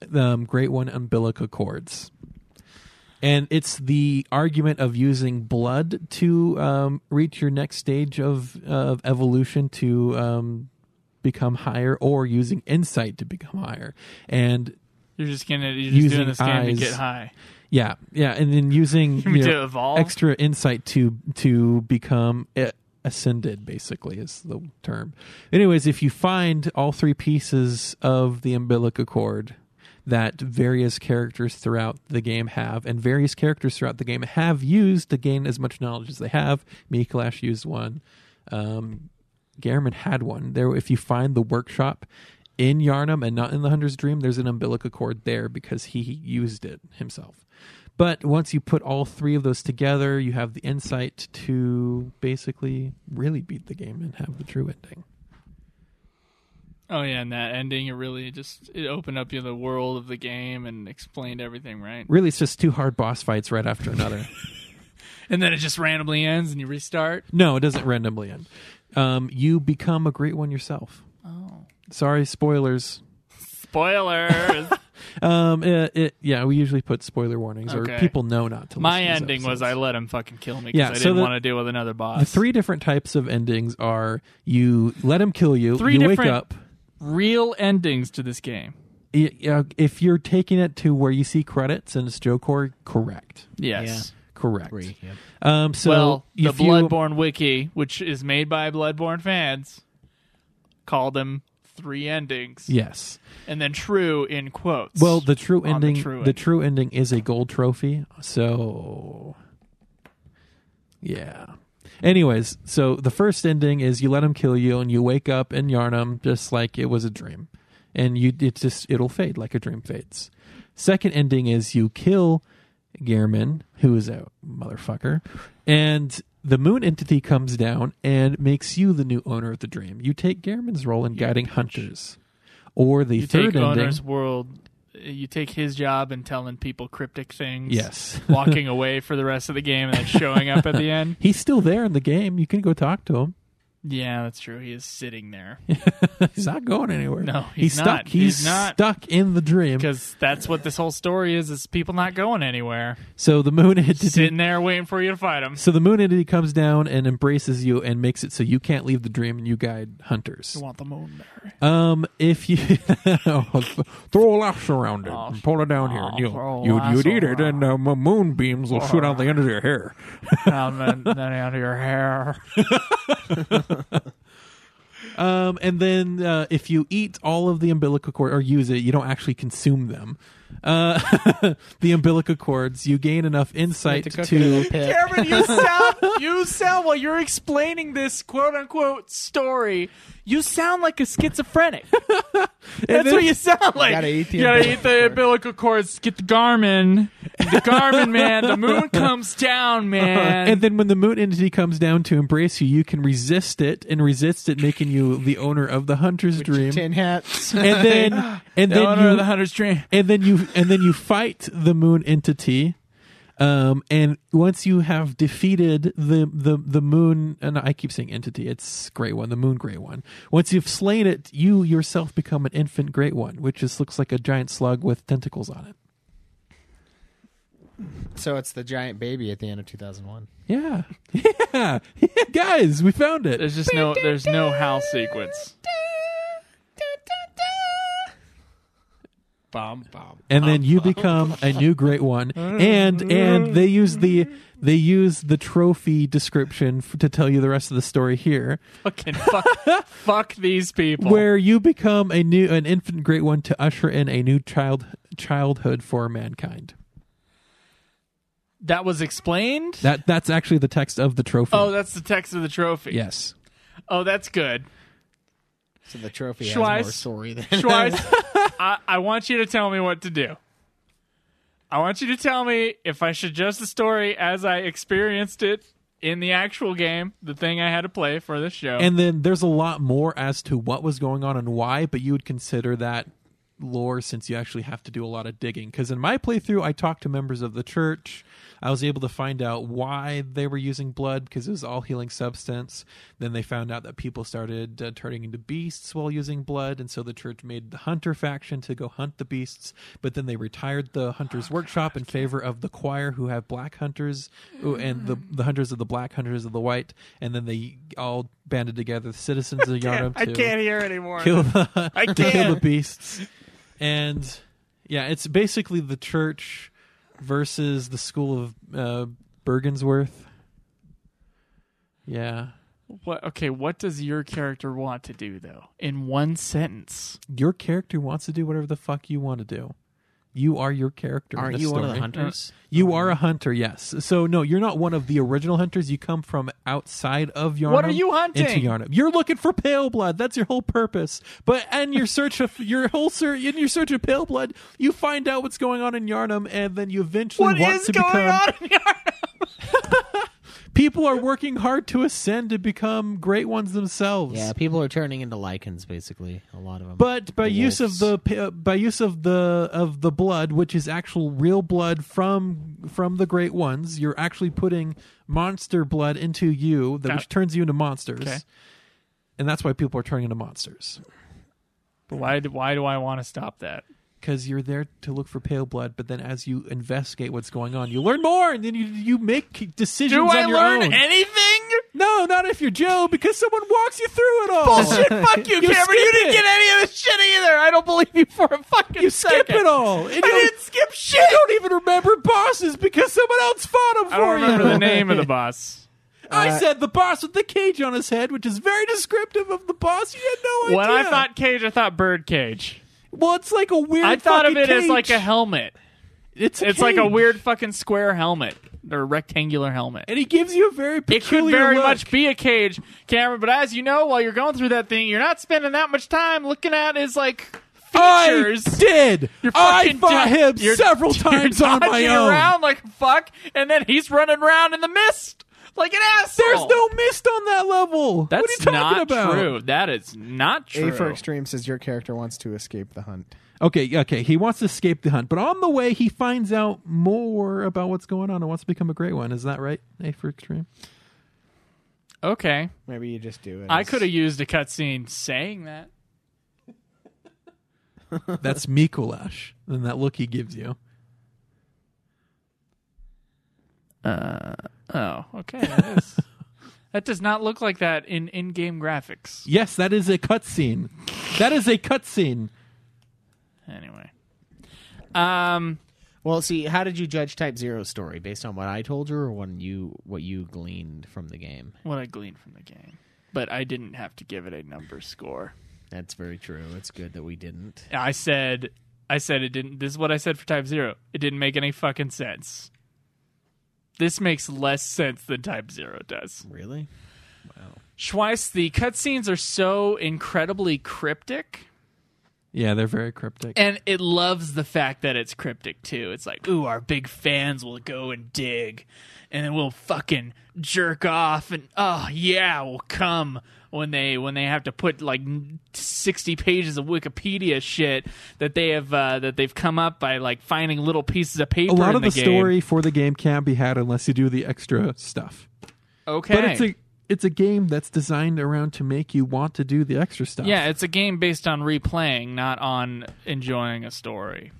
Speaker 8: the um, Great One umbilical cords, and it's the argument of using blood to um, reach your next stage of of evolution to um, become higher, or using insight to become higher. And
Speaker 7: You're just gonna you're just
Speaker 8: Using
Speaker 7: doing this game
Speaker 8: eyes.
Speaker 7: to get high.
Speaker 8: yeah, yeah, and then using
Speaker 7: You mean to evolve?
Speaker 8: extra insight to to become uh, ascended, basically is the term. Anyways, if you find all three pieces of the umbilical cord that various characters throughout the game have, and various characters throughout the game have used to gain as much knowledge as they have, Mikalash used one. Um, Garmin had one. There, if you find the workshop in Yarnum and not in the Hunter's Dream, there's an umbilical cord there because he used it himself. But once you put all three of those together, you have the insight to basically really beat the game and have the true ending.
Speaker 7: Oh yeah, and that ending it really just it opened up you know, the world of the game and explained everything, right?
Speaker 8: Really, it's just two hard boss fights right after another.
Speaker 7: And then it just randomly ends and you restart.
Speaker 8: no, it doesn't randomly end. Um, you become a great one yourself. Oh, sorry, spoilers.
Speaker 7: Spoilers.
Speaker 8: Um, it, it, yeah, we usually put spoiler warnings, or
Speaker 7: Okay.
Speaker 8: people know not to.
Speaker 7: My
Speaker 8: listen to these
Speaker 7: ending was
Speaker 8: episodes.
Speaker 7: I let him fucking kill me because
Speaker 8: Yeah,
Speaker 7: I
Speaker 8: so
Speaker 7: didn't
Speaker 8: the-
Speaker 7: want to deal with another boss.
Speaker 8: The Uh, three different types of endings are you let him kill you,
Speaker 7: Three
Speaker 8: you wake
Speaker 7: different-
Speaker 8: up.
Speaker 7: real endings to this game.
Speaker 8: Y- uh, If you're taking it to where you see credits and it's Jokor, correct.
Speaker 7: Yes.
Speaker 8: Correct.
Speaker 3: Three, yep.
Speaker 8: Um, so
Speaker 7: well, the
Speaker 8: if you-
Speaker 7: Bloodborne wiki, which is made by Bloodborne fans, called them three endings.
Speaker 8: Yes.
Speaker 7: And then true in quotes.
Speaker 8: Well, the true
Speaker 7: On the
Speaker 8: ending, the
Speaker 7: true
Speaker 8: true,
Speaker 7: ending.
Speaker 8: ending is a gold trophy. So, yeah. Anyways, so the first ending is you let him kill you, and you wake up in Yarnum just like it was a dream, and you it just it'll fade like a dream fades. Second ending is you kill Gehrman, who is a motherfucker, and the moon entity comes down and makes you the new owner of the dream. You take Gehrman's role in guiding hunters. Or the
Speaker 7: you
Speaker 8: third
Speaker 7: take
Speaker 8: ending,
Speaker 7: owner's world you take his job and telling people cryptic things.
Speaker 8: Yes.
Speaker 7: walking away for the rest of the game and then showing up at the end.
Speaker 8: He's still there in the game. You can go talk to him.
Speaker 7: Yeah, that's true. He is sitting there.
Speaker 8: He's not going anywhere.
Speaker 7: No, he's
Speaker 8: stuck.
Speaker 7: not.
Speaker 8: He's,
Speaker 7: He's not.
Speaker 8: stuck in the dream.
Speaker 7: Because that's what this whole story is, is people not going anywhere.
Speaker 8: So the moon entity.
Speaker 7: Sitting there waiting for you to fight him.
Speaker 8: So the moon entity comes down and embraces you and makes it so you can't leave the dream and you guide hunters.
Speaker 7: want the moonberry.
Speaker 8: Um, if you throw a lash around it and pull it down here, and
Speaker 7: throw
Speaker 8: you'll,
Speaker 7: a
Speaker 8: you'd, you'd
Speaker 7: lasso
Speaker 8: eat it, and uh, m- moonbeams will shoot out the end of your hair.
Speaker 7: down, and then out of your hair.
Speaker 8: Um, and then uh, if you eat all of the umbilical cord or use it, you don't actually consume them. Uh, the umbilical cords. You gain enough insight
Speaker 9: cook it
Speaker 8: to.
Speaker 9: in a pit.
Speaker 7: Cameron, you sound you sound while you're explaining this quote unquote story, you sound like a schizophrenic. That's
Speaker 8: then-
Speaker 7: what you sound like.
Speaker 9: gotta eat the
Speaker 7: You gotta
Speaker 9: umbilical
Speaker 7: eat the umbilical cords, get the Garmin, the Garmin man. The moon comes down, man.
Speaker 8: and then when the moon entity comes down to embrace you, you can resist it and resist it, making you the owner of the hunter's dream.
Speaker 9: Tin hats.
Speaker 8: And then, and
Speaker 7: the
Speaker 8: then
Speaker 7: owner
Speaker 8: you,
Speaker 7: of the hunter's dream.
Speaker 8: and then you and then you fight the moon entity um and once you have defeated the the the moon and i keep saying entity it's gray one the moon gray one once you've slain it you yourself become an infant great one which just looks like a giant slug with tentacles on it
Speaker 9: so it's the giant baby at the end of 2001.
Speaker 8: yeah yeah, yeah guys we found it
Speaker 7: There's just no there's no howl sequence.
Speaker 9: Bomb, bomb.
Speaker 8: and then you become a new great one and and they use the they use the trophy description f- to tell you the rest of the story here
Speaker 7: Fucking fuck, fuck these people.
Speaker 8: where you become a new an infant great one to usher in a new child childhood for mankind
Speaker 7: that was explained.
Speaker 8: that that's actually the text of the trophy
Speaker 7: oh, that's the text of the trophy.
Speaker 8: yes
Speaker 7: Oh, that's good.
Speaker 9: So the trophy
Speaker 7: Schweiss.
Speaker 9: has more story than
Speaker 7: Schwartz, I, I want you to tell me what to do. I want you to tell me if I should judge the story as I experienced it in the actual game, the thing I had to play for this show.
Speaker 8: and then there's a lot more as to what was going on and why but you would consider that lore since you actually have to do a lot of digging because in my playthrough i talked to members of the church i was able to find out why they were using blood because it was all healing substance then they found out that people started uh, turning into beasts while using blood and so the church made the hunter faction to go hunt the beasts but then they retired the hunters
Speaker 7: Oh,
Speaker 8: workshop in favor of the choir who have black hunters ooh, and the,
Speaker 7: Mm.
Speaker 8: the hunters of the black hunters of the white and then they all banded together the citizens of yarnum
Speaker 7: I
Speaker 8: to
Speaker 7: can't hear anymore.
Speaker 8: kill the,
Speaker 7: I
Speaker 8: to kill the
Speaker 7: can't.
Speaker 8: beasts. And yeah, it's basically the church versus the school of uh, Bergensworth. Yeah.
Speaker 7: What, okay, what does your character want to do though? In one sentence,
Speaker 8: Your character wants to do whatever the fuck you want to do. You are your character. in
Speaker 3: Aren't
Speaker 8: this
Speaker 3: you one of
Speaker 8: story.
Speaker 3: the hunters?
Speaker 8: You are a hunter, yes. So no, you're not one of the original hunters. You come from outside of Yarnum.
Speaker 7: What are you hunting?
Speaker 8: Into Yarnum. You're looking for pale blood. That's your whole purpose. But and your search of your whole search in your search of pale blood, you find out what's going on in Yarnum, and then you eventually
Speaker 7: What is
Speaker 8: want to
Speaker 7: going
Speaker 8: become.
Speaker 7: on? In your-
Speaker 8: People are working hard to ascend to become great ones themselves.
Speaker 3: Yeah, people are turning into lichens, basically. A lot of them.
Speaker 8: But by
Speaker 3: The
Speaker 8: use
Speaker 3: wolves.
Speaker 8: of the pa- by use of the of the blood, which is actual real blood from from the great ones, you're actually putting monster blood into you, that,
Speaker 7: Got
Speaker 8: which
Speaker 7: it.
Speaker 8: turns you into monsters.
Speaker 7: Okay.
Speaker 8: And that's why people are turning into monsters
Speaker 7: but why? do- Why do I want to stop that?
Speaker 8: because you're there to look for pale blood. But then, as you investigate what's going on, you learn more, and then you you make decisions.
Speaker 7: Do
Speaker 8: on
Speaker 7: I
Speaker 8: your
Speaker 7: learn
Speaker 8: own.
Speaker 7: anything?
Speaker 8: No, not if you're Joe, because someone walks you through it all.
Speaker 7: Bullshit! Fuck you,
Speaker 8: You
Speaker 7: Cameron. You
Speaker 8: skip
Speaker 7: didn't
Speaker 8: it.
Speaker 7: get any of this shit either. I don't believe you for a fucking
Speaker 8: You
Speaker 7: second.
Speaker 8: skip it all. And
Speaker 7: I
Speaker 8: you-
Speaker 7: didn't skip shit.
Speaker 8: You don't even remember bosses because someone else fought them for
Speaker 7: I don't remember
Speaker 8: you.
Speaker 7: the name Uh, of the boss.
Speaker 8: I said the boss with the cage on his head, which is very descriptive of the boss. You had no
Speaker 7: When
Speaker 8: idea.
Speaker 7: I thought cage, I thought bird cage.
Speaker 8: well, it's like a weird.
Speaker 7: I thought of
Speaker 8: fucking
Speaker 7: it as like a
Speaker 8: cage.
Speaker 7: helmet.
Speaker 8: It's a
Speaker 7: It's like a
Speaker 8: cage.
Speaker 7: weird fucking square helmet or rectangular helmet.
Speaker 8: And he gives you a very
Speaker 7: It could
Speaker 8: peculiar
Speaker 7: very
Speaker 8: look.
Speaker 7: much be a cage, Cameron. But as you know, while you're going through that thing, you're not spending that much time looking at his like
Speaker 8: I
Speaker 7: features.
Speaker 8: did.
Speaker 7: You're
Speaker 8: I
Speaker 7: fucking
Speaker 8: fought
Speaker 7: do-
Speaker 8: him
Speaker 7: you're-
Speaker 8: several
Speaker 7: you're
Speaker 8: times on my
Speaker 7: dodging
Speaker 8: own.
Speaker 7: around like a fuck, and then he's running around in the mist like an asshole.
Speaker 8: There's no mist on that level.
Speaker 7: That's
Speaker 8: what are you talking
Speaker 7: not
Speaker 8: about?
Speaker 7: true. That is not true.
Speaker 9: A for Extreme says your character wants to escape the hunt.
Speaker 8: Okay, okay. He wants to escape the hunt, but on the way he finds out more about what's going on and wants to become a great one. Is that right? A for extreme.
Speaker 7: Okay,
Speaker 9: Maybe you just do it.
Speaker 7: I
Speaker 9: as-
Speaker 7: could have used a cutscene saying that.
Speaker 8: That's Mikulash. And that look he gives you.
Speaker 7: Oh, okay. That, is, that does not look like that in in-game graphics.
Speaker 8: Yes, that is a cutscene. That is a cutscene.
Speaker 7: Anyway, um,
Speaker 3: Well, see, how did you judge Type Zero's story based on what I told you, or when you what you gleaned from the game?
Speaker 7: what I gleaned from the game, but I didn't have to give it a number score.
Speaker 3: That's very true. It's good that we didn't.
Speaker 7: I said I said it didn't. This is what I said for Type Zero. It didn't make any fucking sense. This makes less sense than Type Zero does.
Speaker 3: Really?
Speaker 7: Schweiss, the cutscenes are so incredibly cryptic.
Speaker 8: Yeah, they're very cryptic.
Speaker 7: And it loves the fact that it's cryptic too. It's like, ooh, our big fans will go and dig, and then we'll fucking jerk off, and oh yeah, we'll come when they when they have to put like sixty pages of Wikipedia shit that they have uh, that they've come up by like finding little pieces of paper.
Speaker 8: a lot
Speaker 7: in
Speaker 8: of the,
Speaker 7: game.
Speaker 8: story for the game can't be had unless you do the extra stuff.
Speaker 7: okay,
Speaker 8: But it's a it's a game that's designed around to make you want to do the extra stuff.
Speaker 7: Yeah, it's a game based on replaying, not on enjoying a story.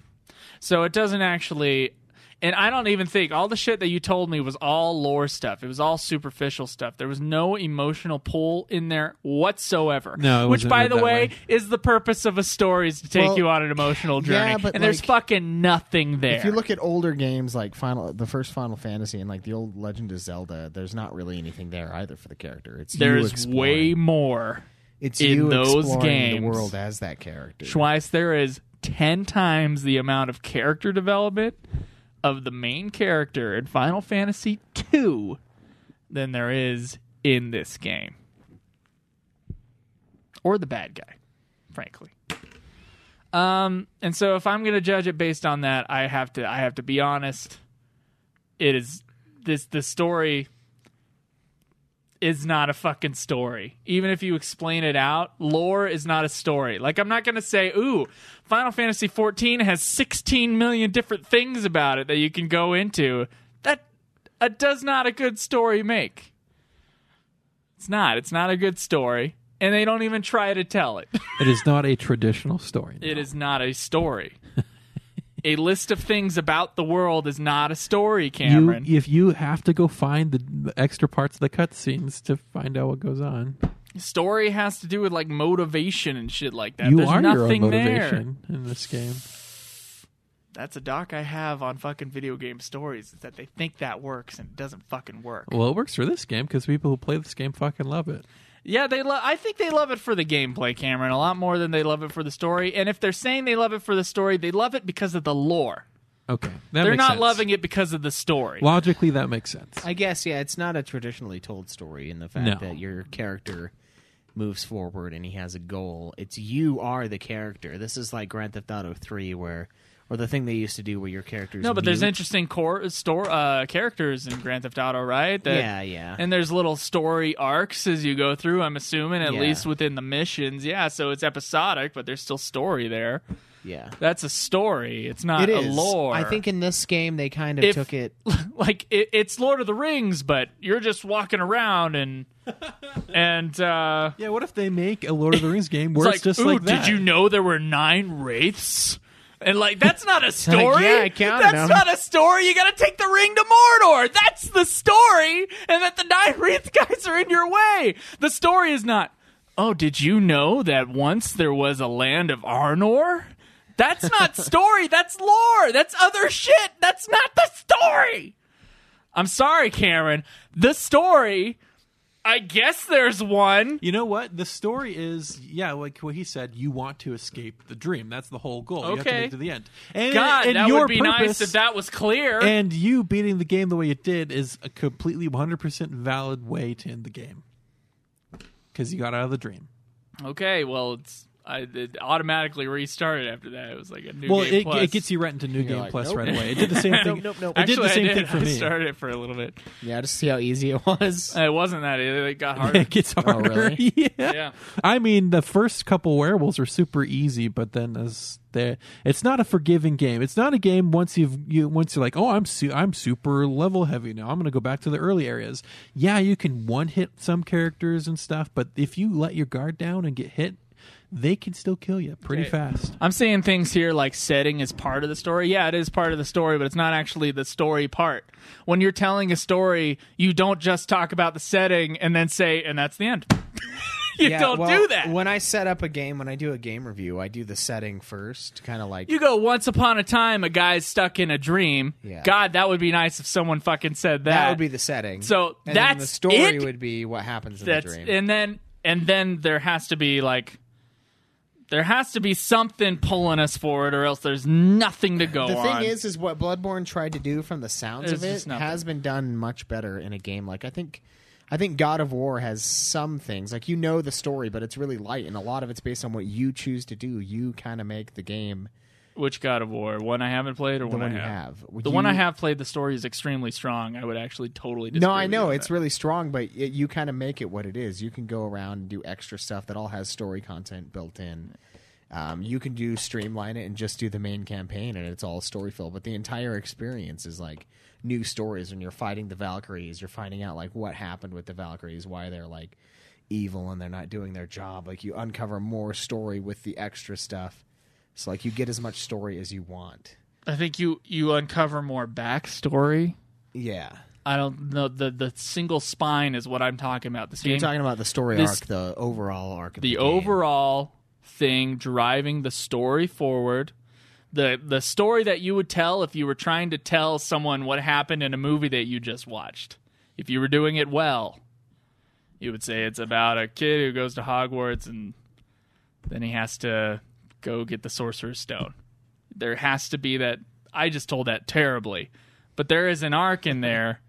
Speaker 7: So it doesn't actually. And I don't even think all the shit that you told me was all lore stuff. It was all superficial stuff. There was no emotional pull in there whatsoever.
Speaker 8: No, it
Speaker 7: which
Speaker 8: wasn't
Speaker 7: by
Speaker 8: read
Speaker 7: the
Speaker 8: that
Speaker 7: way,
Speaker 8: way.
Speaker 7: is the purpose of a story is to take
Speaker 9: Well,
Speaker 7: you on an emotional journey.
Speaker 9: yeah, but
Speaker 7: and there's
Speaker 9: like-
Speaker 7: fucking nothing there.
Speaker 9: If you look at older games like Final, the first Final Fantasy, and like the old Legend of Zelda, there's not really anything there either for the character. It's you
Speaker 7: there's
Speaker 9: exploring-
Speaker 7: way more.
Speaker 9: it's
Speaker 7: in
Speaker 9: you
Speaker 7: those
Speaker 9: exploring
Speaker 7: games.
Speaker 9: the world as that character.
Speaker 7: Schweiss, there is 10 times the amount of character development of the main character in Final Fantasy II than there is in this game. Or the bad guy, frankly. Um, and so if I'm going to judge it based on that, I have to I have to be honest. It is this the story is not a fucking story. Even if you explain it out, lore is not a story. Like I'm not going to say, "Ooh, Final Fantasy 14 has 16 million different things about it that you can go into." That uh, does not a good story make. It's not. It's not a good story, and they don't even try to tell it.
Speaker 8: It is not a traditional story.
Speaker 7: It is not a story. a list of things about the world is not a story,
Speaker 8: You,
Speaker 7: Cameron.
Speaker 8: if you have to go find the, the extra parts of the cutscenes to find out what goes on,
Speaker 7: story has to do with like motivation and shit like that.
Speaker 8: you
Speaker 7: There's
Speaker 8: are your own
Speaker 7: nothing there.
Speaker 8: motivation in this game.
Speaker 7: That's a doc I have on fucking video game stories is that they think that works and it doesn't fucking work.
Speaker 8: Well, it works for this game because people who play this game fucking love it.
Speaker 7: Yeah, they lo- I think they love it for the gameplay, Cameron, a lot more than they love it for the story. And if they're saying they love it for the story, they love it because of the lore.
Speaker 8: Okay, that
Speaker 7: they're
Speaker 8: makes
Speaker 7: not
Speaker 8: sense.
Speaker 7: loving it because of the story.
Speaker 8: Logically, that makes sense.
Speaker 3: I guess yeah. It's not a traditionally told story in the fact
Speaker 8: No.
Speaker 3: that your character moves forward and he has a goal. It's you are the character. This is like Grand Theft Auto Three, where or the thing they used to do where your characters
Speaker 7: No, but there's
Speaker 3: mute.
Speaker 7: interesting core store uh, characters in Grand Theft Auto, right? That-
Speaker 3: yeah yeah
Speaker 7: And there's little story arcs as you go through. I'm assuming at
Speaker 3: Yeah.
Speaker 7: least within the missions. Yeah, so it's episodic, but there's still story there.
Speaker 3: yeah.
Speaker 7: That's a story. It's not
Speaker 3: It
Speaker 7: a
Speaker 3: is.
Speaker 7: lore.
Speaker 3: I think in this game they kind of
Speaker 7: If-
Speaker 3: took it.
Speaker 7: like it, it's Lord of the Rings, but you're just walking around and and uh,
Speaker 8: Yeah, what if they make a Lord of the Rings game
Speaker 7: it's
Speaker 8: where it's,
Speaker 7: like,
Speaker 8: just
Speaker 7: ooh,
Speaker 8: like that?
Speaker 7: did you know there were nine wraiths? And like that's not a story.
Speaker 3: yeah, I counted
Speaker 7: That's
Speaker 3: them.
Speaker 7: not a story. You got to take the ring to Mordor. That's the story, and that the nine wraith guys are in your way. The story is not. Oh, did you know that once there was a land of Arnor? That's not story. That's lore. That's other shit. That's not the story. I'm sorry, Karen. The story. I guess there's one.
Speaker 8: You know what? The story is, yeah, like what he said, you want to escape the dream. That's the whole goal. You have to
Speaker 7: Okay.
Speaker 8: make it to the end. And,
Speaker 7: God,
Speaker 8: and
Speaker 7: that
Speaker 8: your
Speaker 7: would be
Speaker 8: purpose,
Speaker 7: nice if that was clear.
Speaker 8: And you beating the game the way it did is a completely 100% valid way to end the game. Because you got out of the dream.
Speaker 7: okay, well, it's I it automatically restarted after that. It was like a new
Speaker 8: well,
Speaker 7: game
Speaker 8: it,
Speaker 7: plus.
Speaker 8: it gets you right into New Game
Speaker 9: like,
Speaker 8: Plus
Speaker 9: nope.
Speaker 8: right away. It did the same thing.
Speaker 9: Nope, nope.
Speaker 8: It
Speaker 7: Actually,
Speaker 8: did the same
Speaker 7: I
Speaker 8: thing for
Speaker 7: I
Speaker 8: me.
Speaker 7: started it for a little bit. Uh,
Speaker 9: Yeah, just see how easy it was.
Speaker 7: It wasn't that easy. It got harder.
Speaker 8: It gets harder.
Speaker 9: really?
Speaker 8: yeah.
Speaker 7: yeah.
Speaker 8: I mean, the first couple werewolves are super easy, but then as they, it's not a forgiving game. It's not a game once you've you once you're like, oh, I'm su- I'm super level heavy now. I'm going to go back to the early areas. Yeah, you can one hit some characters and stuff, but if you let your guard down and get hit, they can still kill you pretty
Speaker 7: Okay.
Speaker 8: fast.
Speaker 7: I'm saying things here like setting is part of the story. Yeah, it is part of the story, but it's not actually the story part. When you're telling a story, you don't just talk about the setting and then say, and that's the end. you
Speaker 9: Yeah,
Speaker 7: don't
Speaker 9: well,
Speaker 7: do that.
Speaker 9: When I set up a game, when I do a game review, I do the setting first, kind of like
Speaker 7: You go, once upon a time, a guy's stuck in a dream.
Speaker 9: Yeah.
Speaker 7: God, that would be nice if someone fucking said that.
Speaker 9: that would be the setting.
Speaker 7: So
Speaker 9: and then the
Speaker 7: that's
Speaker 9: story
Speaker 7: it?
Speaker 9: would be what happens in
Speaker 7: That's
Speaker 9: the dream.
Speaker 7: and then and then there has to be like There has to be something pulling us forward, or else there's nothing to go
Speaker 3: the
Speaker 7: on.
Speaker 3: thing is, is what Bloodborne tried to do from the sounds
Speaker 7: It's
Speaker 3: of it
Speaker 7: just nothing.
Speaker 3: has been done much better in a game. Like I think, I think God of War has some things like you know the story, but it's really light, and a lot of it's based on what you choose to do. You kind of make the game
Speaker 7: Which God of War? One I haven't played,
Speaker 3: the
Speaker 7: or one,
Speaker 3: one
Speaker 7: I
Speaker 3: you
Speaker 7: have?
Speaker 3: have.
Speaker 7: The
Speaker 3: You-
Speaker 7: one I have played, the story is extremely strong. I would actually totally disagree.
Speaker 3: No, I
Speaker 7: with
Speaker 3: know
Speaker 7: you on
Speaker 3: it's
Speaker 7: that.
Speaker 3: really strong, but it, you kind of make it what it is. You can go around and do extra stuff that all has story content built in. Um, you can do streamline it and just do the main campaign, and it's all story filled. But the entire experience is like new stories when you're fighting the Valkyries. You're finding out like what happened with the Valkyries, why they're like evil and they're not doing their job. Like you uncover more story with the extra stuff. So like you get as much story as you want.
Speaker 7: I think you you uncover more backstory.
Speaker 3: Yeah.
Speaker 7: I don't know the the single spine is what I'm talking about. This
Speaker 3: You're
Speaker 7: game,
Speaker 3: talking about the story
Speaker 7: This-
Speaker 3: arc, the overall arc. Of the,
Speaker 7: the
Speaker 3: game.
Speaker 7: overall thing driving the story forward. The the story that you would tell if you were trying to tell someone what happened in a movie that you just watched. If you were doing it well, you would say it's about a kid who goes to Hogwarts and then he has to go get the sorcerer's stone. There has to be that I just told that terribly. But there is an arc in there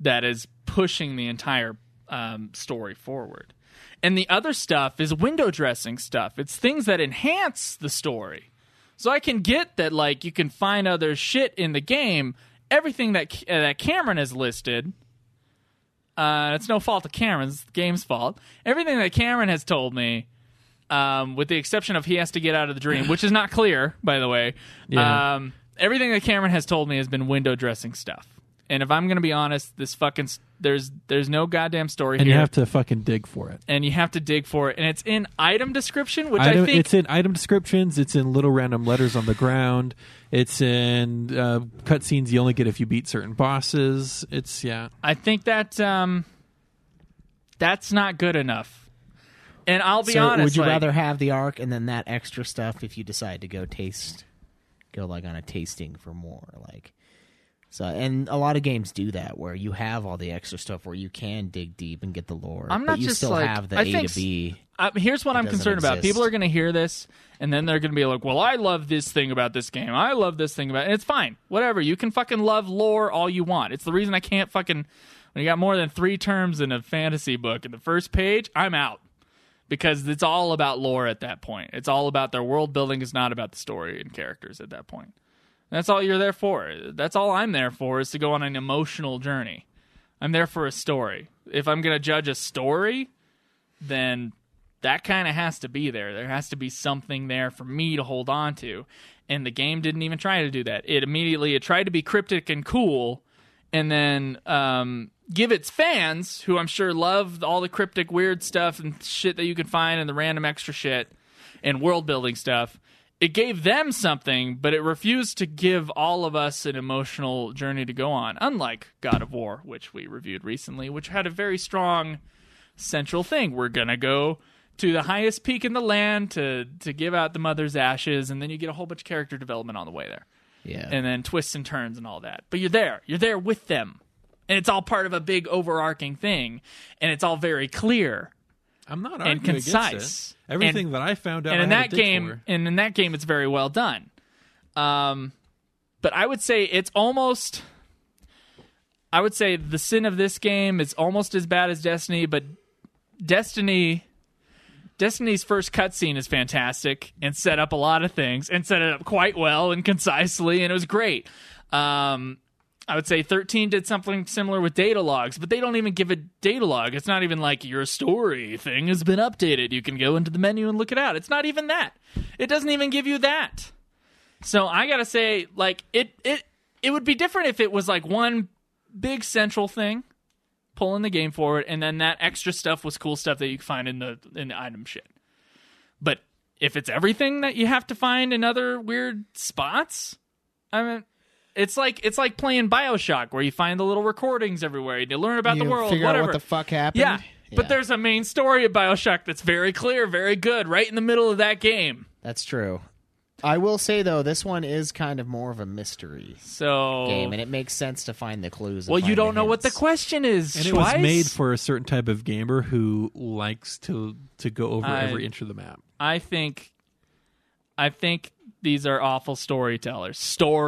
Speaker 7: that is pushing the entire um, story forward. And the other stuff is window dressing stuff. It's things that enhance the story. So I can get that, like, you can find other shit in the game. Everything that uh, that Cameron has listed, uh, it's no fault of Cameron's, it's the game's fault. Everything that Cameron has told me, um, with the exception of he has to get out of the dream, which is not clear, by the way.
Speaker 8: Yeah.
Speaker 7: Um, everything that Cameron has told me has been window dressing stuff. And if I'm gonna be honest, this fucking s- there's there's no goddamn story
Speaker 8: and
Speaker 7: here
Speaker 8: you have to fucking dig for it.
Speaker 7: and you have to dig for it. And it's in item description, which
Speaker 8: Item-
Speaker 7: I think
Speaker 8: it's in item descriptions. It's in little random letters on the ground. It's in uh, cutscenes you only get if you beat certain bosses. It's yeah.
Speaker 7: I think that um, that's not good enough. And I'll be
Speaker 3: so
Speaker 7: honest,
Speaker 3: would you
Speaker 7: like,
Speaker 3: rather have the arc and then that extra stuff if you decide to go taste, go like on a tasting for more, like? So and a lot of games do that where you have all the extra stuff where you can dig deep and get the lore,
Speaker 7: I'm
Speaker 3: but
Speaker 7: not
Speaker 3: you
Speaker 7: just
Speaker 3: still
Speaker 7: like-
Speaker 3: have the
Speaker 7: I
Speaker 3: A
Speaker 7: think
Speaker 3: to B.
Speaker 7: I, here's what I'm
Speaker 3: doesn't
Speaker 7: concerned about.
Speaker 3: exist.
Speaker 7: People are going to hear this, and then they're going to be like, "Well, I love this thing about this game. I love this thing about." And it's fine, whatever. You can fucking love lore all you want. It's the reason I can't fucking. When you got more than three terms in a fantasy book in the first page, I'm out because it's all about lore at that point. It's all about their world building. It's not about the story and characters at that point. That's all you're there for. That's all I'm there for is to go on an emotional journey. I'm there for a story. If I'm going to judge a story, then that kind of has to be there. There has to be something there for me to hold on to. And the game didn't even try to do that. It immediately it tried to be cryptic and cool and then um, give its fans, who I'm sure love all the cryptic weird stuff and shit that you can find and the random extra shit and world building stuff. It gave them something, but it refused to give all of us an emotional journey to go on. Unlike God of War, which we reviewed recently, which had a very strong central thing. We're gonna go to the highest peak in the land to to give out the mother's ashes, and then you get a whole bunch of character development on the way there,
Speaker 3: Yeah,
Speaker 7: and then twists and turns and all that. But you're there, you're there with them, and it's all part of a big overarching thing, and it's all very clear.
Speaker 8: I'm not
Speaker 7: arguing against concise. it. Everything And-
Speaker 8: that I found
Speaker 7: and in that game, and in that game, it's very well done. Um, but I would say it's almost. I would say the sin of this game is almost as bad as Destiny, but Destiny. Destiny's first cutscene is fantastic and set up a lot of things and set it up quite well and concisely, and it was great. Um, I would say 13 did something similar with data logs, but they don't even give a data log. It's not even like your story thing has been updated. You can go into the menu and look it out. It's not even that. It doesn't even give you that. So I gotta say, like it it it would be different if it was like one big central thing pulling the game forward, and then that extra stuff was cool stuff that you could find in the in the item shit. But if it's everything that you have to find in other weird spots, I mean, it's like it's like playing Bioshock where you find the little recordings everywhere and you learn about
Speaker 3: you
Speaker 7: the world,
Speaker 3: figure
Speaker 7: whatever.
Speaker 3: out what the fuck happened.
Speaker 7: yeah, but there's a main story of Bioshock that's very clear, very good, right in the middle of that game.
Speaker 3: that's true. I will say though, this one is kind of more of a mystery
Speaker 7: So
Speaker 3: game, and it makes sense to find the clues. and
Speaker 7: well,
Speaker 3: find
Speaker 7: you don't know what the
Speaker 3: hints.
Speaker 7: question is.
Speaker 8: And it was
Speaker 7: Schweiss.
Speaker 8: made for a certain type of gamer who likes to to go over
Speaker 7: I-
Speaker 8: every inch of the map.
Speaker 7: I think I think these are awful storytellers.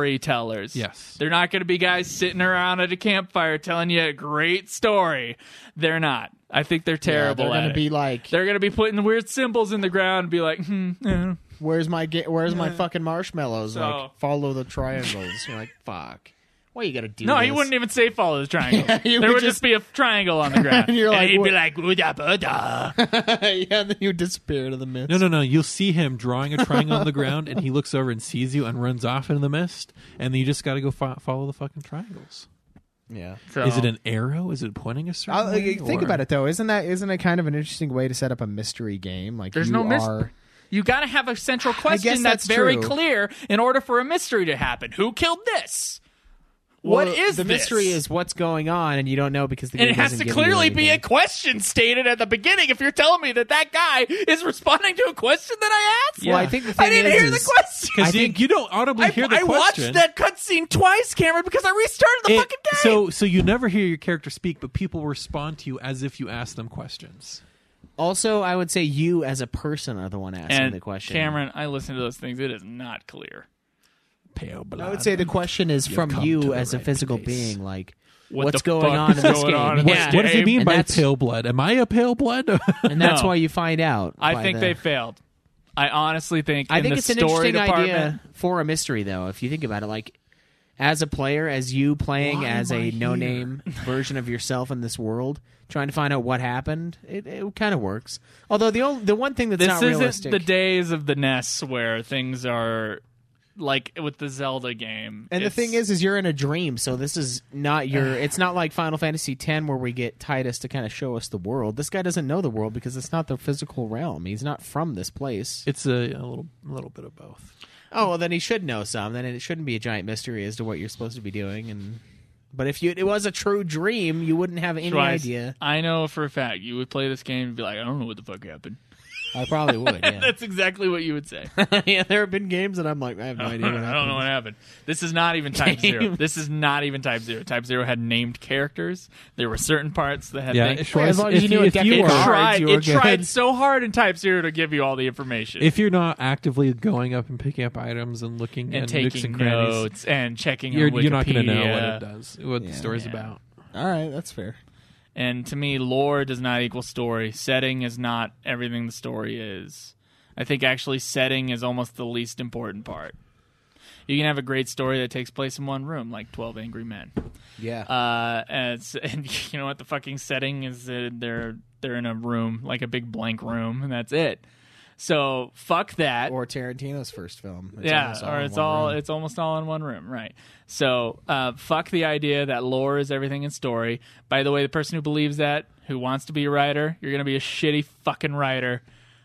Speaker 7: Storytellers.
Speaker 8: Yes.
Speaker 7: They're not going to be guys sitting around at a campfire telling you a great story. They're not. I think they're
Speaker 3: Uh,
Speaker 9: Yeah,
Speaker 7: terrible.
Speaker 9: they're
Speaker 7: going
Speaker 9: gonna
Speaker 7: to
Speaker 9: be like,
Speaker 7: They're going to be putting weird symbols in the ground and be like, hmm, yeah.
Speaker 9: "Where's my ga- Where's my fucking marshmallows?"
Speaker 7: So-
Speaker 9: Like, follow the triangles. You're like, "Fuck, why you gotta do?"
Speaker 7: No,
Speaker 9: this?
Speaker 7: he wouldn't even say follow the triangle.
Speaker 9: he
Speaker 7: there
Speaker 9: would
Speaker 7: would just,
Speaker 9: just-
Speaker 7: be a triangle on the ground.
Speaker 9: And you're like,
Speaker 7: he'd
Speaker 9: "What?"
Speaker 7: be like, "Ooda booda."
Speaker 9: yeah, then you would disappear into the mist.
Speaker 8: No, no, no. You'll see him drawing a triangle on the ground, and he looks over and sees you and runs off into the mist. And then you just got to go fo- follow the fucking triangles.
Speaker 9: Yeah.
Speaker 7: So,
Speaker 8: Is it an arrow? Is it pointing a certain
Speaker 9: I, I-
Speaker 8: way?
Speaker 9: uh, think
Speaker 8: or-
Speaker 9: about it though. Isn't that isn't it kind of an interesting way to set up a mystery game? Like
Speaker 7: There's
Speaker 9: you
Speaker 7: no mystery.
Speaker 9: are
Speaker 7: You got to have a central question
Speaker 9: guess that's
Speaker 7: that's, very
Speaker 9: true.
Speaker 7: clear in order for a mystery to happen. Who killed this? what
Speaker 3: Well,
Speaker 7: is
Speaker 3: the
Speaker 7: this?
Speaker 3: mystery? Is what's going on, and you don't know because the
Speaker 7: and
Speaker 3: game
Speaker 7: it has
Speaker 3: doesn't
Speaker 7: to
Speaker 3: give you
Speaker 7: clearly be a
Speaker 3: anything.
Speaker 7: question stated at the beginning. If you're telling me that that guy is responding to a question that I asked,
Speaker 3: Well, I think the
Speaker 7: I
Speaker 3: thing
Speaker 7: didn't
Speaker 3: is-
Speaker 7: hear
Speaker 3: is-
Speaker 7: the question.
Speaker 8: Because you, you don't audibly
Speaker 7: I,
Speaker 8: hear the
Speaker 7: I watched
Speaker 8: question.
Speaker 7: that cutscene twice, Cameron, because I restarted the
Speaker 8: It-
Speaker 7: fucking game.
Speaker 8: So, so you never hear your character speak, but people respond to you as if you ask them questions.
Speaker 3: Also, I would say you as a person are the one asking the question.
Speaker 7: Cameron, I listen to those things. It is not clear.
Speaker 8: Pale blood.
Speaker 3: I would say the question is from
Speaker 8: come to
Speaker 3: you
Speaker 8: the
Speaker 3: as a
Speaker 8: right
Speaker 3: physical
Speaker 8: place.
Speaker 3: being. Like,
Speaker 7: What
Speaker 3: what's
Speaker 7: the
Speaker 3: going
Speaker 7: fuck
Speaker 3: on
Speaker 7: is
Speaker 3: in this
Speaker 7: going on in
Speaker 3: game?
Speaker 7: this
Speaker 3: Yeah.
Speaker 8: What does he
Speaker 7: Dave,
Speaker 8: mean
Speaker 3: and
Speaker 8: by
Speaker 3: that's-
Speaker 8: pale blood? Am I a pale blood?
Speaker 3: And that's
Speaker 7: No.
Speaker 3: why you find out.
Speaker 7: I
Speaker 3: by
Speaker 7: think
Speaker 3: the-
Speaker 7: they failed. I honestly think.
Speaker 3: I
Speaker 7: in
Speaker 3: think
Speaker 7: the
Speaker 3: it's an
Speaker 7: story
Speaker 3: interesting
Speaker 7: department,
Speaker 3: idea for a mystery, though. If you think about it, like as a player, as you playing
Speaker 8: Why
Speaker 3: as
Speaker 8: am I
Speaker 3: a no-name version of yourself in this world, trying to find out what happened, it, it kind of works. Although the only, the one thing that's
Speaker 7: This
Speaker 3: not
Speaker 7: isn't
Speaker 3: realistic,
Speaker 7: the days of the NES where things are like with the Zelda game.
Speaker 3: and
Speaker 7: It's-
Speaker 3: the thing is, is you're in a dream, so this is not your. it's not like Final Fantasy X where we get Titus to kind of show us the world. This guy doesn't know the world because it's not the physical realm. He's not from this place.
Speaker 8: it's a, a little, a little bit of both.
Speaker 3: Oh well, then he should know some. Then it shouldn't be a giant mystery as to what you're supposed to be doing. And but if you it was a true dream, you wouldn't have any
Speaker 7: Twice.
Speaker 3: idea.
Speaker 7: I know for a fact you would play this game and be like, I don't know what the fuck happened.
Speaker 3: I probably would. Yeah,
Speaker 7: That's exactly what you would say.
Speaker 3: yeah. There have been games that I'm like, I have no
Speaker 7: I
Speaker 3: idea. What
Speaker 7: don't know
Speaker 3: happened.
Speaker 7: what happened. This is not even Type Zero. This is not even Type Zero. Type Zero had named characters. There were certain parts that had
Speaker 8: Yeah,
Speaker 7: things.
Speaker 8: it tries-
Speaker 3: as long as
Speaker 8: if
Speaker 3: you knew
Speaker 8: if
Speaker 3: it
Speaker 8: you
Speaker 7: it
Speaker 3: got
Speaker 8: are,
Speaker 7: tried.
Speaker 8: you
Speaker 7: It
Speaker 8: are good.
Speaker 7: tried so hard in Type Zero to give you all the information
Speaker 8: If you're not actively going up and picking up items and looking
Speaker 7: and
Speaker 8: at nooks
Speaker 7: taking
Speaker 8: and crannies,
Speaker 7: notes and checking.
Speaker 8: you're,
Speaker 7: on Wikipedia.
Speaker 8: you're not going to know what it does, what the story's
Speaker 7: Yeah.
Speaker 8: about.
Speaker 9: All right, that's fair.
Speaker 7: And to me, lore does not equal story. Setting is not everything the story is. I think actually setting is almost the least important part. You can have a great story that takes place in one room, like Twelve Angry Men.
Speaker 9: Yeah.
Speaker 7: Uh, and, it's- and you know what the fucking setting is? Uh, they're they're in a room, like a big blank room, and that's it. So fuck that.
Speaker 9: or Tarantino's first film. It's
Speaker 7: yeah,
Speaker 9: almost all
Speaker 7: or
Speaker 9: in
Speaker 7: it's
Speaker 9: one
Speaker 7: all
Speaker 9: room.
Speaker 7: it's almost all in one room, right? So uh, fuck the idea that lore is everything in story. By the way, the person who believes that, who wants to be a writer, you're gonna be a shitty fucking writer.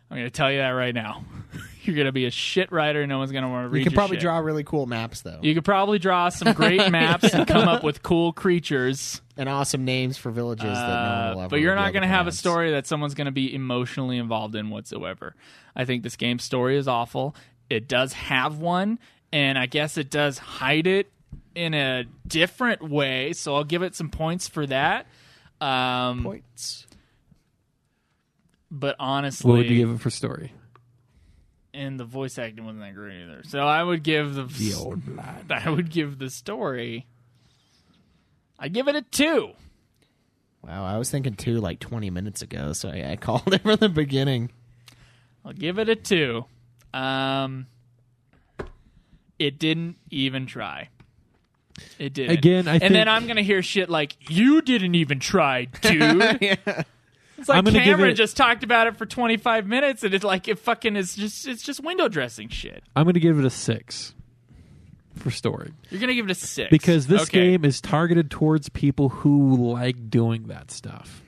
Speaker 7: I'm gonna tell you that right now. you're gonna be a shit writer. No one's gonna want to read.
Speaker 9: you could
Speaker 7: your
Speaker 9: probably
Speaker 7: shit.
Speaker 9: draw really cool maps though,
Speaker 7: You could probably draw some great maps and come up with cool creatures.
Speaker 9: and awesome names for villages that no one will
Speaker 7: Uh,
Speaker 9: ever
Speaker 7: but you're
Speaker 9: be
Speaker 7: not
Speaker 9: able
Speaker 7: going to
Speaker 9: to
Speaker 7: have a
Speaker 9: pronounce.
Speaker 7: story that someone's going to be emotionally involved in whatsoever. I think this game's story is awful. It does have one, and I guess it does hide it in a different way. So I'll give it some points for that. Um,
Speaker 9: Points.
Speaker 7: But honestly,
Speaker 8: What would you give it for story?
Speaker 7: and the voice acting wasn't that great either. So I would give the, I would give the story. I give it a two.
Speaker 9: Wow, I was thinking two like 20 minutes ago, so I, I called it from the beginning.
Speaker 7: I'll give it a two. Um, it didn't even try. It didn't.
Speaker 8: Again, I
Speaker 7: and
Speaker 8: think-
Speaker 7: then I'm gonna hear shit like "You didn't even try, dude." It's like
Speaker 8: I'm gonna give
Speaker 7: Cameron
Speaker 8: it-
Speaker 7: just talked about it for 25 minutes, and it's like it fucking is just it's just window dressing shit.
Speaker 8: I'm going to give it a six for story
Speaker 7: You're gonna give it a six
Speaker 8: because this
Speaker 7: Okay.
Speaker 8: game is targeted towards people who like doing that stuff.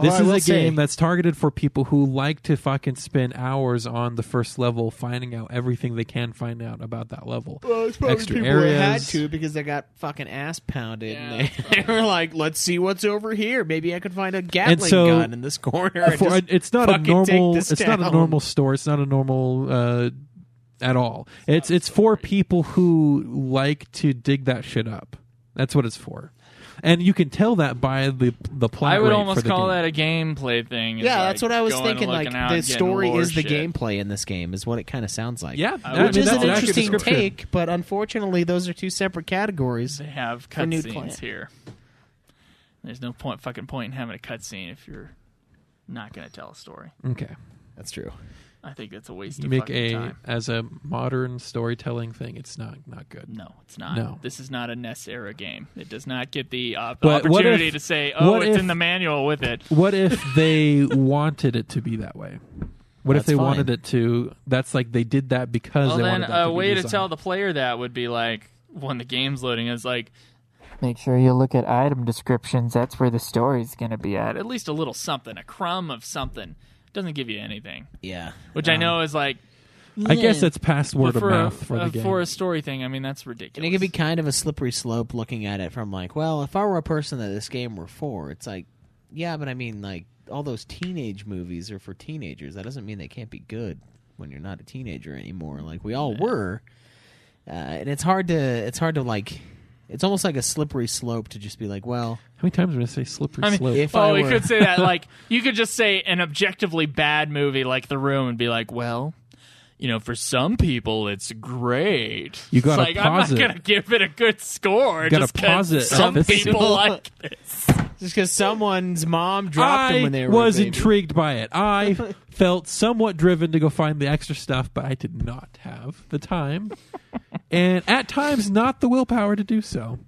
Speaker 8: This
Speaker 9: Although I will
Speaker 8: is a
Speaker 9: say-
Speaker 8: game that's targeted for people who like to fucking spend hours on the first level, finding out everything they can find out about that level. Extra
Speaker 3: They
Speaker 8: areas.
Speaker 3: had to because they got fucking ass pounded.
Speaker 7: Yeah.
Speaker 3: And they, they were like, "Let's see what's over here. Maybe I could find a Gatling
Speaker 8: so- uh,
Speaker 3: gun in this corner." and
Speaker 8: for-
Speaker 3: just
Speaker 8: it's not a
Speaker 3: fucking take
Speaker 8: normal
Speaker 3: this
Speaker 8: it's not a
Speaker 3: down."
Speaker 8: normal store it's not a normal uh at all it's it's for people who like to dig that shit up that's what it's for and you can tell that by the the plot.
Speaker 7: I would
Speaker 8: rate
Speaker 7: almost
Speaker 8: for the
Speaker 7: call
Speaker 8: game.
Speaker 7: that a gameplay thing. is
Speaker 3: Yeah,
Speaker 7: like
Speaker 3: that's what I was
Speaker 7: going and
Speaker 3: thinking. Like
Speaker 7: looking out
Speaker 3: the
Speaker 7: and getting
Speaker 3: story
Speaker 7: lore
Speaker 3: is the
Speaker 7: shit.
Speaker 3: gameplay in this game, is what it kind of sounds like.
Speaker 8: Yeah,
Speaker 7: I
Speaker 8: that-
Speaker 7: would-
Speaker 3: which is
Speaker 8: that's
Speaker 3: an
Speaker 8: accurate
Speaker 3: interesting
Speaker 8: description.
Speaker 3: take, but unfortunately, those are two separate categories.
Speaker 7: They have
Speaker 3: For nude
Speaker 7: cutscenes
Speaker 3: client.
Speaker 7: here. There's no point, fucking point in having a cutscene if you're not going to tell a story.
Speaker 8: Okay,
Speaker 9: That's true.
Speaker 7: I think that's a waste
Speaker 8: you
Speaker 7: of
Speaker 8: make
Speaker 7: fucking
Speaker 8: a
Speaker 7: time.
Speaker 8: as a modern storytelling thing. It's not not good.
Speaker 7: No, it's not.
Speaker 8: No.
Speaker 7: This is not a NES era game. It does not get the op-
Speaker 8: But what
Speaker 7: opportunity
Speaker 8: if-
Speaker 7: to say, "Oh,
Speaker 8: what
Speaker 7: it's
Speaker 8: if-
Speaker 7: in the manual with it."
Speaker 8: What if they wanted it to be that way? What if
Speaker 3: That's
Speaker 8: they
Speaker 3: fine.
Speaker 8: wanted it to? That's like they did that because
Speaker 7: Well,
Speaker 8: they
Speaker 7: then
Speaker 8: wanted that
Speaker 7: a
Speaker 8: to
Speaker 7: way
Speaker 8: be
Speaker 7: to
Speaker 8: designed.
Speaker 7: tell the player that would be like when the game's loading is like, make sure you look at item descriptions. That's where the story's going to be at. At least a little something, a crumb of something. Doesn't give you anything,
Speaker 3: Yeah,
Speaker 7: which I know is like.
Speaker 8: I guess it's past word
Speaker 7: but
Speaker 8: of
Speaker 7: for
Speaker 8: mouth
Speaker 7: a,
Speaker 8: for
Speaker 7: uh,
Speaker 8: the game.
Speaker 7: for a story thing. I mean, that's
Speaker 3: And
Speaker 7: ridiculous.
Speaker 3: it could be kind of a slippery slope looking at it from like, well, if I were a person that this game were for, it's like, yeah, but I mean, like, all those teenage movies are for teenagers. That doesn't mean they can't be good when you're not a teenager anymore. Like we all were, uh, and it's hard to it's hard to like, it's almost like a slippery slope to just be like, well,
Speaker 8: How many times am I going to say slippery
Speaker 7: I mean,
Speaker 8: slope?
Speaker 3: if
Speaker 7: oh,
Speaker 3: I
Speaker 7: you
Speaker 3: were-
Speaker 7: could say that. Like, you could just say an objectively bad movie like The Room and be like, well, you know, for some people it's great.
Speaker 8: You gotta
Speaker 7: it's like, I'm
Speaker 8: pause
Speaker 7: not
Speaker 8: it.
Speaker 7: gonna give it a good score.
Speaker 8: You gotta
Speaker 7: just 'cause
Speaker 8: pause it.
Speaker 7: Some
Speaker 8: This-
Speaker 7: people like this.
Speaker 3: just because someone's mom dropped
Speaker 8: I
Speaker 3: them when they were a
Speaker 8: was
Speaker 3: baby.
Speaker 8: intrigued by it. I felt somewhat driven to go find the extra stuff, but I did not have the time, and at times not the willpower to do so.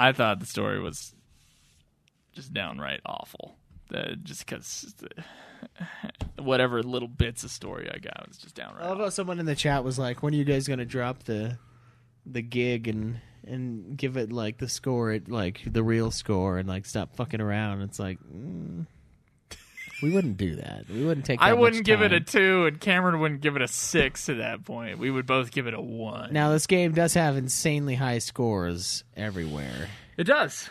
Speaker 7: I thought the story was just downright awful. Uh, just because whatever little bits of story I got was just downright.
Speaker 3: I love
Speaker 7: awful.
Speaker 3: how someone in the chat was like, "When are you guys gonna drop the the gig and and give it like the score at like the real score and like stop fucking around?" It's like mm, we wouldn't do that. We wouldn't take. That
Speaker 7: I
Speaker 3: much
Speaker 7: wouldn't give it a
Speaker 3: time.
Speaker 7: two, and Cameron wouldn't give it a six at that point. We would both give it a one.
Speaker 3: now this game does have insanely high scores everywhere.
Speaker 7: it does.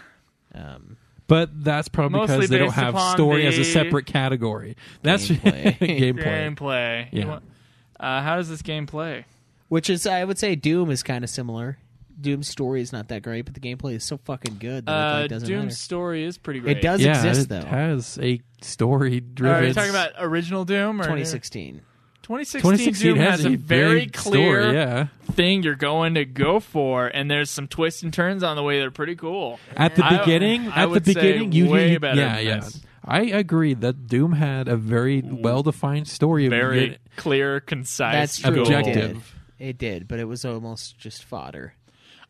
Speaker 3: Um,
Speaker 8: But that's probably
Speaker 7: Mostly
Speaker 8: because they don't
Speaker 7: based
Speaker 8: have
Speaker 7: upon
Speaker 8: story as a
Speaker 7: the
Speaker 8: separate category. That's
Speaker 3: gameplay.
Speaker 8: gameplay.
Speaker 7: Gameplay.
Speaker 8: Yeah.
Speaker 7: You want- Uh, how does this game play?
Speaker 3: which is, I would say, Doom is kind of similar. Doom's story is not that great, but the gameplay is so fucking good that it
Speaker 7: Uh,
Speaker 3: like, doesn't
Speaker 7: Doom's
Speaker 3: matter.
Speaker 7: story is pretty great.
Speaker 3: It does
Speaker 8: yeah,
Speaker 3: exist
Speaker 8: it
Speaker 3: though.
Speaker 8: has a story driven.
Speaker 7: Are you talking about original Doom or
Speaker 3: 2016.
Speaker 7: 2016,
Speaker 8: 2016
Speaker 7: Doom
Speaker 8: has,
Speaker 7: has a very
Speaker 8: big
Speaker 7: clear
Speaker 8: story, yeah.
Speaker 7: thing you're going to go for, and there's some twists and turns on the way that are pretty cool.
Speaker 8: At the
Speaker 7: I-
Speaker 8: beginning,
Speaker 7: I
Speaker 8: at the
Speaker 7: would say
Speaker 8: beginning, you
Speaker 7: way
Speaker 8: you-
Speaker 7: better
Speaker 8: Yeah,
Speaker 7: than
Speaker 8: yeah.
Speaker 7: this.
Speaker 8: I agree that Doom had a very well-defined story. of
Speaker 7: Very
Speaker 8: it.
Speaker 7: clear, concise,
Speaker 3: That's true.
Speaker 8: objective.
Speaker 3: It did. It did, but it was almost just fodder.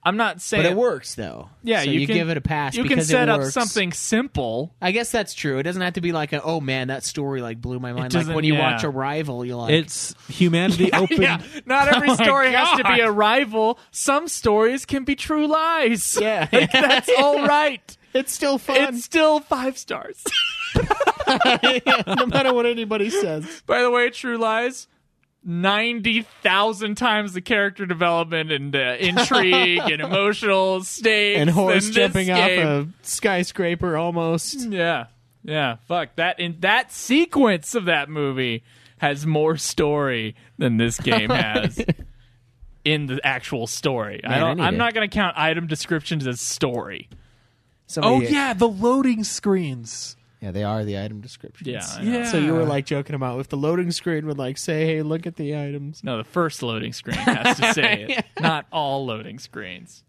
Speaker 7: I'm not saying
Speaker 3: But it works though.
Speaker 7: Yeah,
Speaker 3: so
Speaker 7: you,
Speaker 3: you,
Speaker 7: can,
Speaker 3: give it a pass.
Speaker 7: You
Speaker 3: because
Speaker 7: can set
Speaker 3: it
Speaker 7: up
Speaker 3: works.
Speaker 7: something simple.
Speaker 3: I guess that's true. It doesn't have to be like a oh man, that story like blew my mind. Like
Speaker 7: doesn't-
Speaker 3: when you
Speaker 7: yeah.
Speaker 3: watch Arrival, you're like
Speaker 8: It's humanity open.
Speaker 7: Yeah, not every
Speaker 3: Oh my
Speaker 7: story has to be
Speaker 3: God.
Speaker 7: a rival. Some stories can be true lies.
Speaker 3: yeah,
Speaker 7: That's all right.
Speaker 3: It's still fun,
Speaker 7: It's still five stars.
Speaker 3: no matter what anybody says.
Speaker 7: By the way, True Lies, 90,000 times the character development and uh, intrigue and emotional stakes.
Speaker 3: And horse
Speaker 7: than this
Speaker 3: jumping off
Speaker 7: game.
Speaker 3: a skyscraper almost.
Speaker 7: Yeah. Yeah. Fuck. That, in, that sequence of that movie has more story than this game has. In the actual story, I
Speaker 3: Man, I
Speaker 7: don't,
Speaker 3: need
Speaker 7: I'm
Speaker 3: it.
Speaker 7: not going to count item descriptions as story.
Speaker 8: oh
Speaker 3: Somebody-
Speaker 8: yeah, the loading screens.
Speaker 3: yeah, they are the item descriptions.
Speaker 7: Yeah, I know.
Speaker 8: Yeah.
Speaker 3: So you were like joking about if the loading screen would like say, "Hey, look at the items."
Speaker 7: No, the first loading screen has to say it. Not all loading screens.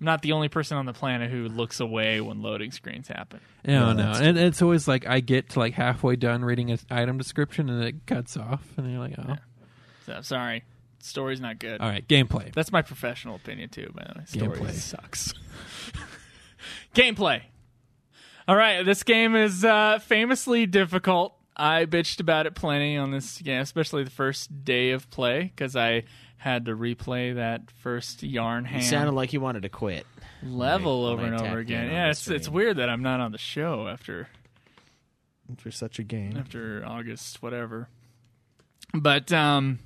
Speaker 7: I'm not the only person on the planet who looks away when loading screens happen.
Speaker 8: No, no, and it's always like I get to like halfway done reading an item description and it cuts off, and you're like, oh,
Speaker 7: So sorry, story's not good.
Speaker 8: all right, gameplay.
Speaker 7: That's my professional opinion too. By the way, story
Speaker 8: Gameplay.
Speaker 7: sucks. Gameplay. All right, this game is uh, famously difficult. I bitched about it plenty on this game, especially the first day of play because I had to replay that first yarn
Speaker 3: You
Speaker 7: hand.
Speaker 3: sounded like you wanted to quit.
Speaker 7: level
Speaker 3: When I-
Speaker 7: over
Speaker 3: when I
Speaker 7: and over
Speaker 3: tapped in
Speaker 7: again.
Speaker 3: on
Speaker 7: Yeah,
Speaker 3: the
Speaker 7: it's it's
Speaker 3: screen.
Speaker 7: weird that I'm not on the show after
Speaker 9: For such a game.
Speaker 7: after August whatever. But um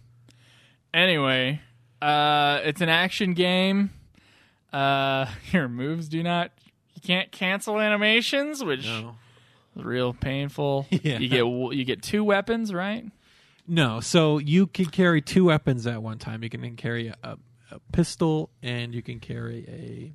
Speaker 7: anyway, uh it's an action game. Uh your moves do not you can't cancel animations, which is real painful.
Speaker 8: Yeah.
Speaker 7: You get w- you get two weapons, right?
Speaker 8: No, so you can carry two weapons at one time. You can carry a, a pistol and you can carry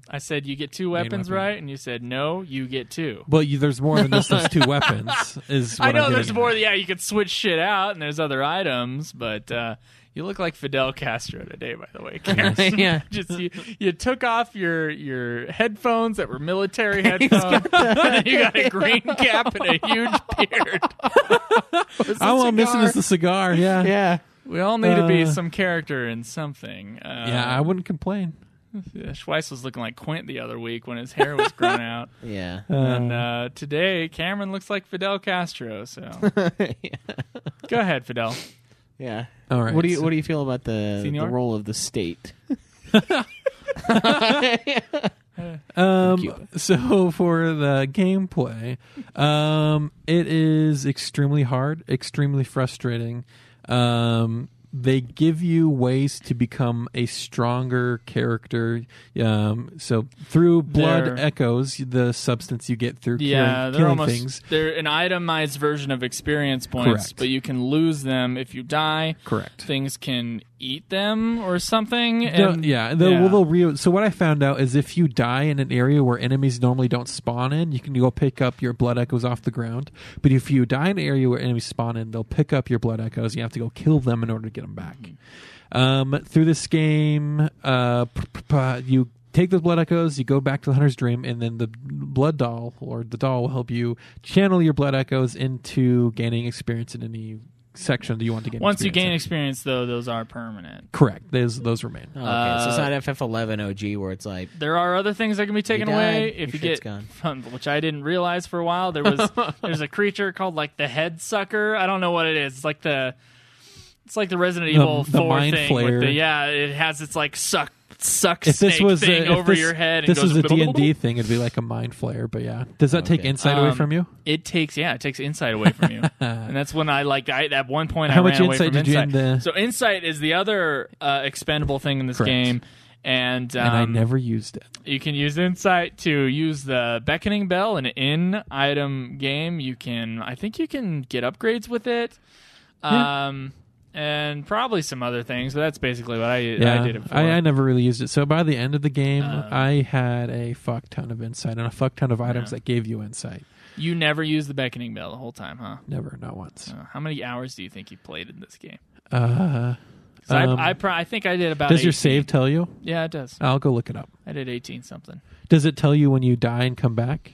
Speaker 8: a
Speaker 7: I said you get two weapons,
Speaker 8: weapon.
Speaker 7: right? And you said no, you get two.
Speaker 8: Well, you, there's more than just those two weapons. Is what
Speaker 7: I know
Speaker 8: am
Speaker 7: there's more. Yeah, you could switch shit out, and there's other items, but uh, you look like Fidel Castro today, by the way. Karen.
Speaker 3: Yeah.
Speaker 7: just you, you took off your your headphones that were military headphones, and you got a green cap and a huge beard.
Speaker 8: All Oh, I'm missing is the cigar. Yeah, yeah.
Speaker 7: We all need to be
Speaker 8: Uh,
Speaker 7: some character in something. Uh,
Speaker 8: I wouldn't complain.
Speaker 7: Schweiss was looking like Quint the other week when his hair was grown out,
Speaker 3: Yeah.
Speaker 7: and uh, today Cameron looks like Fidel Castro. So
Speaker 3: Uh,
Speaker 7: go ahead, Fidel.
Speaker 3: Yeah.
Speaker 8: All right.
Speaker 3: What do you
Speaker 8: so-
Speaker 3: What do you feel about the, the
Speaker 7: Senor?
Speaker 3: role of the state?
Speaker 8: Um, so for the gameplay, um, it is extremely hard, extremely frustrating. Um, they give you ways to become a stronger character. Um, so through blood
Speaker 7: They're-
Speaker 8: echoes, the substance you get through
Speaker 7: Yeah,
Speaker 8: killing,
Speaker 7: they're
Speaker 8: killing
Speaker 7: almost
Speaker 8: things.
Speaker 7: they're an itemized version of experience points,
Speaker 8: Correct.
Speaker 7: but you can lose them if you die.
Speaker 8: Correct.
Speaker 7: Things can eat them or something.
Speaker 8: No,
Speaker 7: And
Speaker 8: yeah, the, Well, they'll re- so what I found out is if you die in an area where enemies normally don't spawn in, you can go pick up your blood echoes off the ground. But if you die in an area where enemies spawn in, they'll pick up your blood echoes. and You have to go kill them in order to get them back.
Speaker 7: Hmm.
Speaker 8: Um, through this game, uh, p- p- p- you take those blood echoes, you go back to the hunter's dream, and then the blood doll or the doll will help you channel your blood echoes into gaining experience in any section that you want to gain.
Speaker 7: once you gain
Speaker 8: experience
Speaker 7: experience, though, those are permanent.
Speaker 8: in. correct, those those remain.
Speaker 3: Okay, so it's not FF11 OG where it's like
Speaker 7: There are other things that can be taken
Speaker 3: died,
Speaker 7: away
Speaker 3: your
Speaker 7: if you
Speaker 3: shit's
Speaker 7: get
Speaker 3: gone.
Speaker 7: from which I didn't realize for a while. There was there's a creature called like the head sucker. I don't know what it is. It's like the it's like the Resident Evil
Speaker 8: the
Speaker 7: four
Speaker 8: mind
Speaker 7: thing. With
Speaker 8: flayer.
Speaker 7: the, yeah, it has its like suck suck
Speaker 8: if
Speaker 7: snake
Speaker 8: this was
Speaker 7: thing
Speaker 8: a, if
Speaker 7: over
Speaker 8: this,
Speaker 7: your head.
Speaker 8: this
Speaker 7: and
Speaker 8: was
Speaker 7: goes
Speaker 8: a D and D thing. It'd be like a mind flare, but yeah. Does that take
Speaker 3: Okay.
Speaker 8: insight away
Speaker 7: Um,
Speaker 8: from you?
Speaker 7: It takes yeah, it takes insight away from you, and that's when I like I, at one point
Speaker 8: How
Speaker 7: I ran
Speaker 8: much
Speaker 7: away
Speaker 8: insight
Speaker 7: from
Speaker 8: did you
Speaker 7: insight.
Speaker 8: end the-
Speaker 7: So insight is the other uh, expendable thing in this
Speaker 8: Correct.
Speaker 7: game, and, um,
Speaker 8: and I never used it.
Speaker 7: you can use insight to use the beckoning bell in an in item game. You can I think you can get upgrades with it, um, and probably some other things. But that's basically what I
Speaker 8: Yeah,
Speaker 7: I did it Uh. for.
Speaker 8: I, I never really used it. So by the end of the game, I had a fuck ton of insight and a fuck ton of items that gave you insight.
Speaker 7: you never used the beckoning bell the whole time, huh?
Speaker 8: Never, not once.
Speaker 7: Uh, How many hours do you think you played in this game? 'Cause
Speaker 8: Uh,
Speaker 7: I-
Speaker 8: Um,
Speaker 7: I, pro- I think I did about.
Speaker 8: does your Oh.
Speaker 7: 18.
Speaker 8: save tell you?
Speaker 7: Yeah, it does.
Speaker 8: I'll go look it up.
Speaker 7: I did 18 something.
Speaker 8: Does it tell you when you die and come back?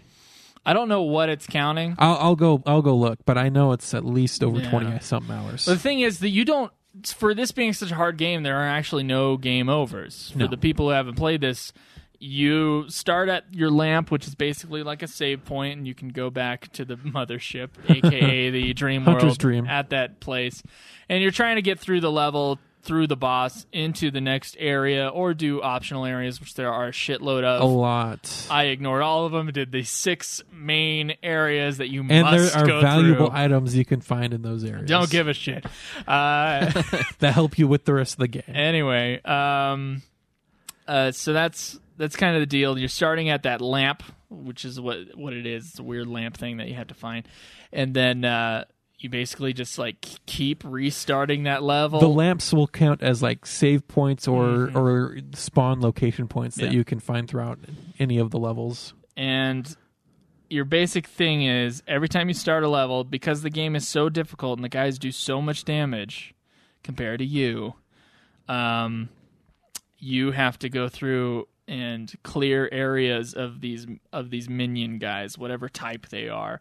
Speaker 7: I don't know what it's counting.
Speaker 8: I'll, I'll go. I'll go look. But I know it's at least over
Speaker 7: Yeah.
Speaker 8: twenty something hours.
Speaker 7: The thing is that you don't. For this being such a hard game, there are actually no game overs. For
Speaker 8: No.
Speaker 7: the people who haven't played this, you start at your lamp, which is basically like a save point, and you can go back to the mothership, aka the dream
Speaker 8: Hunter's
Speaker 7: world,
Speaker 8: dream.
Speaker 7: at that place. And you're trying to get through the level, through the boss, into the next area, or do optional areas, which there are a shitload of.
Speaker 8: a lot.
Speaker 7: I ignored all of them. Did the six main areas that you
Speaker 8: and
Speaker 7: must
Speaker 8: there are
Speaker 7: go
Speaker 8: valuable
Speaker 7: through.
Speaker 8: items you can find in those areas.
Speaker 7: Don't give a shit. Uh,
Speaker 8: that help you with the rest of the game.
Speaker 7: anyway, um, uh, so that's that's kind of the deal. You're starting at that lamp, which is what what it is. It's a weird lamp thing that you have to find, and then uh, you basically just like keep restarting that level.
Speaker 8: the lamps will count as like save points or or spawn location points
Speaker 7: Mm-hmm. Yeah.
Speaker 8: that you can find throughout any of the levels.
Speaker 7: and your basic thing is every time you start a level because the game is so difficult and the guys do so much damage compared to you um, you have to go through and clear areas of these of these minion guys whatever type they are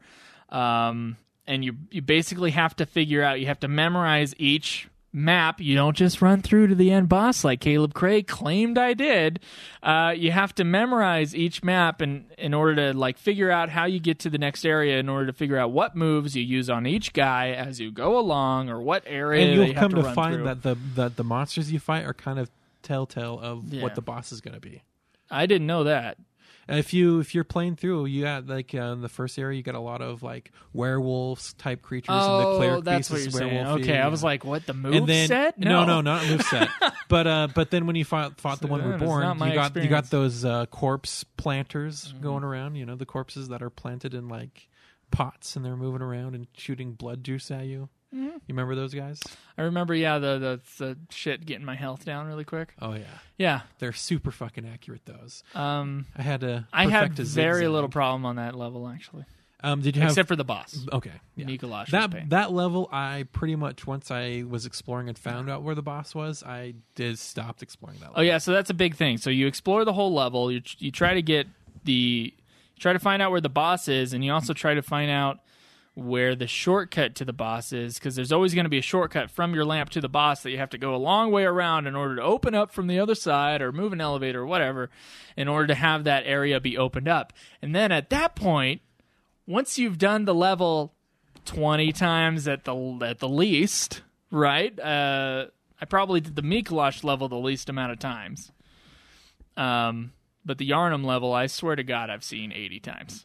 Speaker 7: um, and you you basically have to figure out you have to memorize each map you don't just run through to the end boss like caleb craig claimed i did uh, you have to memorize each map and in order to like figure out how you get to the next area in order to figure out what moves you use on each guy as you go along or what area
Speaker 8: and
Speaker 7: that
Speaker 8: you'll
Speaker 7: you have
Speaker 8: come
Speaker 7: to,
Speaker 8: to,
Speaker 7: run
Speaker 8: find
Speaker 7: through.
Speaker 8: that the that the monsters you fight are kind of telltale of
Speaker 7: Yeah.
Speaker 8: what the boss is going to be.
Speaker 7: i didn't know that
Speaker 8: And If you if you're playing through, you got like uh, in the first area, you got a lot of like werewolves type creatures. and the cleric
Speaker 7: Oh, that's
Speaker 8: beast
Speaker 7: what
Speaker 8: is
Speaker 7: you're saying.
Speaker 8: werewolf-y,
Speaker 7: Okay, I was
Speaker 8: yeah.
Speaker 7: like, what the move
Speaker 8: and then
Speaker 7: set?
Speaker 8: no, no, not moveset. but uh, but then when you fought, fought the one
Speaker 7: that is
Speaker 8: reborn,
Speaker 7: not my
Speaker 8: you got you
Speaker 7: experience. Mm-hmm.
Speaker 8: got those uh, corpse planters going around. You know the corpses that are planted in like pots and they're moving around and shooting blood juice at you.
Speaker 7: Mm-hmm.
Speaker 8: You remember those guys?
Speaker 7: I remember, yeah, the, the the shit getting my health down really quick.
Speaker 8: Oh yeah,
Speaker 7: Yeah,
Speaker 8: they're super fucking accurate. Those.
Speaker 7: um,
Speaker 8: I had to.
Speaker 7: I had
Speaker 8: perfect a
Speaker 7: very
Speaker 8: zigzag.
Speaker 7: little problem on that level actually,
Speaker 8: Um, did you have?
Speaker 7: except for the boss,
Speaker 8: okay. Yeah.
Speaker 7: Nikolaj.
Speaker 8: that
Speaker 7: pain.
Speaker 8: that level i pretty much once i was exploring and found out where the boss was i did stopped exploring that
Speaker 7: Oh
Speaker 8: level
Speaker 7: yeah, so that's a big thing. So you explore the whole level. You you try to get the you try to find out where the boss is, and you also try to find out where the shortcut to the boss is, because there's always going to be a shortcut from your lamp to the boss that you have to go a long way around in order to open up from the other side or move an elevator or whatever, in order to have that area be opened up. And then at that point, once you've done the level 20 times at the at the least, right? Uh, I probably did the Mikolash level the least amount of times. Um, but the Yarnum level, I swear to God, I've seen 80 times.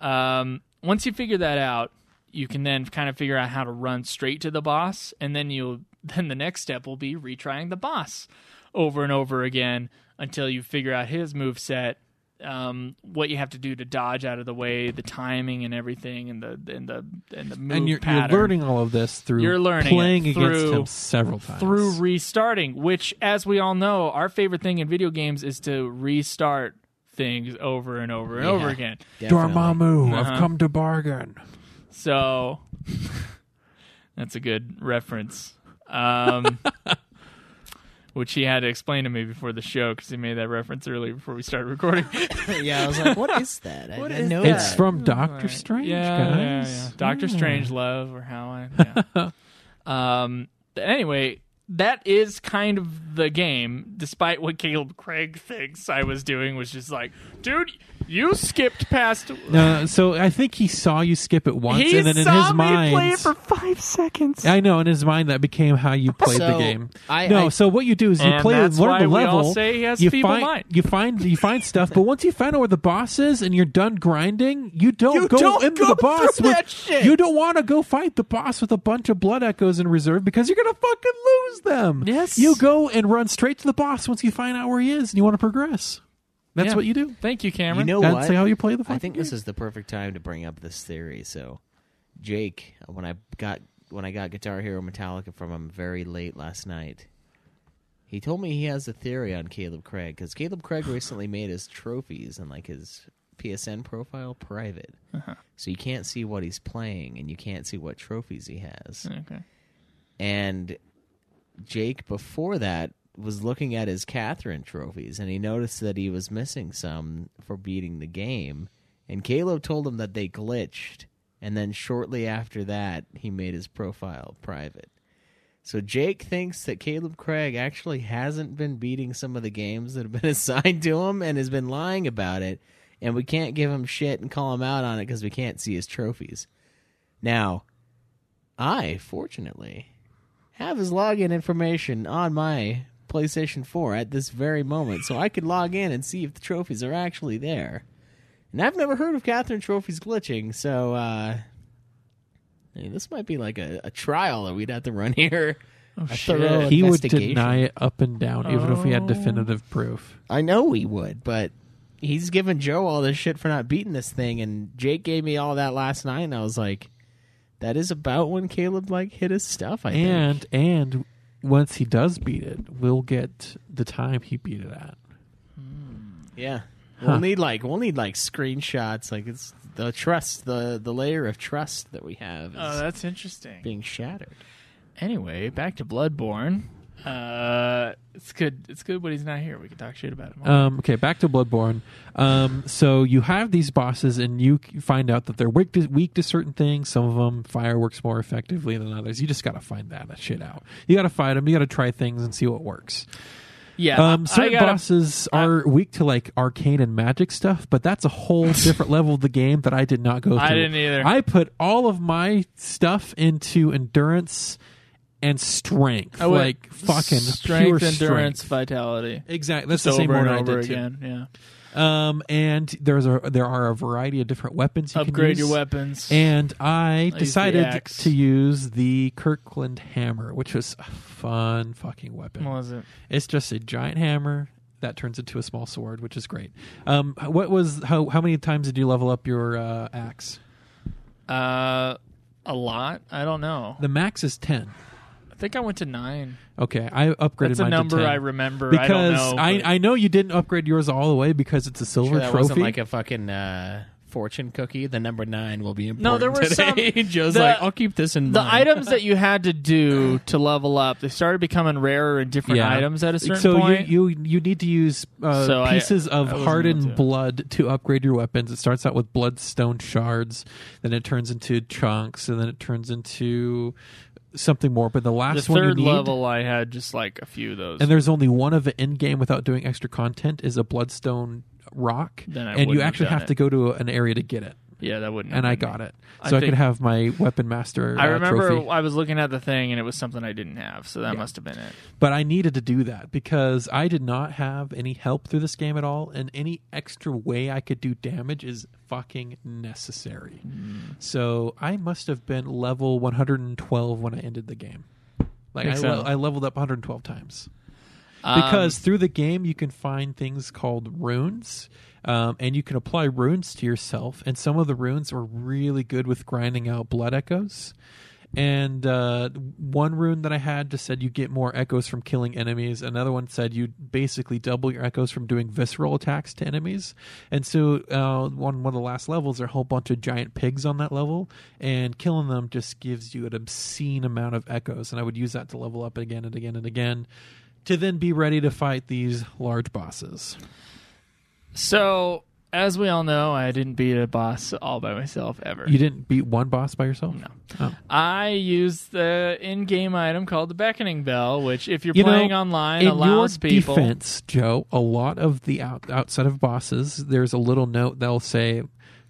Speaker 7: um, once you figure that out, you can then kind of figure out how to run straight to the boss, and then you'll then the next step will be retrying the boss over and over again until you figure out his move set, um, what you have to do to dodge out of the way, the timing and everything, and the and the and the move
Speaker 8: and you're, you're
Speaker 7: pattern
Speaker 8: learning all of this through
Speaker 7: You're learning it
Speaker 8: playing against
Speaker 7: through-
Speaker 8: him several times
Speaker 7: through restarting, which, as we all know, our favorite thing in video games is to restart things over and over and over again.
Speaker 8: Dormammu,
Speaker 7: Uh-huh.
Speaker 8: I've come to bargain.
Speaker 7: So that's a good reference. Um, which he had to explain to me before the show because he made that reference earlier before we started recording.
Speaker 9: yeah, I was like, what is that? I, I know
Speaker 8: It's
Speaker 9: that.
Speaker 8: from Doctor Strange,
Speaker 7: yeah, yeah,
Speaker 8: guys.
Speaker 7: yeah. Doctor Strange Love or how I. Yeah. um. but Anyway, that is kind of the game. Despite what Caleb Craig thinks I was doing, was just like, dude, you skipped past.
Speaker 8: No, Uh, so I think he saw you skip it once,
Speaker 7: he
Speaker 8: and then in
Speaker 7: saw
Speaker 8: his
Speaker 7: me
Speaker 8: mind,
Speaker 7: play it for five seconds.
Speaker 8: I know in his mind that became how you played the
Speaker 9: So,
Speaker 8: game.
Speaker 9: I-
Speaker 8: no,
Speaker 9: I-
Speaker 8: so what you do is you
Speaker 7: And
Speaker 8: play,
Speaker 7: that's
Speaker 8: learn the
Speaker 7: why we all
Speaker 8: level.
Speaker 7: say he has
Speaker 8: you
Speaker 7: feeble
Speaker 8: find
Speaker 7: mind.
Speaker 8: you find you find stuff, but once you find out where the boss is and you're done grinding, you don't
Speaker 9: You
Speaker 8: go
Speaker 9: don't
Speaker 8: into
Speaker 9: go
Speaker 8: the boss
Speaker 9: through
Speaker 8: with
Speaker 9: that shit.
Speaker 8: you don't want to go fight the boss with a bunch of blood echoes in reserve because you're gonna fucking lose them.
Speaker 7: Yes.
Speaker 8: you go and run straight to the boss once you find out where he is and you want to progress. That's
Speaker 7: Yeah.
Speaker 8: what you do.
Speaker 7: Thank you,
Speaker 3: You
Speaker 7: Cameron.
Speaker 3: know
Speaker 8: That's
Speaker 3: what?
Speaker 8: how you play the
Speaker 3: I
Speaker 8: fucking
Speaker 3: think this is the perfect time to bring up this theory. So, Jake, when I got when I got Guitar Hero Metallica from him very late last night, he told me he has a theory on Caleb Craig because Caleb Craig recently made his trophies and like his PSN profile private,
Speaker 8: Uh-huh.
Speaker 3: so you can't see what he's playing and you can't see what trophies he has.
Speaker 7: okay.
Speaker 3: And Jake, before that, was looking at his Catherine trophies and he noticed that he was missing some for beating the game. And Caleb told him that they glitched. And then shortly after that, he made his profile private. So Jake thinks that Caleb Craig actually hasn't been beating some of the games that have been assigned to him and has been lying about it. And we can't give him shit and call him out on it because we can't see his trophies. Now, I, fortunately, have his login information on my PlayStation 4 at this very moment, so I could log in and see if the trophies are actually there. And I've never heard of Catherine trophies glitching, so uh, I mean, this might be like a, a trial that we'd have to run here. a thorough
Speaker 8: Oh, he would Oh.
Speaker 3: investigation.
Speaker 8: deny it up and down, even if we had definitive proof.
Speaker 3: I know he would, but he's giving Joe all this shit for not beating this thing, and Jake gave me all that last night, and I was like, that is about when Caleb like hit his stuff. I think.
Speaker 8: And and once he does beat it, we'll get the time he beat it at.
Speaker 3: Yeah. We'll need like we'll need like screenshots. Like it's the trust, the the layer of trust that we have is
Speaker 7: Oh, that's interesting.
Speaker 3: being shattered.
Speaker 7: Anyway, back to Bloodborne. Uh, it's good. It's good when he's not here. We can talk shit about him.
Speaker 8: Um, okay, back to Bloodborne. Um, so you have these bosses, and you c- find out that they're weak to, weak to certain things. Some of them fire works more effectively than others. You just got to find that shit out. You got to fight them. You got to try things and see what works.
Speaker 7: yeah, I-
Speaker 8: Um,
Speaker 7: I
Speaker 8: certain
Speaker 7: gotta-
Speaker 8: bosses are weak to like arcane and magic stuff, but that's a whole different level of the game that I did not go through.
Speaker 7: I didn't either.
Speaker 8: I put all of my stuff into endurance and strength,
Speaker 7: went
Speaker 8: like fucking
Speaker 7: Oh, strength,
Speaker 8: pure
Speaker 7: endurance,
Speaker 8: strength.
Speaker 7: vitality.
Speaker 8: Exactly, that's
Speaker 7: Just
Speaker 8: the same
Speaker 7: over
Speaker 8: one
Speaker 7: and
Speaker 8: I
Speaker 7: over
Speaker 8: did too.
Speaker 7: again. Yeah,
Speaker 8: Um, and there's a there are a variety of different weapons. You
Speaker 7: upgrade
Speaker 8: can use.
Speaker 7: your weapons.
Speaker 8: And I
Speaker 7: the
Speaker 8: decided
Speaker 7: axe.
Speaker 8: to use the Kirkland hammer, which was a fun fucking weapon.
Speaker 7: what was it?
Speaker 8: It's just a giant hammer that turns into a small sword, which is great. Um, what was how how many times did you level up your uh, axe?
Speaker 7: Uh, a lot. I don't know.
Speaker 8: The max is ten.
Speaker 7: I think I went to nine.
Speaker 8: Okay, I upgraded
Speaker 7: That's a
Speaker 8: mine
Speaker 7: number
Speaker 8: to 10.
Speaker 7: I remember. I
Speaker 8: because
Speaker 7: don't know.
Speaker 8: I,
Speaker 7: but-
Speaker 8: I know you didn't upgrade yours all the way because it's a silver
Speaker 9: Sure that
Speaker 8: trophy.
Speaker 9: wasn't like a fucking uh, fortune cookie. The number nine will be important.
Speaker 7: No, there were some-
Speaker 9: today. Joe's
Speaker 7: the-
Speaker 9: like, I'll keep this in
Speaker 7: the
Speaker 9: mind.
Speaker 7: items that you had to do to level up, they started becoming rarer and different
Speaker 8: Yeah.
Speaker 7: items at a certain
Speaker 8: so
Speaker 7: point.
Speaker 8: you you you need to use uh,
Speaker 7: So I-
Speaker 8: pieces of
Speaker 7: I wasn't able
Speaker 8: hardened
Speaker 7: to.
Speaker 8: blood to upgrade your weapons. It starts out with bloodstone shards, then it turns into chunks, and then it turns into something more. But the
Speaker 7: the
Speaker 8: last one you
Speaker 7: third
Speaker 8: need,
Speaker 7: level, I had just like a few of those.
Speaker 8: and there's only one of it in game without doing extra content, is a bloodstone rock,
Speaker 7: Then I
Speaker 8: and
Speaker 7: wouldn't
Speaker 8: you
Speaker 7: have
Speaker 8: actually
Speaker 7: done
Speaker 8: have
Speaker 7: it.
Speaker 8: to go to an area to get it.
Speaker 7: yeah, that wouldn't.
Speaker 8: And I
Speaker 7: have been
Speaker 8: got
Speaker 7: me.
Speaker 8: it,
Speaker 7: I
Speaker 8: so I, could
Speaker 7: think-
Speaker 8: have my weapon master.
Speaker 7: I
Speaker 8: uh,
Speaker 7: remember
Speaker 8: trophy.
Speaker 7: I was looking at the thing and it was something I didn't have, so that must have been it.
Speaker 8: but I needed to do that because I did not have any help through this game at all, and any extra way I could do damage is fucking necessary.
Speaker 7: Mm.
Speaker 8: So I must have been level 112 when I ended the game. Like I,
Speaker 7: Think
Speaker 8: le-
Speaker 7: so.
Speaker 8: I leveled up 112 times
Speaker 7: Um,
Speaker 8: because through the game you can find things called runes um, and you can apply runes to yourself and some of the runes are really good with grinding out blood echoes and uh, one rune that i had just said you get more echoes from killing enemies another one said you basically double your echoes from doing visceral attacks to enemies and so uh, one, one of the last levels there are a whole bunch of giant pigs on that level and killing them just gives you an obscene amount of echoes and i would use that to level up again and again and again to then be ready to fight these large bosses.
Speaker 7: so as we all know, I didn't beat a boss all by myself ever.
Speaker 8: You didn't beat one boss by yourself? Oh. No.
Speaker 7: I used the in-game item called the beckoning bell, which if you're
Speaker 8: You
Speaker 7: playing
Speaker 8: know,
Speaker 7: online
Speaker 8: In your
Speaker 7: allows people.
Speaker 8: defense, Joe, a lot of the out, outside of bosses, there's a little note that'll say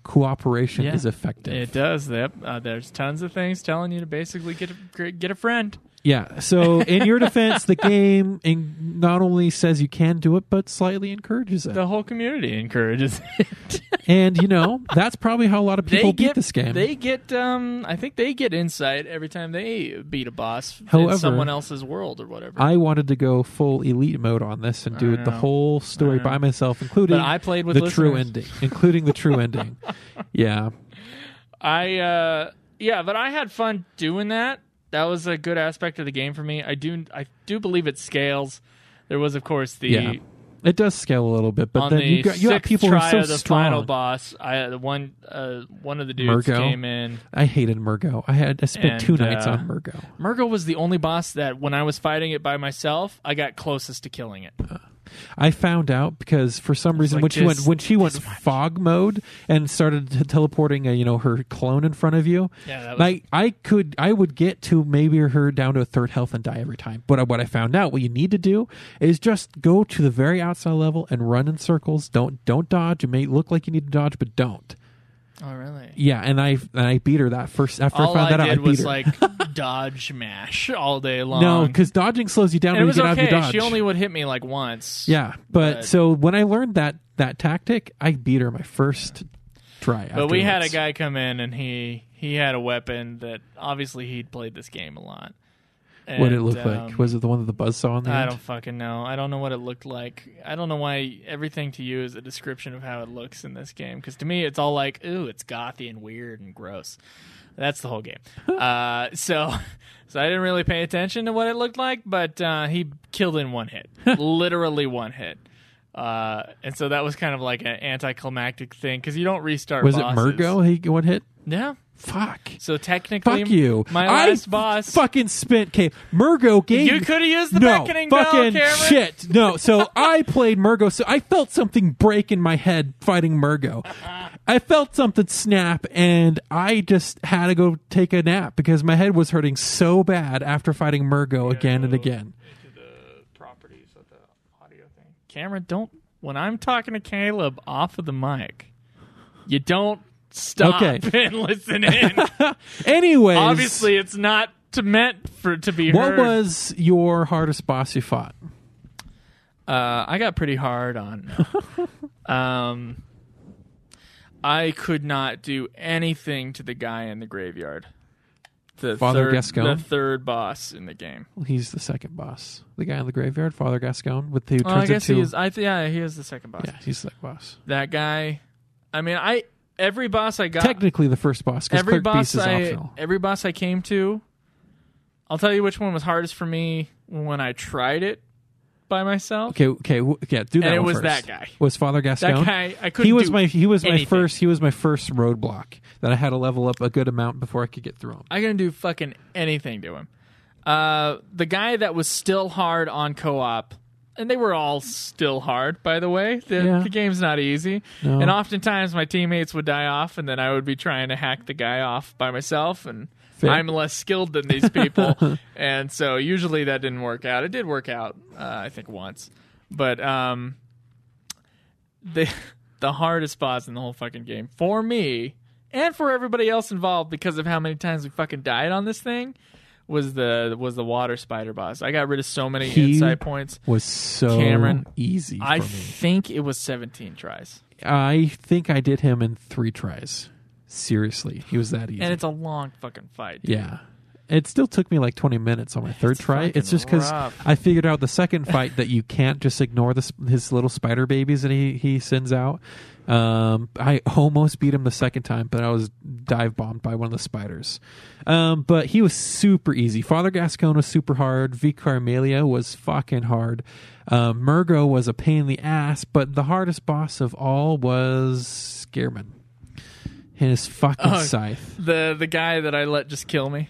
Speaker 8: cooperation
Speaker 7: Yeah.
Speaker 8: is effective.
Speaker 7: It does. Yep. Uh, there's tons of things telling you to basically get a, get a friend.
Speaker 8: Yeah. So in your defense, the game in, not only says you can do it, but slightly encourages it.
Speaker 7: The whole community encourages it.
Speaker 8: And you know that's probably how a lot of people
Speaker 7: they
Speaker 8: beat
Speaker 7: get
Speaker 8: this game.
Speaker 7: They get. Um, I think they get insight every time they beat a boss
Speaker 8: However,
Speaker 7: in someone else's world or whatever.
Speaker 8: I wanted to go full elite mode on this and do the
Speaker 7: know.
Speaker 8: whole story
Speaker 7: I
Speaker 8: by myself, including
Speaker 7: But I played with
Speaker 8: the true
Speaker 7: listeners.
Speaker 8: ending, including the true ending. Yeah,
Speaker 7: I uh yeah, but I had fun doing that. That was a good aspect of the game for me. I do I do believe it scales. There was of course the
Speaker 8: yeah, it does scale a little bit, but
Speaker 7: on
Speaker 8: then
Speaker 7: the
Speaker 8: you got you got
Speaker 7: sixth
Speaker 8: people who
Speaker 7: try
Speaker 8: are so
Speaker 7: of the
Speaker 8: strong.
Speaker 7: final boss. I the one uh one of the dudes
Speaker 8: Murgo?
Speaker 7: came in.
Speaker 8: I hated Murgo. I had I spent
Speaker 7: And,
Speaker 8: two nights
Speaker 7: uh,
Speaker 8: on Murgo.
Speaker 7: Murgo was the only boss that when I was fighting it by myself, I got closest to killing it.
Speaker 8: I found out because for some reason
Speaker 7: like,
Speaker 8: when she went
Speaker 7: just-
Speaker 8: when she went fog mode and started t- teleporting, uh, you know, her clone in front of you.
Speaker 7: Yeah, that was-
Speaker 8: like I could I would get to maybe her down to a third health and die every time. But what I found out, what you need to do is just go to the very outside level and run in circles. Don't don't dodge. It may look like you need to dodge, but don't.
Speaker 7: Oh really?
Speaker 8: Yeah, and I and I beat her that first after I
Speaker 7: All
Speaker 8: found
Speaker 7: I
Speaker 8: that out.
Speaker 7: did
Speaker 8: I beat
Speaker 7: was
Speaker 8: her.
Speaker 7: like dodge mash all day long.
Speaker 8: no, because dodging slows you
Speaker 7: Um,
Speaker 8: down
Speaker 7: and it
Speaker 8: when
Speaker 7: was
Speaker 8: you get out of your
Speaker 7: okay.
Speaker 8: dodge.
Speaker 7: She only would hit me like once.
Speaker 8: Yeah, but,
Speaker 7: But-
Speaker 8: so when I learned that that tactic, I beat her my first try.
Speaker 7: But we had a
Speaker 8: afterwards.
Speaker 7: guy come in and he he had a weapon that obviously he'd played this game a lot. And,
Speaker 8: What did it look
Speaker 7: um,
Speaker 8: like? Was it the one with the buzzsaw on the
Speaker 7: I
Speaker 8: end?
Speaker 7: don't fucking know. I don't know what it looked like. I don't know why everything to you is a description of how it looks in this game. Because to me, it's all like, ooh, it's gothy and weird and gross. That's the whole game. uh, so, so I didn't really pay attention to what it looked like. But uh, he killed in one hit, literally one hit. Uh, and so that was kind of like an anticlimactic thing because you don't restart.
Speaker 8: was
Speaker 7: bosses.
Speaker 8: it Murgo? He one hit.
Speaker 7: Yeah.
Speaker 8: Fuck.
Speaker 7: So technically,
Speaker 8: Fuck you.
Speaker 7: My
Speaker 8: I
Speaker 7: last boss.
Speaker 8: Fucking spent. Okay, Murgo gave
Speaker 7: You could have used the
Speaker 8: no
Speaker 7: beckoning bell,
Speaker 8: fucking
Speaker 7: Cameron.
Speaker 8: shit. No, so I played Murgo. So I felt something break in my head fighting Murgo. I felt something snap, and I just had to go take a nap because my head was hurting so bad after fighting Murgo again and again.
Speaker 7: properties of the audio thing. Cameron, don't. When I'm talking to Caleb off of the mic, you don't stop
Speaker 8: Okay.
Speaker 7: and listen in.
Speaker 8: Anyways,
Speaker 7: Obviously, it's not to meant for to be
Speaker 8: what
Speaker 7: heard.
Speaker 8: was your hardest boss you fought?
Speaker 7: Uh, I got pretty hard on. um, I could not do anything to the guy in the graveyard. The
Speaker 8: Father
Speaker 7: third,
Speaker 8: Gascon?
Speaker 7: the third boss in the game.
Speaker 8: Well, he's the second boss, the guy in the graveyard, Father Gascon, with the
Speaker 7: Oh, I guess he is. I th- yeah, he is the second boss.
Speaker 8: yeah, he's the second boss.
Speaker 7: that guy. I mean, I every boss I got,
Speaker 8: Technically, the first boss because
Speaker 7: every
Speaker 8: Clerk
Speaker 7: boss
Speaker 8: Beast is
Speaker 7: I,
Speaker 8: optional.
Speaker 7: every boss I came to, I'll tell you which one was hardest for me when I tried it by myself.
Speaker 8: Okay, okay, w- yeah. Do that.
Speaker 7: And it
Speaker 8: one
Speaker 7: was that
Speaker 8: first.
Speaker 7: guy.
Speaker 8: Was Father Gascon?
Speaker 7: guy, I couldn't
Speaker 8: He was
Speaker 7: do
Speaker 8: my. He was my
Speaker 7: anything.
Speaker 8: first. He was my first roadblock that I had to level up a good amount before I could get through him.
Speaker 7: I couldn't do fucking anything to him. Uh, the guy that was still hard on co-op, and they were all still hard, by the way. The,
Speaker 8: Yeah.
Speaker 7: the game's not easy,
Speaker 8: No.
Speaker 7: and oftentimes my teammates would die off, and then I would be trying to hack the guy off by myself, and
Speaker 8: Fair.
Speaker 7: I'm less skilled than these people, and so usually that didn't work out. It did work out, uh, I think once, but um, the the hardest boss in the whole fucking game for me and for everybody else involved because of how many times we fucking died on this thing was the was the water spider boss. I got rid of so many
Speaker 8: He-
Speaker 7: insight points.
Speaker 8: Was so
Speaker 7: Cameron,
Speaker 8: easy. For
Speaker 7: I
Speaker 8: me.
Speaker 7: think it was 17 tries.
Speaker 8: I think I did him in three tries. Seriously, he was that easy.
Speaker 7: And it's a long fucking fight. dude.
Speaker 8: yeah. It still took me like 20 minutes on my third try.
Speaker 7: fucking
Speaker 8: It's just because
Speaker 7: rough.
Speaker 8: I figured out the second fight that you can't just ignore this, his little spider babies that he, he sends out. Um, I almost beat him the second time, but I was dive bombed by one of the spiders. Um, but he was super easy. Father Gascon was super hard. V Carmelia was fucking hard. Uh, Murgo was a pain in the ass, but the hardest boss of all was Scareman and his fucking
Speaker 7: Oh.
Speaker 8: scythe.
Speaker 7: The the guy that I let just kill me.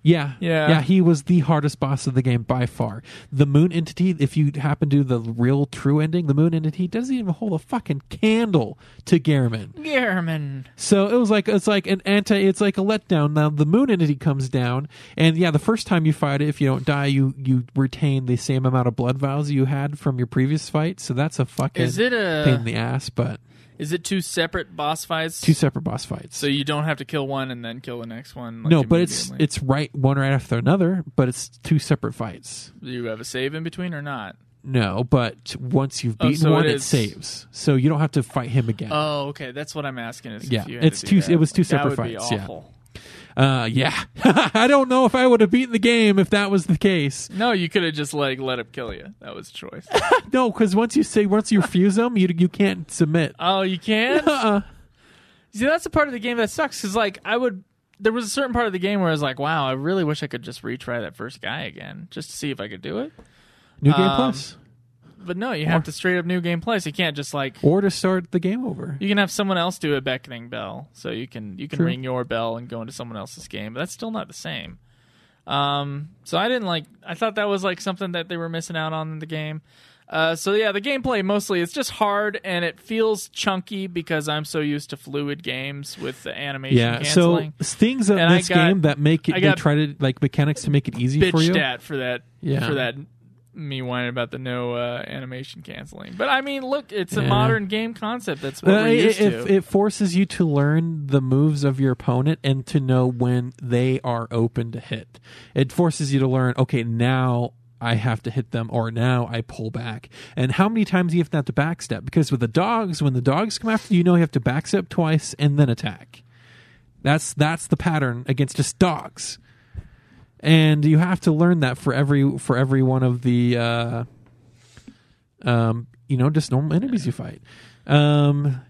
Speaker 8: Yeah.
Speaker 7: Yeah.
Speaker 8: Yeah, he was the hardest boss of the game by far. The moon entity, if you happen to do the real true ending, the moon entity doesn't even hold a fucking candle to Garamond.
Speaker 7: Garmin.
Speaker 8: So it was like it's like an anti it's like a letdown. Now the moon entity comes down and yeah, the first time you fight it, if you don't die, you you retain the same amount of blood vials you had from your previous fight. So that's a fucking
Speaker 7: Is it
Speaker 8: pain in
Speaker 7: a
Speaker 8: the ass, but
Speaker 7: is it two separate boss fights?
Speaker 8: two separate boss fights.
Speaker 7: so you don't have to kill one and then kill the next one. like,
Speaker 8: no, but it's
Speaker 7: immediately?
Speaker 8: it's right one right after another, but it's two separate fights.
Speaker 7: Do you have a save in between or not?
Speaker 8: No, but once you've
Speaker 7: Oh,
Speaker 8: beaten
Speaker 7: so
Speaker 8: one,
Speaker 7: it
Speaker 8: it,
Speaker 7: is-
Speaker 8: saves, so you don't have to fight him again.
Speaker 7: Oh, okay. That's what I'm asking. Is if
Speaker 8: Yeah,
Speaker 7: you had to
Speaker 8: it's
Speaker 7: do
Speaker 8: two-
Speaker 7: that.
Speaker 8: it was two
Speaker 7: Like,
Speaker 8: separate
Speaker 7: that would be
Speaker 8: fights, yeah.
Speaker 7: awful.
Speaker 8: Uh, yeah, I don't know if I would have beaten the game if that was the case.
Speaker 7: No, you could have just like let him kill you. That was a choice.
Speaker 8: No, because once you say once you refuse them, you you can't submit.
Speaker 7: oh, you can't.
Speaker 8: Uh-uh.
Speaker 7: See, that's the part of the game that sucks. Because like I would, there was a certain part of the game where I was like, wow, I really wish I could just retry that first guy again, just to see if I could do it.
Speaker 8: New game
Speaker 7: Um,
Speaker 8: plus,
Speaker 7: But no, you have to straight up new game plus. You can't just like
Speaker 8: or to start the game over.
Speaker 7: you can have someone else do a beckoning bell, so you can you can
Speaker 8: True.
Speaker 7: ring your bell and go into someone else's game. But that's still not the same. Um, so I didn't like. I thought that was like something that they were missing out on in the game. Uh, so yeah, the gameplay mostly it's just hard and it feels chunky because I'm so used to fluid games with the animation
Speaker 8: Yeah,
Speaker 7: canceling.
Speaker 8: so things in
Speaker 7: And I
Speaker 8: this
Speaker 7: got-
Speaker 8: game that make it
Speaker 7: I
Speaker 8: they
Speaker 7: got
Speaker 8: try to like mechanics to make it easy for you.
Speaker 7: bitched at for that
Speaker 8: Yeah.
Speaker 7: for that me whining about the no uh, animation canceling. But I mean, look, it's a
Speaker 8: Yeah.
Speaker 7: modern game concept. That's what
Speaker 8: Uh,
Speaker 7: we're used
Speaker 8: it,
Speaker 7: to.
Speaker 8: it, it forces you to learn the moves of your opponent and to know when they are open to hit. It forces you to learn, okay, now I have to hit them or now I pull back. And how many times you have to have to backstep? Because with the dogs, when the dogs come after you, you know you have to backstep twice and then attack. That's that's the pattern against just dogs. And you have to learn that for every for every one of the uh um, you know, just normal enemies you fight. Um,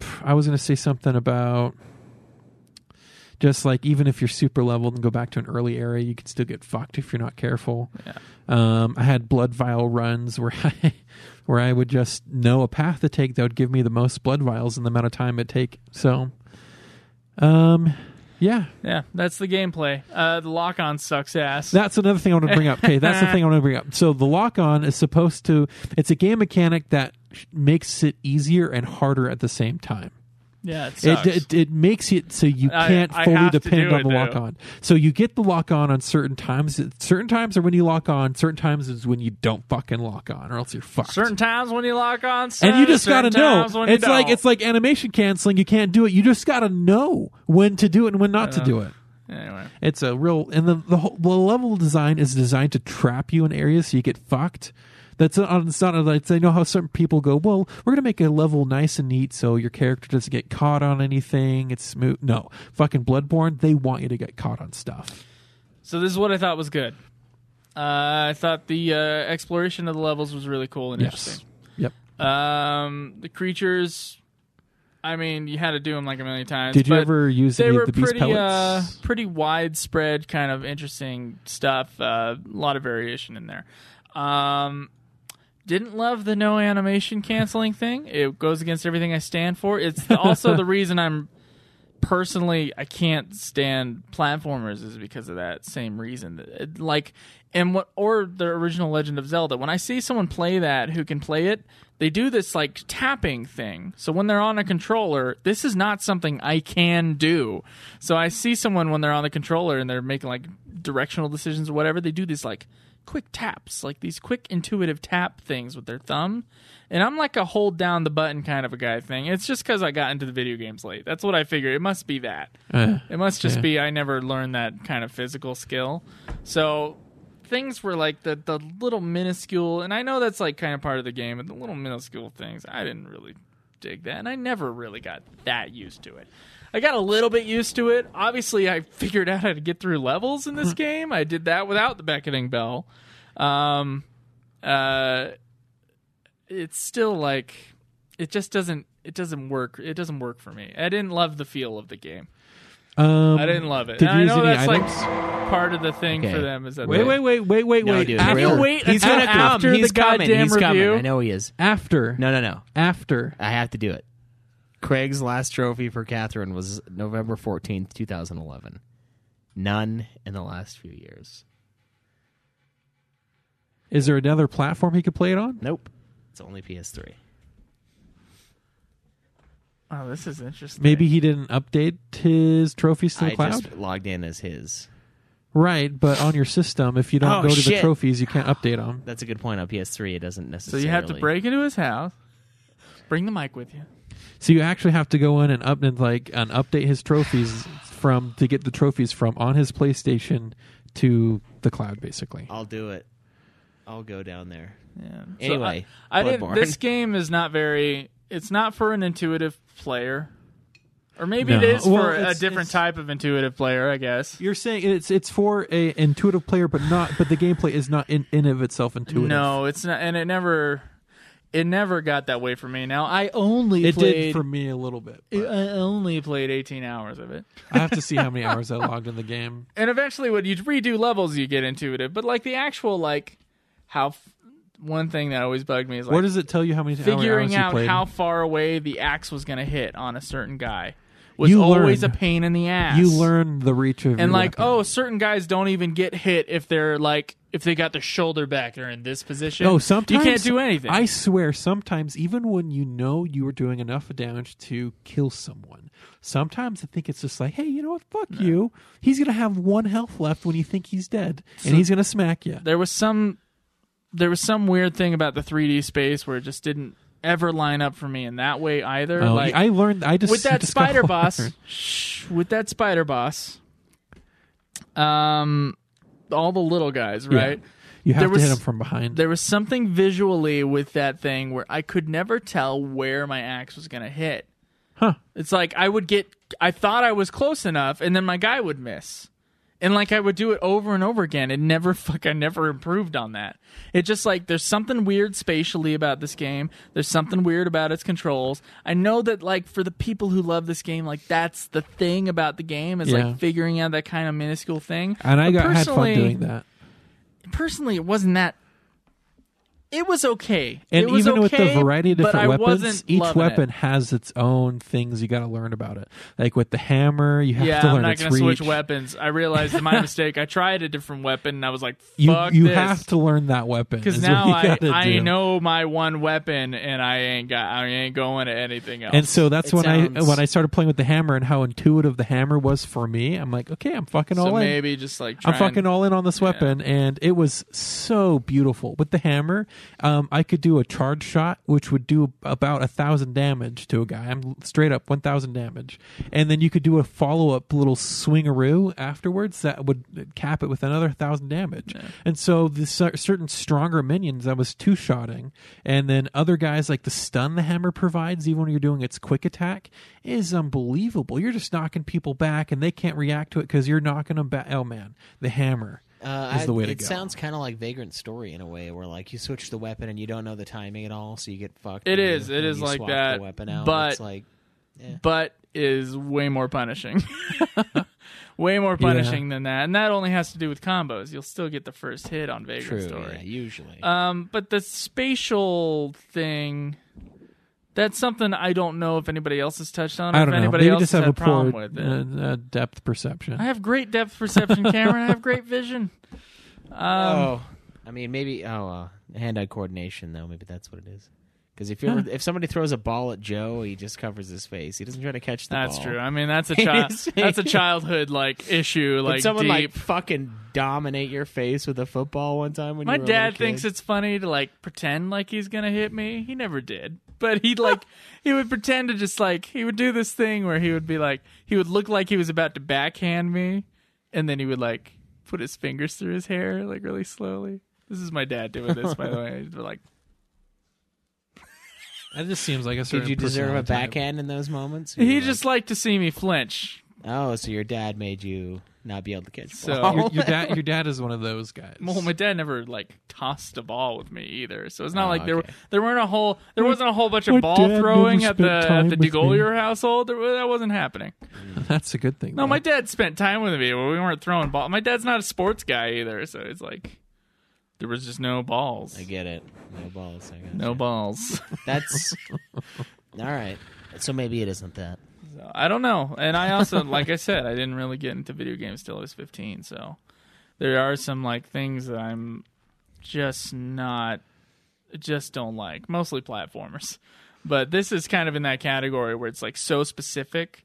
Speaker 8: pff, I was going to say something about just like even if you're super leveled and go back to an early area, you can still get fucked if you're not careful. Um, I had blood vial runs where I where I would just know a path to take that would give me the most blood vials in the amount of time it take. So, um, yeah,
Speaker 7: Yeah, that's the gameplay. Uh, the lock on sucks ass.
Speaker 8: That's another thing I want to bring up. Okay, that's the thing I want to bring up. So the lock on is supposed to. It's a game mechanic that sh- makes it easier and harder at the same time.
Speaker 7: yeah, it sucks.
Speaker 8: It, it it makes it so you
Speaker 7: I-
Speaker 8: can't
Speaker 7: I
Speaker 8: fully
Speaker 7: have to do
Speaker 8: depend on
Speaker 7: it,
Speaker 8: the
Speaker 7: though.
Speaker 8: lock on. So you get the lock on on certain times. Certain times are when you lock on. Certain times is when you don't fucking lock on, or else you're fucked.
Speaker 7: certain times when you lock on, son,
Speaker 8: and you just gotta
Speaker 7: certain times
Speaker 8: know.
Speaker 7: when you
Speaker 8: It's like
Speaker 7: don't.
Speaker 8: it's like animation canceling. You can't do it. You just gotta know when to do it and when not to do it.
Speaker 7: anyway.
Speaker 8: It's a real and the the, whole, the level design is designed to trap you in areas so you get fucked. That's not, it's not like they know how certain people go. Well, we're gonna make a level nice and neat so your character doesn't get caught on anything. It's smooth. No, fucking Bloodborne, they want you to get caught on stuff.
Speaker 7: So this is what I thought was good. Uh, I thought the uh, exploration of the levels was really cool and
Speaker 8: Yes.
Speaker 7: interesting.
Speaker 8: Yep.
Speaker 7: Um, the creatures, I I mean, you had to do them like a million times.
Speaker 8: Did you
Speaker 7: but
Speaker 8: ever use
Speaker 7: they
Speaker 8: any of
Speaker 7: were
Speaker 8: the beast
Speaker 7: pretty, uh,
Speaker 8: pellets?
Speaker 7: pretty widespread, kind of interesting stuff. uh, A lot of variation in there. Um, didn't love the no animation canceling thing. It goes against everything I stand for. It's the- also the reason I'm personally I can't stand platformers is because of that same reason. It- Like and what or the original Legend of Zelda. When I see someone play that who can play it, they do this like tapping thing. So when they're on a controller, this is not something I can do. So I see someone when they're on the controller and they're making like directional decisions or whatever, they do this like quick taps, like these quick intuitive tap things with their thumb. And I'm like a hold down the button kind of a guy thing. It's just because I got into the video games late. That's what I figure. It must be that.
Speaker 8: Uh,
Speaker 7: It must just
Speaker 8: Yeah.
Speaker 7: be I never learned that kind of physical skill. So things were like the the little minuscule, and I know that's like kind of part of the game, but the little minuscule things I didn't really dig that, and I never really got that used to it. I got a little bit used to it. Obviously, I figured out how to get through levels in this game. I did that without the beckoning bell. Um, uh, it's still like it just doesn't it doesn't work it doesn't work for me. I didn't love the feel of the game.
Speaker 8: um,
Speaker 7: I didn't love it.
Speaker 8: Did
Speaker 7: and I
Speaker 8: you use
Speaker 7: know
Speaker 8: any
Speaker 7: that's
Speaker 8: items?
Speaker 7: like part of the thing
Speaker 3: Okay.
Speaker 7: for them is that
Speaker 8: Wait,
Speaker 7: they-
Speaker 8: wait, wait, wait, wait,
Speaker 3: No,
Speaker 8: wait.
Speaker 3: dude,
Speaker 8: after,
Speaker 3: really?
Speaker 8: wait,
Speaker 7: He's
Speaker 8: after,
Speaker 7: gonna come.
Speaker 8: after,
Speaker 7: After
Speaker 3: He's
Speaker 7: the
Speaker 3: coming.
Speaker 7: goddamn
Speaker 3: He's coming.
Speaker 7: review.
Speaker 3: I know he is.
Speaker 8: after,
Speaker 3: No, no, no.
Speaker 8: after.
Speaker 3: I have to do it. Craig's last trophy for Catherine was November 14th, 2011. None in the last few years.
Speaker 8: Is there another platform he could play it on?
Speaker 3: Nope. It's only PS3.
Speaker 7: Oh, this is interesting.
Speaker 8: Maybe he didn't update his trophies to the
Speaker 3: I
Speaker 8: cloud.
Speaker 3: just logged in as his.
Speaker 8: Right, but on your system, if you don't
Speaker 3: Oh,
Speaker 8: go to
Speaker 3: shit.
Speaker 8: the trophies, you can't update them.
Speaker 3: That's a good point. On PS3, it doesn't
Speaker 7: so.
Speaker 3: necessarily.
Speaker 7: You have to break into his house, bring the mic with you.
Speaker 8: So you actually have to go in and up and like and update his trophies from to get the trophies from on his PlayStation to the cloud, basically.
Speaker 3: I'll do it. I'll go down there.
Speaker 7: Yeah.
Speaker 3: Anyway,
Speaker 7: so uh, I, I didn't.
Speaker 3: Bloodborne.
Speaker 7: This game is not very. It's not for an intuitive player, or maybe it
Speaker 8: No.
Speaker 7: is
Speaker 8: Well,
Speaker 7: for a
Speaker 8: it's-
Speaker 7: different
Speaker 8: it's-
Speaker 7: type of intuitive player. I guess.
Speaker 8: You're saying it's it's for a intuitive player, but not but the gameplay is not in in of itself intuitive.
Speaker 7: No, it's not, and it never. It never got that way for me. Now I only
Speaker 8: it
Speaker 7: played.
Speaker 8: did for me a little bit.
Speaker 7: I
Speaker 8: but
Speaker 7: only played 18 hours of it.
Speaker 8: I have to see how many hours I logged in the game.
Speaker 7: and eventually when you redo levels you get intuitive but like the actual like how f- one thing that always bugged me is like
Speaker 8: what does it tell you how many how many
Speaker 7: figuring
Speaker 8: hours you
Speaker 7: out
Speaker 8: played?
Speaker 7: how far away the axe was going to hit on a certain guy was
Speaker 8: You
Speaker 7: always
Speaker 8: learn.
Speaker 7: a pain in the ass
Speaker 8: you learn the reach of
Speaker 7: and
Speaker 8: your
Speaker 7: like
Speaker 8: weapon.
Speaker 7: oh certain guys don't even get hit if they're like if they got their shoulder back they're in this position
Speaker 8: No, Oh, sometimes
Speaker 7: you can't do anything
Speaker 8: I swear, sometimes even when you know you are doing enough damage to kill someone, sometimes I think it's just like, hey, you know what? Fuck you. He's gonna have one health left when you think he's dead, and he's gonna smack you.
Speaker 7: there was some there was some weird thing about the 3d space where it just didn't ever line up for me in that way either
Speaker 8: Oh,
Speaker 7: like
Speaker 8: I learned. I just
Speaker 7: with that
Speaker 8: discovered-
Speaker 7: spider boss shh, with that spider boss um all the little guys
Speaker 8: Yeah.
Speaker 7: right
Speaker 8: You have
Speaker 7: There
Speaker 8: to
Speaker 7: was-
Speaker 8: hit him from behind.
Speaker 7: there was something visually with that thing where i could never tell where my axe was going to hit
Speaker 8: Huh.
Speaker 7: it's like i would get i thought i was close enough and then my guy would miss and like i would do it over and over again and never fuck i never improved on that it just like there's something weird spatially about this game there's something weird about its controls i know that like for the people who love this game like that's the thing about the game is
Speaker 8: Yeah.
Speaker 7: like figuring out that kind of minuscule thing
Speaker 8: and I
Speaker 7: But
Speaker 8: got had fun
Speaker 7: personally-
Speaker 8: doing that.
Speaker 7: personally it wasn't that it was okay
Speaker 8: And
Speaker 7: It was
Speaker 8: even with the
Speaker 7: okay,
Speaker 8: variety of
Speaker 7: but
Speaker 8: different
Speaker 7: I
Speaker 8: weapons,
Speaker 7: wasn't
Speaker 8: each
Speaker 7: loving it.
Speaker 8: weapon has its own things you got to learn about it. Like with the hammer, you have
Speaker 7: yeah,
Speaker 8: to learn
Speaker 7: I'm not
Speaker 8: its
Speaker 7: gonna switch
Speaker 8: reach.
Speaker 7: weapons. I realized that my mistake. I tried a different weapon and I was like,
Speaker 8: you
Speaker 7: "Fuck
Speaker 8: you
Speaker 7: this,"
Speaker 8: have to learn that weapon
Speaker 7: because
Speaker 8: is
Speaker 7: now
Speaker 8: what you
Speaker 7: I
Speaker 8: gotta
Speaker 7: I
Speaker 8: do.
Speaker 7: know my one weapon and I ain't got I ain't going to anything else.
Speaker 8: And so that's
Speaker 7: It
Speaker 8: when I
Speaker 7: sounds-
Speaker 8: when I started playing with the hammer and how intuitive the hammer was for me. I'm like, okay, I'm fucking
Speaker 7: so
Speaker 8: all in.
Speaker 7: maybe just like
Speaker 8: I'm
Speaker 7: trying-
Speaker 8: fucking all in on this weapon, and it was so beautiful with the hammer. Um, I could do a charge shot, which would do about a thousand damage to a guy. I'm straight up one thousand damage, and then you could do a follow up little swingaroo afterwards that would cap it with another thousand damage. And so the cer- certain stronger minions, I was two shotting, and then other guys like the stun the hammer provides, even when you're doing its quick attack, is unbelievable. You're just knocking people back, and they can't react to it because you're knocking them back. Oh man, the hammer
Speaker 3: Uh,
Speaker 8: is the
Speaker 3: I-
Speaker 8: way to
Speaker 3: it
Speaker 8: go.
Speaker 3: sounds kind of like Vagrant Story in a way, where like you switch the weapon and you don't know the timing at all, so you get fucked. when
Speaker 7: It
Speaker 3: you-
Speaker 7: is. It
Speaker 3: when
Speaker 7: is
Speaker 3: you
Speaker 7: like
Speaker 3: swap the
Speaker 7: that,
Speaker 3: weapon out.
Speaker 7: but
Speaker 3: it's like
Speaker 7: but is way more punishing. way more punishing than that. And that only has to do with combos. You'll still get the first hit on Vagrant
Speaker 3: True.
Speaker 7: Story.
Speaker 3: Yeah, usually.
Speaker 7: Um, but the spatial thing. That's something I don't know if anybody else has touched on. Or
Speaker 8: I don't
Speaker 7: if
Speaker 8: know.
Speaker 7: anybody
Speaker 8: Maybe
Speaker 7: else
Speaker 8: just
Speaker 7: has
Speaker 8: have
Speaker 7: had
Speaker 8: a
Speaker 7: a problem
Speaker 8: poor
Speaker 7: with it.
Speaker 8: uh, uh, depth perception.
Speaker 7: I have great depth perception, Cameron. I have great vision.
Speaker 3: oh, I mean, maybe oh, uh, hand-eye coordination though. Maybe that's what it is. Because if you ever, if somebody throws a ball at Joe, he just covers his face. He doesn't try to catch the
Speaker 7: That's
Speaker 3: ball.
Speaker 7: true. I mean, that's a child.
Speaker 3: It's-
Speaker 7: that's a childhood like issue.
Speaker 3: Did
Speaker 7: Like
Speaker 3: someone
Speaker 7: deep.
Speaker 3: like fucking dominate your face with a football one time when
Speaker 7: My
Speaker 3: you were a little
Speaker 7: dad thinks
Speaker 3: kid?
Speaker 7: it's funny to like pretend like he's gonna hit me. He never did, but he'd like he would pretend to just like he would do this thing where he would be like he would look like he was about to backhand me, and then he would like put his fingers through his hair like really slowly. This is my dad doing this, by the way. He'd be like,
Speaker 8: That just seems like a certain.
Speaker 3: Did you deserve a
Speaker 8: personality type.
Speaker 3: backhand in those moments? Or you
Speaker 7: he
Speaker 3: were
Speaker 7: just liked to see me flinch.
Speaker 3: like, oh, so your dad made you not be able to catch.
Speaker 7: So-
Speaker 3: ball.
Speaker 8: Your, your dad, your dad is one of those guys.
Speaker 7: Well, my dad never like tossed a ball with me either, so it's not
Speaker 3: Oh,
Speaker 7: like there
Speaker 3: okay.
Speaker 7: there weren't a whole there wasn't a whole bunch
Speaker 8: my
Speaker 7: of ball
Speaker 8: dad
Speaker 7: throwing
Speaker 8: never
Speaker 7: at the
Speaker 8: spent time
Speaker 7: at the
Speaker 8: with me.
Speaker 7: DeGolier household. There, wa- that wasn't happening.
Speaker 8: That's a good thing.
Speaker 7: No,
Speaker 8: though.
Speaker 7: my dad spent time with me, but we weren't throwing ball. My dad's not a sports guy either, so it's like there was just no balls.
Speaker 3: I get it. No balls. I guess.
Speaker 7: No balls.
Speaker 3: That's all right. So maybe it isn't that.
Speaker 7: So, I don't know. And I also, like I said, I didn't really get into video games till I was 15. So there are some like things that I'm just not, just don't like. Mostly platformers, but this is kind of in that category where it's like so specific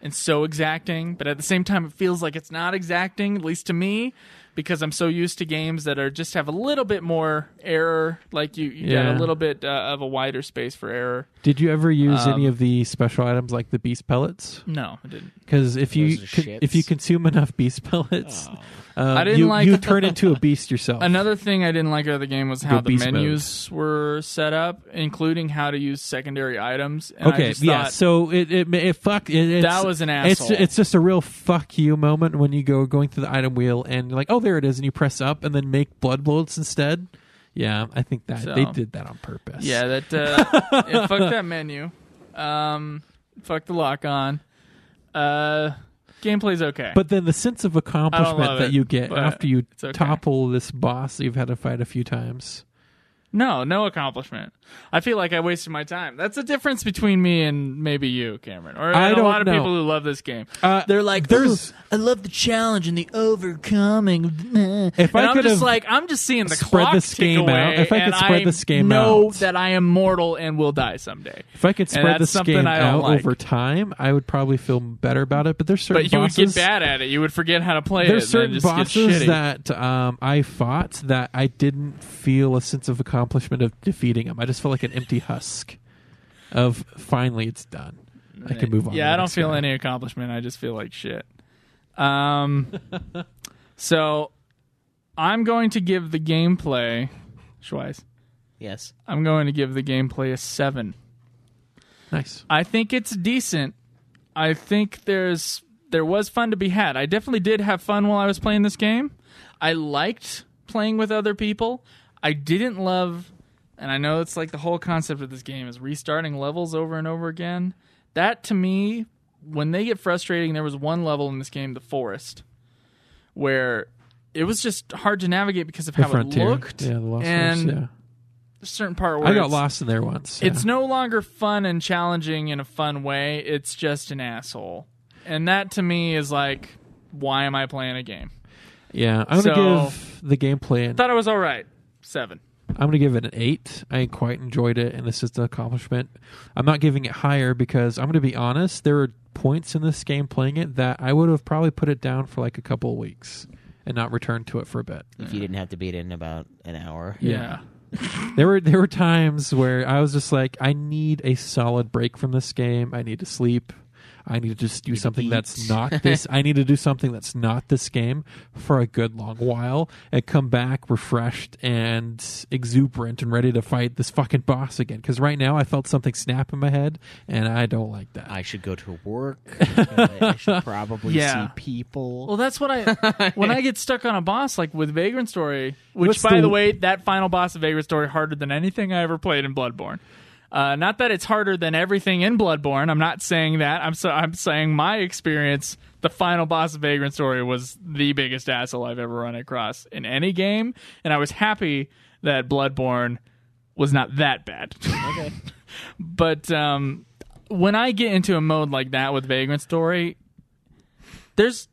Speaker 7: and so exacting, but at the same time, it feels like it's not exacting, at least to me, because I'm so used to games that are just have a little bit more error. Like you, you got
Speaker 8: Yeah.
Speaker 7: a little bit uh, of a wider space for error.
Speaker 8: Did you ever use
Speaker 7: Um,
Speaker 8: any of the special items like the beast pellets?
Speaker 7: No, I didn't.
Speaker 8: Because if
Speaker 3: Those
Speaker 8: you
Speaker 3: are
Speaker 8: con-
Speaker 3: shits. Oh.
Speaker 8: if you consume enough beast pellets, uh,
Speaker 7: I didn't
Speaker 8: you,
Speaker 7: like-
Speaker 8: you turn into a beast yourself.
Speaker 7: Another thing I didn't like about the game was how
Speaker 8: The
Speaker 7: the
Speaker 8: beast
Speaker 7: menus were set up, including how to use secondary items. And I
Speaker 8: Okay,
Speaker 7: just
Speaker 8: yeah.
Speaker 7: thought,
Speaker 8: So it it, it fuck. It, it's,
Speaker 7: That was an asshole.
Speaker 8: It's it's just a real fuck you moment when you go going through the item wheel and you're like, oh, there it is, and you press up and then make blood bullets instead. Yeah, I think that
Speaker 7: So-
Speaker 8: they did that on purpose.
Speaker 7: yeah, that uh, yeah, fuck that menu, um, fuck the lock on. Uh, gameplay's okay,
Speaker 8: But then the sense of accomplishment
Speaker 7: love
Speaker 8: that
Speaker 7: it,
Speaker 8: you get
Speaker 7: but
Speaker 8: after you
Speaker 7: it's okay.
Speaker 8: topple this boss that you've had to fight a few times.
Speaker 7: no, no accomplishment. I feel like I wasted my time. That's the difference between me and maybe you, Cameron, or
Speaker 8: I
Speaker 7: and a
Speaker 8: don't
Speaker 7: lot of
Speaker 8: know.
Speaker 7: people who love this game.
Speaker 8: Uh,
Speaker 7: They're like,
Speaker 8: there's-
Speaker 7: "Ooh, I love the challenge and the overcoming. If
Speaker 8: I
Speaker 7: and I'm
Speaker 8: could
Speaker 7: just
Speaker 8: have
Speaker 7: like, I'm just seeing the
Speaker 8: spread
Speaker 7: clock
Speaker 8: this
Speaker 7: tick
Speaker 8: game
Speaker 7: away,
Speaker 8: out- if I could
Speaker 7: and
Speaker 8: spread
Speaker 7: I
Speaker 8: this game
Speaker 7: know
Speaker 8: out.
Speaker 7: that I am mortal and will die someday.
Speaker 8: If I could
Speaker 7: And
Speaker 8: spread
Speaker 7: that's
Speaker 8: this
Speaker 7: something
Speaker 8: game
Speaker 7: I don't
Speaker 8: out
Speaker 7: like.
Speaker 8: over time, I would probably feel better about it. But there's certain
Speaker 7: But you would get
Speaker 8: bosses-
Speaker 7: bad at it. You would forget how to play
Speaker 8: There's
Speaker 7: it. and
Speaker 8: certain
Speaker 7: then just get
Speaker 8: bosses
Speaker 7: shitty.
Speaker 8: that um, I fought that I didn't feel a sense of accomplishment of defeating them. I just felt like an empty husk of finally it's done. I can move on. to
Speaker 7: Yeah,
Speaker 8: the
Speaker 7: I don't
Speaker 8: next
Speaker 7: feel
Speaker 8: guy.
Speaker 7: any accomplishment. I just feel like shit. Um, so I'm going to give the gameplay, Schweiss.
Speaker 3: Yes.
Speaker 7: I'm going to give the gameplay a seven.
Speaker 8: Nice.
Speaker 7: I think it's decent. I think there's there was fun to be had. I definitely did have fun while I was playing this game. I liked playing with other people. I didn't love and I know it's like the whole concept of this game is restarting levels over and over again. That to me when they get frustrating, there was one level in this game, the forest, where it was just hard to navigate because of
Speaker 8: The
Speaker 7: how
Speaker 8: frontier.
Speaker 7: it looked
Speaker 8: Yeah, the lost
Speaker 7: and
Speaker 8: Ones,
Speaker 7: a certain part
Speaker 8: yeah.
Speaker 7: where
Speaker 8: I got
Speaker 7: it's-
Speaker 8: lost in there once. yeah.
Speaker 7: it's no longer fun and challenging in a fun way. It's just an asshole. And that to me is like, why am I playing a game?
Speaker 8: yeah. I'm gonna
Speaker 7: so-
Speaker 8: give the gameplay. An,
Speaker 7: Thought I was all right. Seven.
Speaker 8: I'm gonna give it an eight. I quite enjoyed it, and this is the accomplishment. I'm not giving it higher because I'm gonna be honest. There are points in this game playing it that I would have probably put it down for like a couple of weeks and not returned to it for a bit.
Speaker 3: If you didn't have to beat it in about an hour.
Speaker 7: Yeah.
Speaker 8: There were there were times where I was just like, I need a solid break from this game. I need to sleep. I need to just do something that's not this. I need to do something that's not this game for a good long while and come back refreshed and exuberant and ready to fight this fucking boss again. Because right now I felt something snap in my head and I don't like that.
Speaker 3: I should go to work. I should probably
Speaker 7: Yeah.
Speaker 3: see people.
Speaker 7: Well, that's what I. when I get stuck on a boss, like with Vagrant Story, which
Speaker 8: What's
Speaker 7: by
Speaker 8: the-
Speaker 7: the way, that final boss of Vagrant Story harder than anything I ever played in Bloodborne. Uh, not that it's harder than everything in Bloodborne. I'm not saying that. I'm so I'm saying my experience. The final boss of Vagrant Story was the biggest asshole I've ever run across in any game, and I was happy that Bloodborne was not that bad. Okay. but um, when I get into a mode like that with Vagrant Story, there's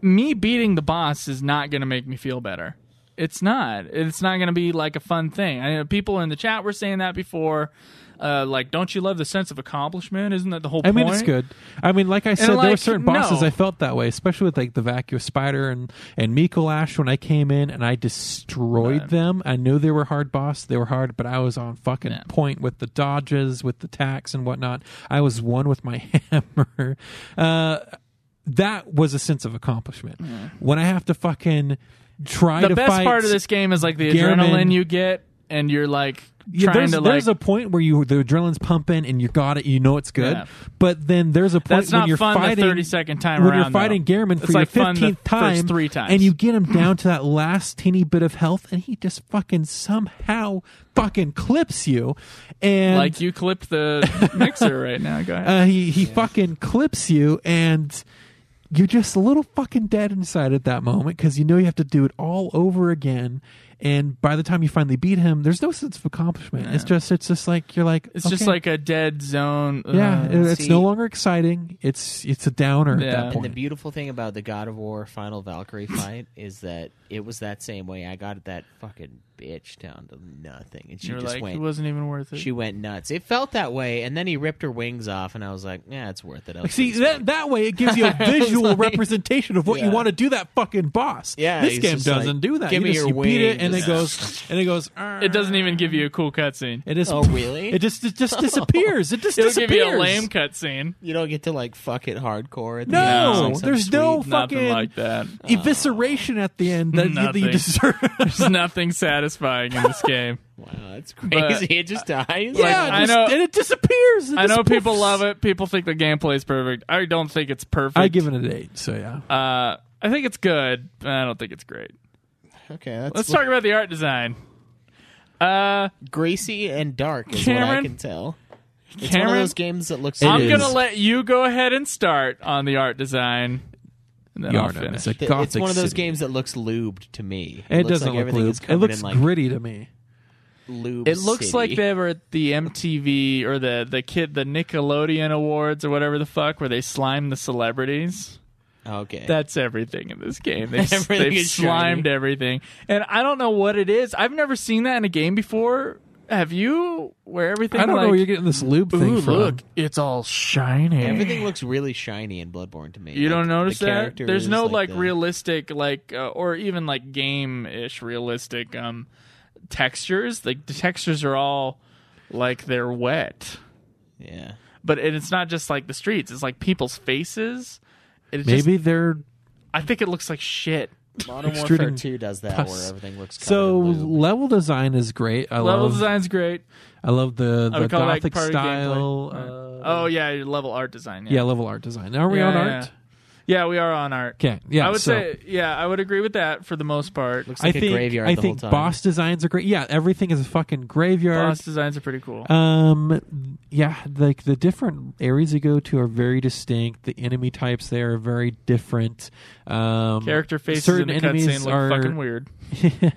Speaker 7: me beating the boss is not going to make me feel better. It's not. It's not going to be like a fun thing. I know people in the chat were saying that before. Uh, like, don't you love the sense of accomplishment? Isn't that the whole
Speaker 8: I
Speaker 7: point?
Speaker 8: mean, it's good. I mean, like I said, there were
Speaker 7: like,
Speaker 8: certain bosses
Speaker 7: no.
Speaker 8: I felt that way, especially with like the vacuous spider and and Mikolash when I came in and I destroyed them. I knew they were hard boss, they were hard, but I was on fucking point with the dodges, with the tacks and whatnot. I was one with my hammer. Uh, that was a sense of accomplishment when I have to fucking try
Speaker 7: Mm-hmm. The
Speaker 8: to
Speaker 7: best
Speaker 8: fight
Speaker 7: part of this game is like the
Speaker 8: Garmin.
Speaker 7: adrenaline you get, and you're like
Speaker 8: yeah,
Speaker 7: trying
Speaker 8: there's,
Speaker 7: to like.
Speaker 8: there's a point where you the adrenaline's pumping and you got it, you know it's good.
Speaker 7: Yeah.
Speaker 8: But then there's a point
Speaker 7: That's
Speaker 8: when
Speaker 7: not
Speaker 8: you're
Speaker 7: fun the
Speaker 8: fighting
Speaker 7: 32nd time
Speaker 8: when you're
Speaker 7: around, though.
Speaker 8: fighting Garmin for
Speaker 7: It's
Speaker 8: your
Speaker 7: like fun the
Speaker 8: 15th
Speaker 7: first
Speaker 8: time,
Speaker 7: three times.
Speaker 8: and you get him down to that last teeny bit of health, and he just fucking somehow fucking clips you, and
Speaker 7: like you clipped the mixer right now. Go ahead.
Speaker 8: uh, he he fucking clips you and you're just a little fucking dead inside at that moment because you know you have to do it all over again and by the time you finally beat him there's no sense of accomplishment it's just it's just like you're like
Speaker 7: it's just
Speaker 8: okay.
Speaker 7: like a dead zone. Uh,
Speaker 8: yeah
Speaker 7: Ugh.
Speaker 8: it- it's
Speaker 3: uh, see-
Speaker 8: no longer exciting it's it's a downer
Speaker 7: Yeah.
Speaker 8: at that
Speaker 7: And
Speaker 3: And the
Speaker 8: point
Speaker 3: beautiful thing about the God of War Final Valkyrie fight is that it was that same way. I got that fucking bitch down to nothing, and she
Speaker 7: you're
Speaker 3: just
Speaker 7: like
Speaker 3: went.
Speaker 7: it wasn't even worth it.
Speaker 3: she went nuts. It felt that way, and then he ripped her wings off, and I was like, "Yeah, it's worth it." I was
Speaker 8: like, see
Speaker 3: pretty
Speaker 8: that that way it gives you a visual representation of what you
Speaker 3: Yeah.
Speaker 8: want to do that fucking boss
Speaker 3: Yeah,
Speaker 8: this
Speaker 3: he's
Speaker 8: game
Speaker 3: just like,
Speaker 8: doesn't do that
Speaker 3: "Give
Speaker 8: you
Speaker 3: me
Speaker 8: just
Speaker 3: your
Speaker 8: you beat it
Speaker 3: wings."
Speaker 8: and it
Speaker 3: Yeah.
Speaker 8: goes and it goes
Speaker 7: it doesn't even give you a cool cutscene.
Speaker 8: it just
Speaker 3: Oh, really?
Speaker 8: it just it just disappears it just
Speaker 7: It'll give
Speaker 8: disappears
Speaker 7: you a lame cutscene.
Speaker 3: You don't get to like fuck it hardcore. At the end.
Speaker 8: No,
Speaker 3: It's like some
Speaker 8: there's
Speaker 3: sweet-
Speaker 8: no
Speaker 7: Nothing
Speaker 8: fucking
Speaker 7: like that.
Speaker 8: evisceration at the end that, you- that you
Speaker 7: Nothing.
Speaker 8: deserve.
Speaker 7: There's nothing satisfying in this game.
Speaker 3: Wow, that's crazy. it just dies.
Speaker 8: yeah,
Speaker 7: I
Speaker 8: just-
Speaker 7: know-
Speaker 8: and it disappears. It
Speaker 7: I know
Speaker 8: just
Speaker 7: people
Speaker 8: poofs.
Speaker 7: love it. People think the gameplay is perfect. I don't think it's perfect.
Speaker 8: I give it an eight. So yeah,
Speaker 7: Uh, I think it's good. but I don't think it's great.
Speaker 9: Okay, that's
Speaker 7: Let's talk about the art design. Uh,
Speaker 3: greasy and dark is what I
Speaker 7: Cameron?
Speaker 3: can tell. It's one
Speaker 7: Cameron?
Speaker 3: of those games that looks.
Speaker 7: I'm
Speaker 8: is.
Speaker 7: gonna let you go ahead and start on the art design. And then I'll
Speaker 8: Yarnum.
Speaker 7: finish.
Speaker 8: It's a
Speaker 3: Th-
Speaker 8: gothic
Speaker 3: it's one of those
Speaker 8: city.
Speaker 3: games that looks lubed to me.
Speaker 8: It,
Speaker 3: looks
Speaker 8: doesn't
Speaker 3: like
Speaker 8: look
Speaker 3: everything is
Speaker 8: lube. It
Speaker 3: covered
Speaker 8: looks
Speaker 3: in like
Speaker 8: gritty to me.
Speaker 3: lube.
Speaker 7: It looks
Speaker 3: city.
Speaker 7: like they were at the MTV or the the kid the Nickelodeon Awards or whatever the fuck where they slime the celebrities.
Speaker 3: Okay.
Speaker 7: That's everything in this game. They've,
Speaker 3: Everything
Speaker 7: they've
Speaker 3: is
Speaker 7: slimed
Speaker 3: shiny.
Speaker 7: everything, and I don't know what it is. I've never seen that in a game before. Have you? Where everything?
Speaker 8: I don't
Speaker 7: like,
Speaker 8: know where you're getting this lube thing
Speaker 7: Ooh,
Speaker 8: from.
Speaker 7: look, it's all shiny.
Speaker 3: Everything looks really shiny in Bloodborne to me.
Speaker 7: You
Speaker 3: Like,
Speaker 7: don't notice
Speaker 3: the
Speaker 7: that? There's
Speaker 3: characters,
Speaker 7: no like,
Speaker 3: the-
Speaker 7: realistic, like uh, or even like game-ish realistic um textures. Like the textures are all like they're wet,
Speaker 3: Yeah.
Speaker 7: but and it's not just like the streets. It's like people's faces. It's just-
Speaker 8: Maybe they're
Speaker 7: I think it looks like shit.
Speaker 9: Modern
Speaker 8: Extruding
Speaker 9: Warfare Two does that,
Speaker 8: pus.
Speaker 9: where everything looks covered
Speaker 8: so
Speaker 9: in lube.
Speaker 8: level design is great. I
Speaker 7: Level
Speaker 8: love
Speaker 7: design's great.
Speaker 8: I love the,
Speaker 7: I
Speaker 8: the
Speaker 7: would call it like
Speaker 8: gothic
Speaker 7: part
Speaker 8: style.
Speaker 7: of gameplay.
Speaker 8: uh,
Speaker 7: oh yeah, your level art design. Yeah,
Speaker 8: yeah, level art design. Are we
Speaker 7: Yeah,
Speaker 8: on
Speaker 7: yeah,
Speaker 8: art?
Speaker 7: yeah. we are on art.
Speaker 8: Okay, yeah.
Speaker 7: I would
Speaker 8: so-
Speaker 7: say yeah, I would agree with that for the most part.
Speaker 3: Looks like
Speaker 8: I
Speaker 3: a
Speaker 8: think
Speaker 3: graveyard
Speaker 8: I
Speaker 3: the
Speaker 8: think
Speaker 3: whole time.
Speaker 8: boss designs are great. Yeah, everything is a fucking graveyard.
Speaker 7: Boss designs are pretty cool.
Speaker 8: Um, yeah, like the different areas you go to are very distinct. The enemy types there are very different. Um,
Speaker 7: Character faces in
Speaker 8: certain
Speaker 7: the
Speaker 8: enemies
Speaker 7: cutscene look
Speaker 8: are
Speaker 7: fucking weird.
Speaker 8: weird.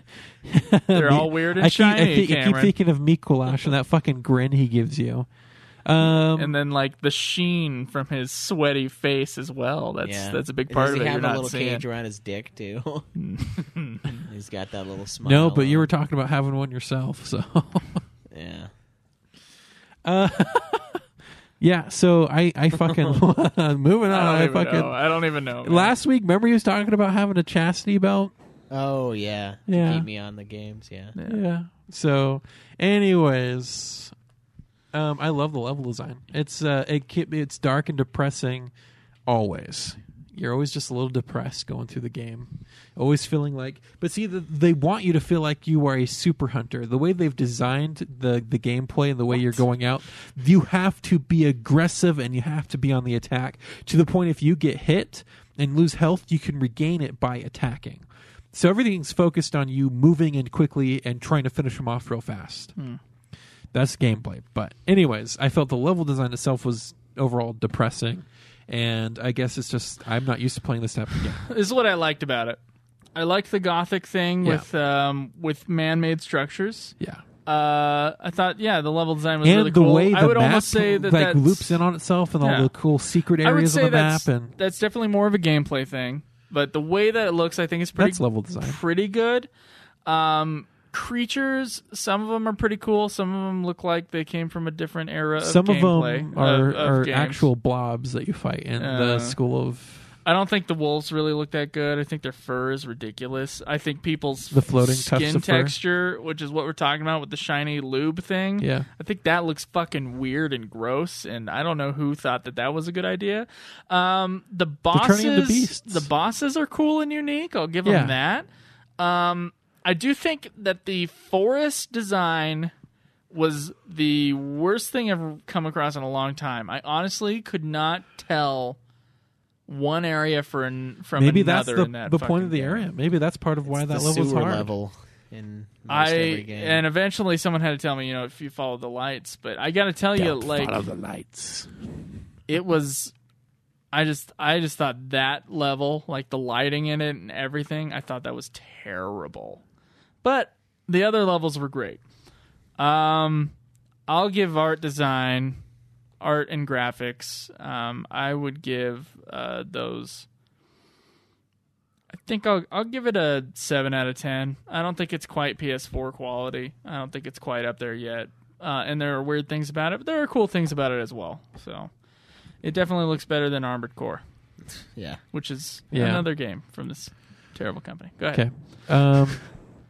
Speaker 7: They're all weird and
Speaker 8: I keep, I,
Speaker 7: shiny,
Speaker 8: keep- I keep
Speaker 7: Cameron.
Speaker 8: thinking of Mikulash and that fucking grin he gives you. Um,
Speaker 7: and then like the sheen from his sweaty face as well. That's
Speaker 3: yeah.
Speaker 7: that's a big
Speaker 3: And
Speaker 7: part
Speaker 3: does he
Speaker 7: of it. You're
Speaker 3: have a
Speaker 7: not
Speaker 3: little
Speaker 7: seeing.
Speaker 3: cage around his dick too. He's got that little smile.
Speaker 8: no, but you
Speaker 3: on.
Speaker 8: were talking about having one yourself, so.
Speaker 3: yeah.
Speaker 8: Yeah, so I, I fucking moving on.
Speaker 7: I don't
Speaker 8: I,
Speaker 7: even
Speaker 8: fucking
Speaker 7: know. I don't even know. man.
Speaker 8: last week. Remember, he was talking about having a chastity belt.
Speaker 3: Oh yeah. To
Speaker 8: Yeah.
Speaker 3: Keep me on the games. Yeah.
Speaker 8: Yeah. So, anyways, um, I love the level design. It's uh, it keep, it's dark and depressing. Always, you're always just a little depressed going through the game. Always feeling like, but see, the, they want you to feel like you are a super hunter. The way they've designed the the gameplay and the way you're going out, you have to be aggressive and you have to be on the attack to the point if you get hit and lose health, you can regain it by attacking. So everything's focused on you moving in quickly and trying to finish them off real fast. That's gameplay. But anyways, I felt the level design itself was overall depressing, and I guess it's just I'm not used to playing this type of game.
Speaker 7: This is what I liked about it. I liked the gothic thing
Speaker 8: Yeah.
Speaker 7: with um, with man made structures.
Speaker 8: Yeah.
Speaker 7: Uh, I thought, yeah, the level design was
Speaker 8: And
Speaker 7: really
Speaker 8: the
Speaker 7: cool.
Speaker 8: way the
Speaker 7: I would
Speaker 8: map
Speaker 7: almost say that
Speaker 8: like
Speaker 7: that's,
Speaker 8: loops in on itself and
Speaker 7: Yeah.
Speaker 8: all the cool secret
Speaker 7: I would
Speaker 8: areas
Speaker 7: say
Speaker 8: of the map
Speaker 7: that's,
Speaker 8: and
Speaker 7: that's definitely more of a gameplay thing. But the way that it looks, I think, is pretty
Speaker 8: that's level design.
Speaker 7: pretty good. Um, creatures, some of them are pretty cool. Some of them look like they came from a different era. Of
Speaker 8: Some of
Speaker 7: gameplay,
Speaker 8: them um, are,
Speaker 7: of- of
Speaker 8: are
Speaker 7: games.
Speaker 8: actual blobs that you fight in
Speaker 7: Uh,
Speaker 8: the school of
Speaker 7: I don't think the wolves really look that good. I think their fur is ridiculous. I think people's
Speaker 8: The floating tufts
Speaker 7: skin
Speaker 8: of fur.
Speaker 7: texture, which is what we're talking about with the shiny lube thing.
Speaker 8: Yeah.
Speaker 7: I think that looks fucking weird and gross, and I don't know who thought that that was a good idea. Um, the
Speaker 8: turning into
Speaker 7: bosses,
Speaker 8: beasts.
Speaker 7: the bosses are cool and unique. I'll give them
Speaker 8: Yeah.
Speaker 7: that. Um, I do think that the forest design was the worst thing I've come across in a long time. I honestly could not tell one area for an, from
Speaker 8: maybe that's
Speaker 7: another
Speaker 8: the,
Speaker 7: in that
Speaker 8: the point
Speaker 7: fucking
Speaker 8: of the
Speaker 7: game.
Speaker 8: area. Maybe that's part of why
Speaker 9: It's
Speaker 8: that
Speaker 9: the
Speaker 8: level's
Speaker 9: sewer
Speaker 8: hard.
Speaker 9: level in most
Speaker 7: I
Speaker 9: every game.
Speaker 7: and eventually someone had to tell me, you know, if you follow the lights. But I gotta tell you,
Speaker 2: Don't
Speaker 7: like
Speaker 2: follow the lights.
Speaker 7: it was, I just I just thought that level, like the lighting in it and everything, I thought that was terrible. But the other levels were great. Um, I'll give art design, art and graphics. Um, I would give uh, those. I think I'll I'll give it a seven out of ten. I don't think it's quite PS4 quality. I don't think it's quite up there yet. Uh, and there are weird things about it, but there are cool things about it as well. So it definitely looks better than Armored Core,
Speaker 9: yeah,
Speaker 7: which is
Speaker 8: Yeah.
Speaker 7: another game from this terrible company. Go ahead.
Speaker 8: Okay. Um,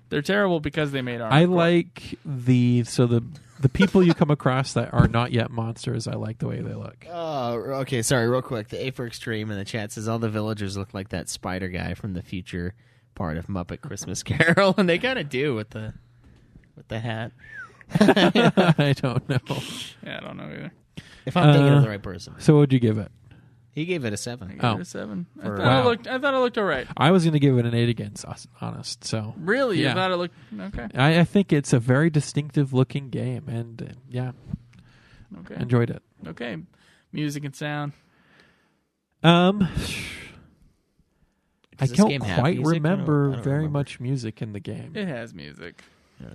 Speaker 7: They're terrible because they made Armored
Speaker 8: I
Speaker 7: Core.
Speaker 8: like the so the the people you come across that are not yet monsters. I like the way they look.
Speaker 9: Uh, okay, sorry, real quick. The A for Extreme in the chat says all the villagers look like that spider guy from the future part of Muppet Christmas Carol, and they kind of do with the with the hat.
Speaker 8: I don't know.
Speaker 7: Yeah, I don't know either.
Speaker 9: If I'm thinking
Speaker 8: Uh,
Speaker 9: of the right person,
Speaker 8: So what would you give it?
Speaker 9: he gave it a seven.
Speaker 8: Oh.
Speaker 7: Give it a seven. I
Speaker 9: For-
Speaker 7: thought it
Speaker 8: Wow.
Speaker 7: looked. I thought it looked all right.
Speaker 8: I was going to give it an eight against us, honest. So
Speaker 7: Really, you
Speaker 8: Yeah.
Speaker 7: thought it looked okay.
Speaker 8: I, I think it's a very distinctive looking game, and uh, yeah,
Speaker 7: Okay.
Speaker 8: enjoyed it.
Speaker 7: Okay. Music and sound.
Speaker 8: Um, I
Speaker 9: Does this
Speaker 8: don't
Speaker 9: game have
Speaker 8: quite
Speaker 9: music? I don't-
Speaker 8: remember
Speaker 9: I don't
Speaker 8: very
Speaker 9: remember.
Speaker 8: much music in the game.
Speaker 7: It has music.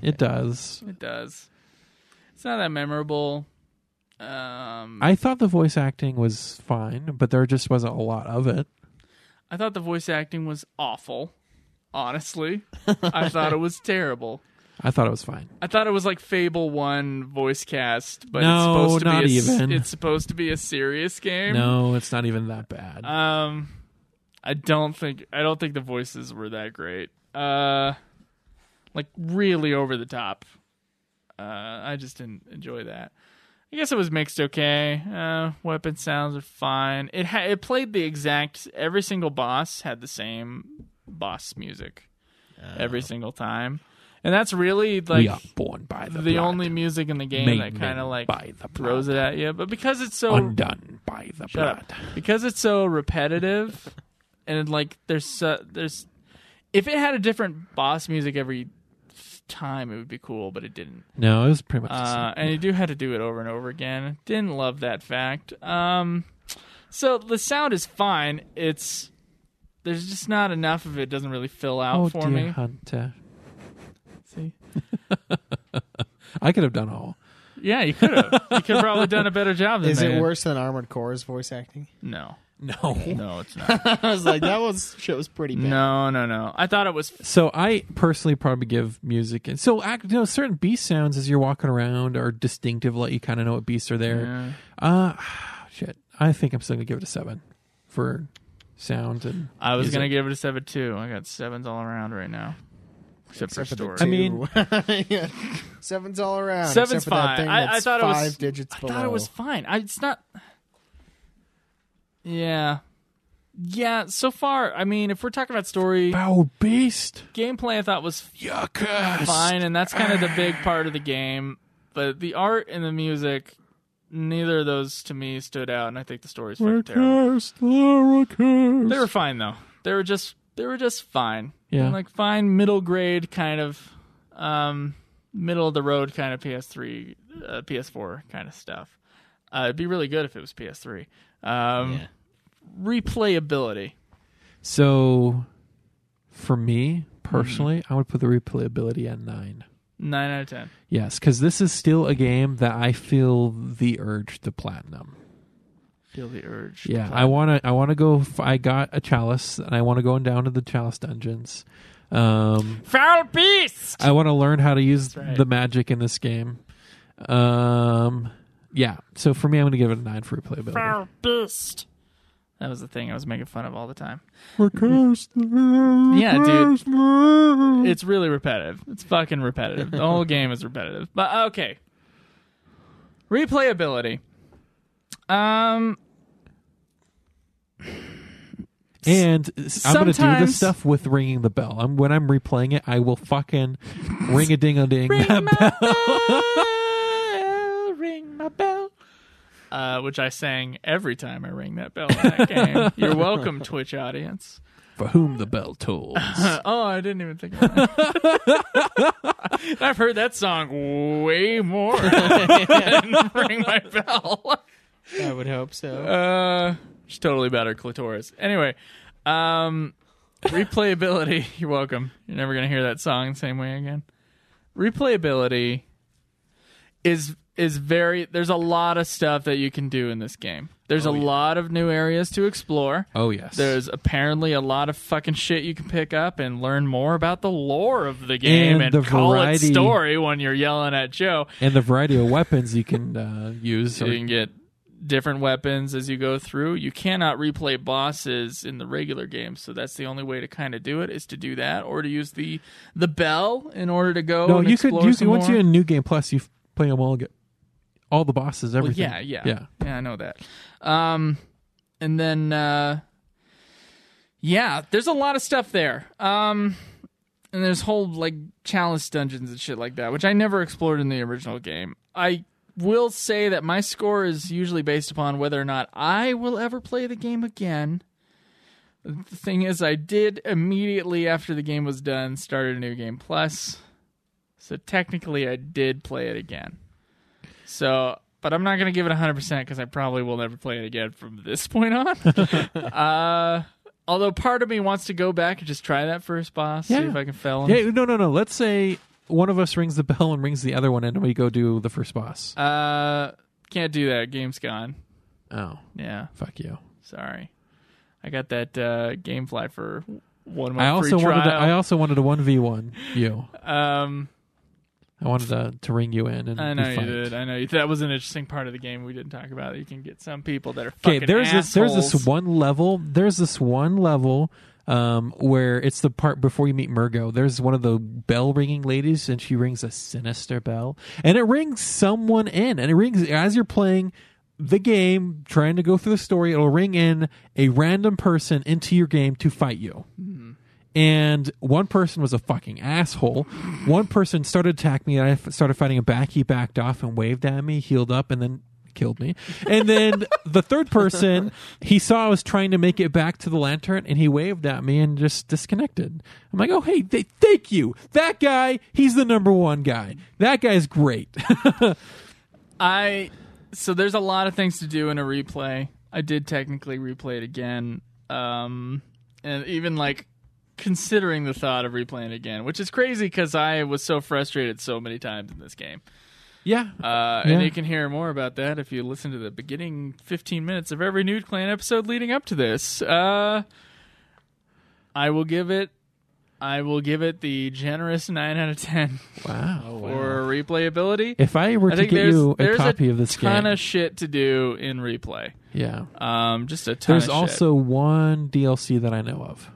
Speaker 8: It does.
Speaker 7: It does. It's not that memorable. Um, I,
Speaker 8: I thought the voice acting was fine, but there just wasn't a lot of it.
Speaker 7: I thought the voice acting was awful. Honestly, I thought it was terrible.
Speaker 8: I thought it was fine.
Speaker 7: I thought it was like Fable One voice cast, but it's
Speaker 8: No,
Speaker 7: supposed to
Speaker 8: not
Speaker 7: be a, s-
Speaker 8: even.
Speaker 7: It's supposed to be a serious game.
Speaker 8: No, it's not even that bad.
Speaker 7: Um, I don't think I don't think the voices were that great. Uh, like really over the top. Uh, I just didn't enjoy that. I guess it was mixed okay. Uh, weapon sounds are fine. It ha- it played the exact every single boss had the same boss music every single time, and that's really like
Speaker 2: we are born by the,
Speaker 7: the,
Speaker 2: blood,
Speaker 7: only music in the game
Speaker 2: Made
Speaker 7: that kind
Speaker 2: men
Speaker 7: of like
Speaker 2: by the
Speaker 7: throws it at you. But because it's so
Speaker 2: undone by the
Speaker 7: Shut
Speaker 2: blood.
Speaker 7: up. Because it's so repetitive, and like there's so, there's, if it had a different boss music every time, it would be cool, but it didn't.
Speaker 8: no, it was pretty much. the same.
Speaker 7: Uh, and you do have to do it over and over again. Didn't love that fact. Um, so the sound is fine. It's there's just not enough of it. Doesn't really fill out
Speaker 8: oh
Speaker 7: for
Speaker 8: dear,
Speaker 7: me.
Speaker 8: Hunter,
Speaker 7: See?
Speaker 8: I could have done all.
Speaker 7: Yeah, you could have. you could have probably done a better job than
Speaker 9: Is
Speaker 7: they
Speaker 9: it
Speaker 7: did.
Speaker 9: worse than Armored Core's voice acting?
Speaker 7: No,
Speaker 8: No.
Speaker 7: no, it's not.
Speaker 9: I was like, that was shit was pretty bad.
Speaker 7: no, no, no. I thought it was
Speaker 8: So I personally probably give music, and so act, you know certain beast sounds as you're walking around are distinctive, let you kind of know what beasts are there. Uh shit. I think I'm still gonna give it a seven for sound and.
Speaker 7: I was
Speaker 8: music.
Speaker 7: gonna give it a seven too. I got sevens all around right now, except, for
Speaker 9: Except for
Speaker 7: story.
Speaker 9: the
Speaker 8: I mean-
Speaker 9: two. Yeah. sevens all around. except
Speaker 7: Seven's
Speaker 9: for that
Speaker 7: fine.
Speaker 9: thing
Speaker 7: I- I
Speaker 9: that's
Speaker 7: thought it was-
Speaker 9: five digits
Speaker 7: I
Speaker 9: below.
Speaker 7: thought it was fine. I, it's not. Yeah, yeah. So far, I mean, if we're talking about story
Speaker 8: Bow beast.
Speaker 7: gameplay, I thought was
Speaker 2: You're cursed.
Speaker 7: fine, and that's kind of the big part of the game. But the art and the music, neither of those to me stood out, and I think the story's fucking terrible. They were fine though. They were just they were just fine.
Speaker 8: Yeah.
Speaker 7: like fine middle grade kind of um middle of the road kind of PS3 uh, PS4 kind of stuff. Uh, it'd be really good if it was PS3. Um,
Speaker 3: Yeah.
Speaker 7: Replayability.
Speaker 8: So, for me personally, I would put the replayability at nine.
Speaker 7: Nine out of ten.
Speaker 8: Yes, because this is still a game that I feel the urge to platinum.
Speaker 7: Feel the urge.
Speaker 8: Yeah, I want to. I want to go. F- I got a chalice, and I want to go down to the chalice dungeons. Um,
Speaker 7: Found beast.
Speaker 8: I want to learn how to use
Speaker 7: right.
Speaker 8: the magic in this game. Um, yeah. So for me, I'm going to give it a nine for replayability.
Speaker 7: Found beast. That was the thing I was making fun of all the time. Yeah, dude. It's really repetitive. It's fucking repetitive. The whole game is repetitive. But okay. Replayability. Um
Speaker 8: And s- I'm going to do
Speaker 7: Sometimes-
Speaker 8: this stuff with ringing the bell. I'm, when I'm replaying it, I will fucking ring a ding a ding.
Speaker 7: bell, ring my bell. Uh, which I sang every time I ring that bell in that game. You're welcome, Twitch audience.
Speaker 8: For whom the bell tolls.
Speaker 7: Oh, I didn't even think of that. I've heard that song way more than ring my bell.
Speaker 3: I would hope so.
Speaker 7: Uh, she's totally about her clitoris. Anyway, um, replayability. You're welcome. You're never gonna hear that song the same way again. Replayability is is very. There's a lot of stuff that you can do in this game. There's a lot of new areas to explore.
Speaker 8: Oh yes.
Speaker 7: There's apparently a lot of fucking shit you can pick up and learn more about the lore of the game and,
Speaker 8: And the
Speaker 7: call
Speaker 8: variety-
Speaker 7: it story when you're yelling at Joe.
Speaker 8: and the variety of weapons you can uh, use.
Speaker 7: So you can get different weapons as you go through. You cannot replay bosses in the regular game, so that's the only way to kind of do it is to do that or to use the the bell in order to go.
Speaker 8: no,
Speaker 7: and
Speaker 8: you could.
Speaker 7: explore
Speaker 8: You
Speaker 7: some
Speaker 8: could once
Speaker 7: more.
Speaker 8: you're in New Game Plus, you f- play them all. Get all the bosses,
Speaker 7: Well,
Speaker 8: everything.
Speaker 7: yeah, yeah,
Speaker 8: yeah.
Speaker 7: yeah. I know that. Um, and then uh, yeah, there's a lot of stuff there. Um. And there's whole like chalice dungeons and shit like that, which I never explored in the original game. I will say that my score is usually based upon whether or not I will ever play the game again. The thing is, I did immediately after the game was done started a new game plus, so technically I did play it again. So, but I'm not gonna give it 100 percent because I probably will never play it again from this point on. uh, although part of me wants to go back and just try that first boss, see
Speaker 8: Yeah.
Speaker 7: if I can fail. Him.
Speaker 8: Hey, no, no, no. Let's say one of us rings the bell and rings the other one, and we go do the first boss.
Speaker 7: Uh, can't do that. Game's gone.
Speaker 8: oh,
Speaker 7: Yeah,
Speaker 8: fuck you.
Speaker 7: sorry. I got that uh, GameFly for one month
Speaker 8: I also
Speaker 7: free
Speaker 8: wanted. To, I
Speaker 7: trial.
Speaker 8: also wanted a one v one you.
Speaker 7: um,
Speaker 8: I wanted to, to ring you in, and
Speaker 7: I know
Speaker 8: we
Speaker 7: you
Speaker 8: fight.
Speaker 7: did. I know you. That was an interesting part of the game we didn't talk about. You can get some people that are
Speaker 8: Okay,
Speaker 7: fucking
Speaker 8: there's this, there's
Speaker 7: assholes.
Speaker 8: this one level. There's this one level um, where it's the part before you meet Murgo. There's one of the bell ringing ladies, and she rings a sinister bell, and it rings someone in, and it rings as you're playing the game, trying to go through the story. It'll ring in a random person into your game to fight you. And one person was a fucking asshole. One person started attacking me, and I f- started fighting him back. He backed off and waved at me, healed up, and then killed me. And then the third person, he saw I was trying to make it back to the lantern, and he waved at me and just disconnected. I'm like, oh hey, th- thank you. That guy, he's the number one guy. That guy's great.
Speaker 7: I so there's a lot of things to do in a replay. I did technically replay it again, um, and even like considering the thought of replaying it again, which is crazy because I was so frustrated so many times in this game.
Speaker 8: yeah,
Speaker 7: Uh,
Speaker 8: Yeah.
Speaker 7: And you can hear more about that if you listen to the beginning 15 minutes of every Nude Clan episode leading up to this. Uh, I will give it. I will give it the generous nine out of ten
Speaker 8: wow.
Speaker 7: for replayability.
Speaker 8: If I were
Speaker 7: I
Speaker 8: to
Speaker 7: think
Speaker 8: get
Speaker 7: there's,
Speaker 8: you a
Speaker 7: there's
Speaker 8: copy
Speaker 7: a
Speaker 8: of this
Speaker 7: ton
Speaker 8: game,
Speaker 7: of shit to do in replay.
Speaker 8: yeah.
Speaker 7: Um, just a ton.
Speaker 8: There's
Speaker 7: of shit.
Speaker 8: also one DLC that I know of.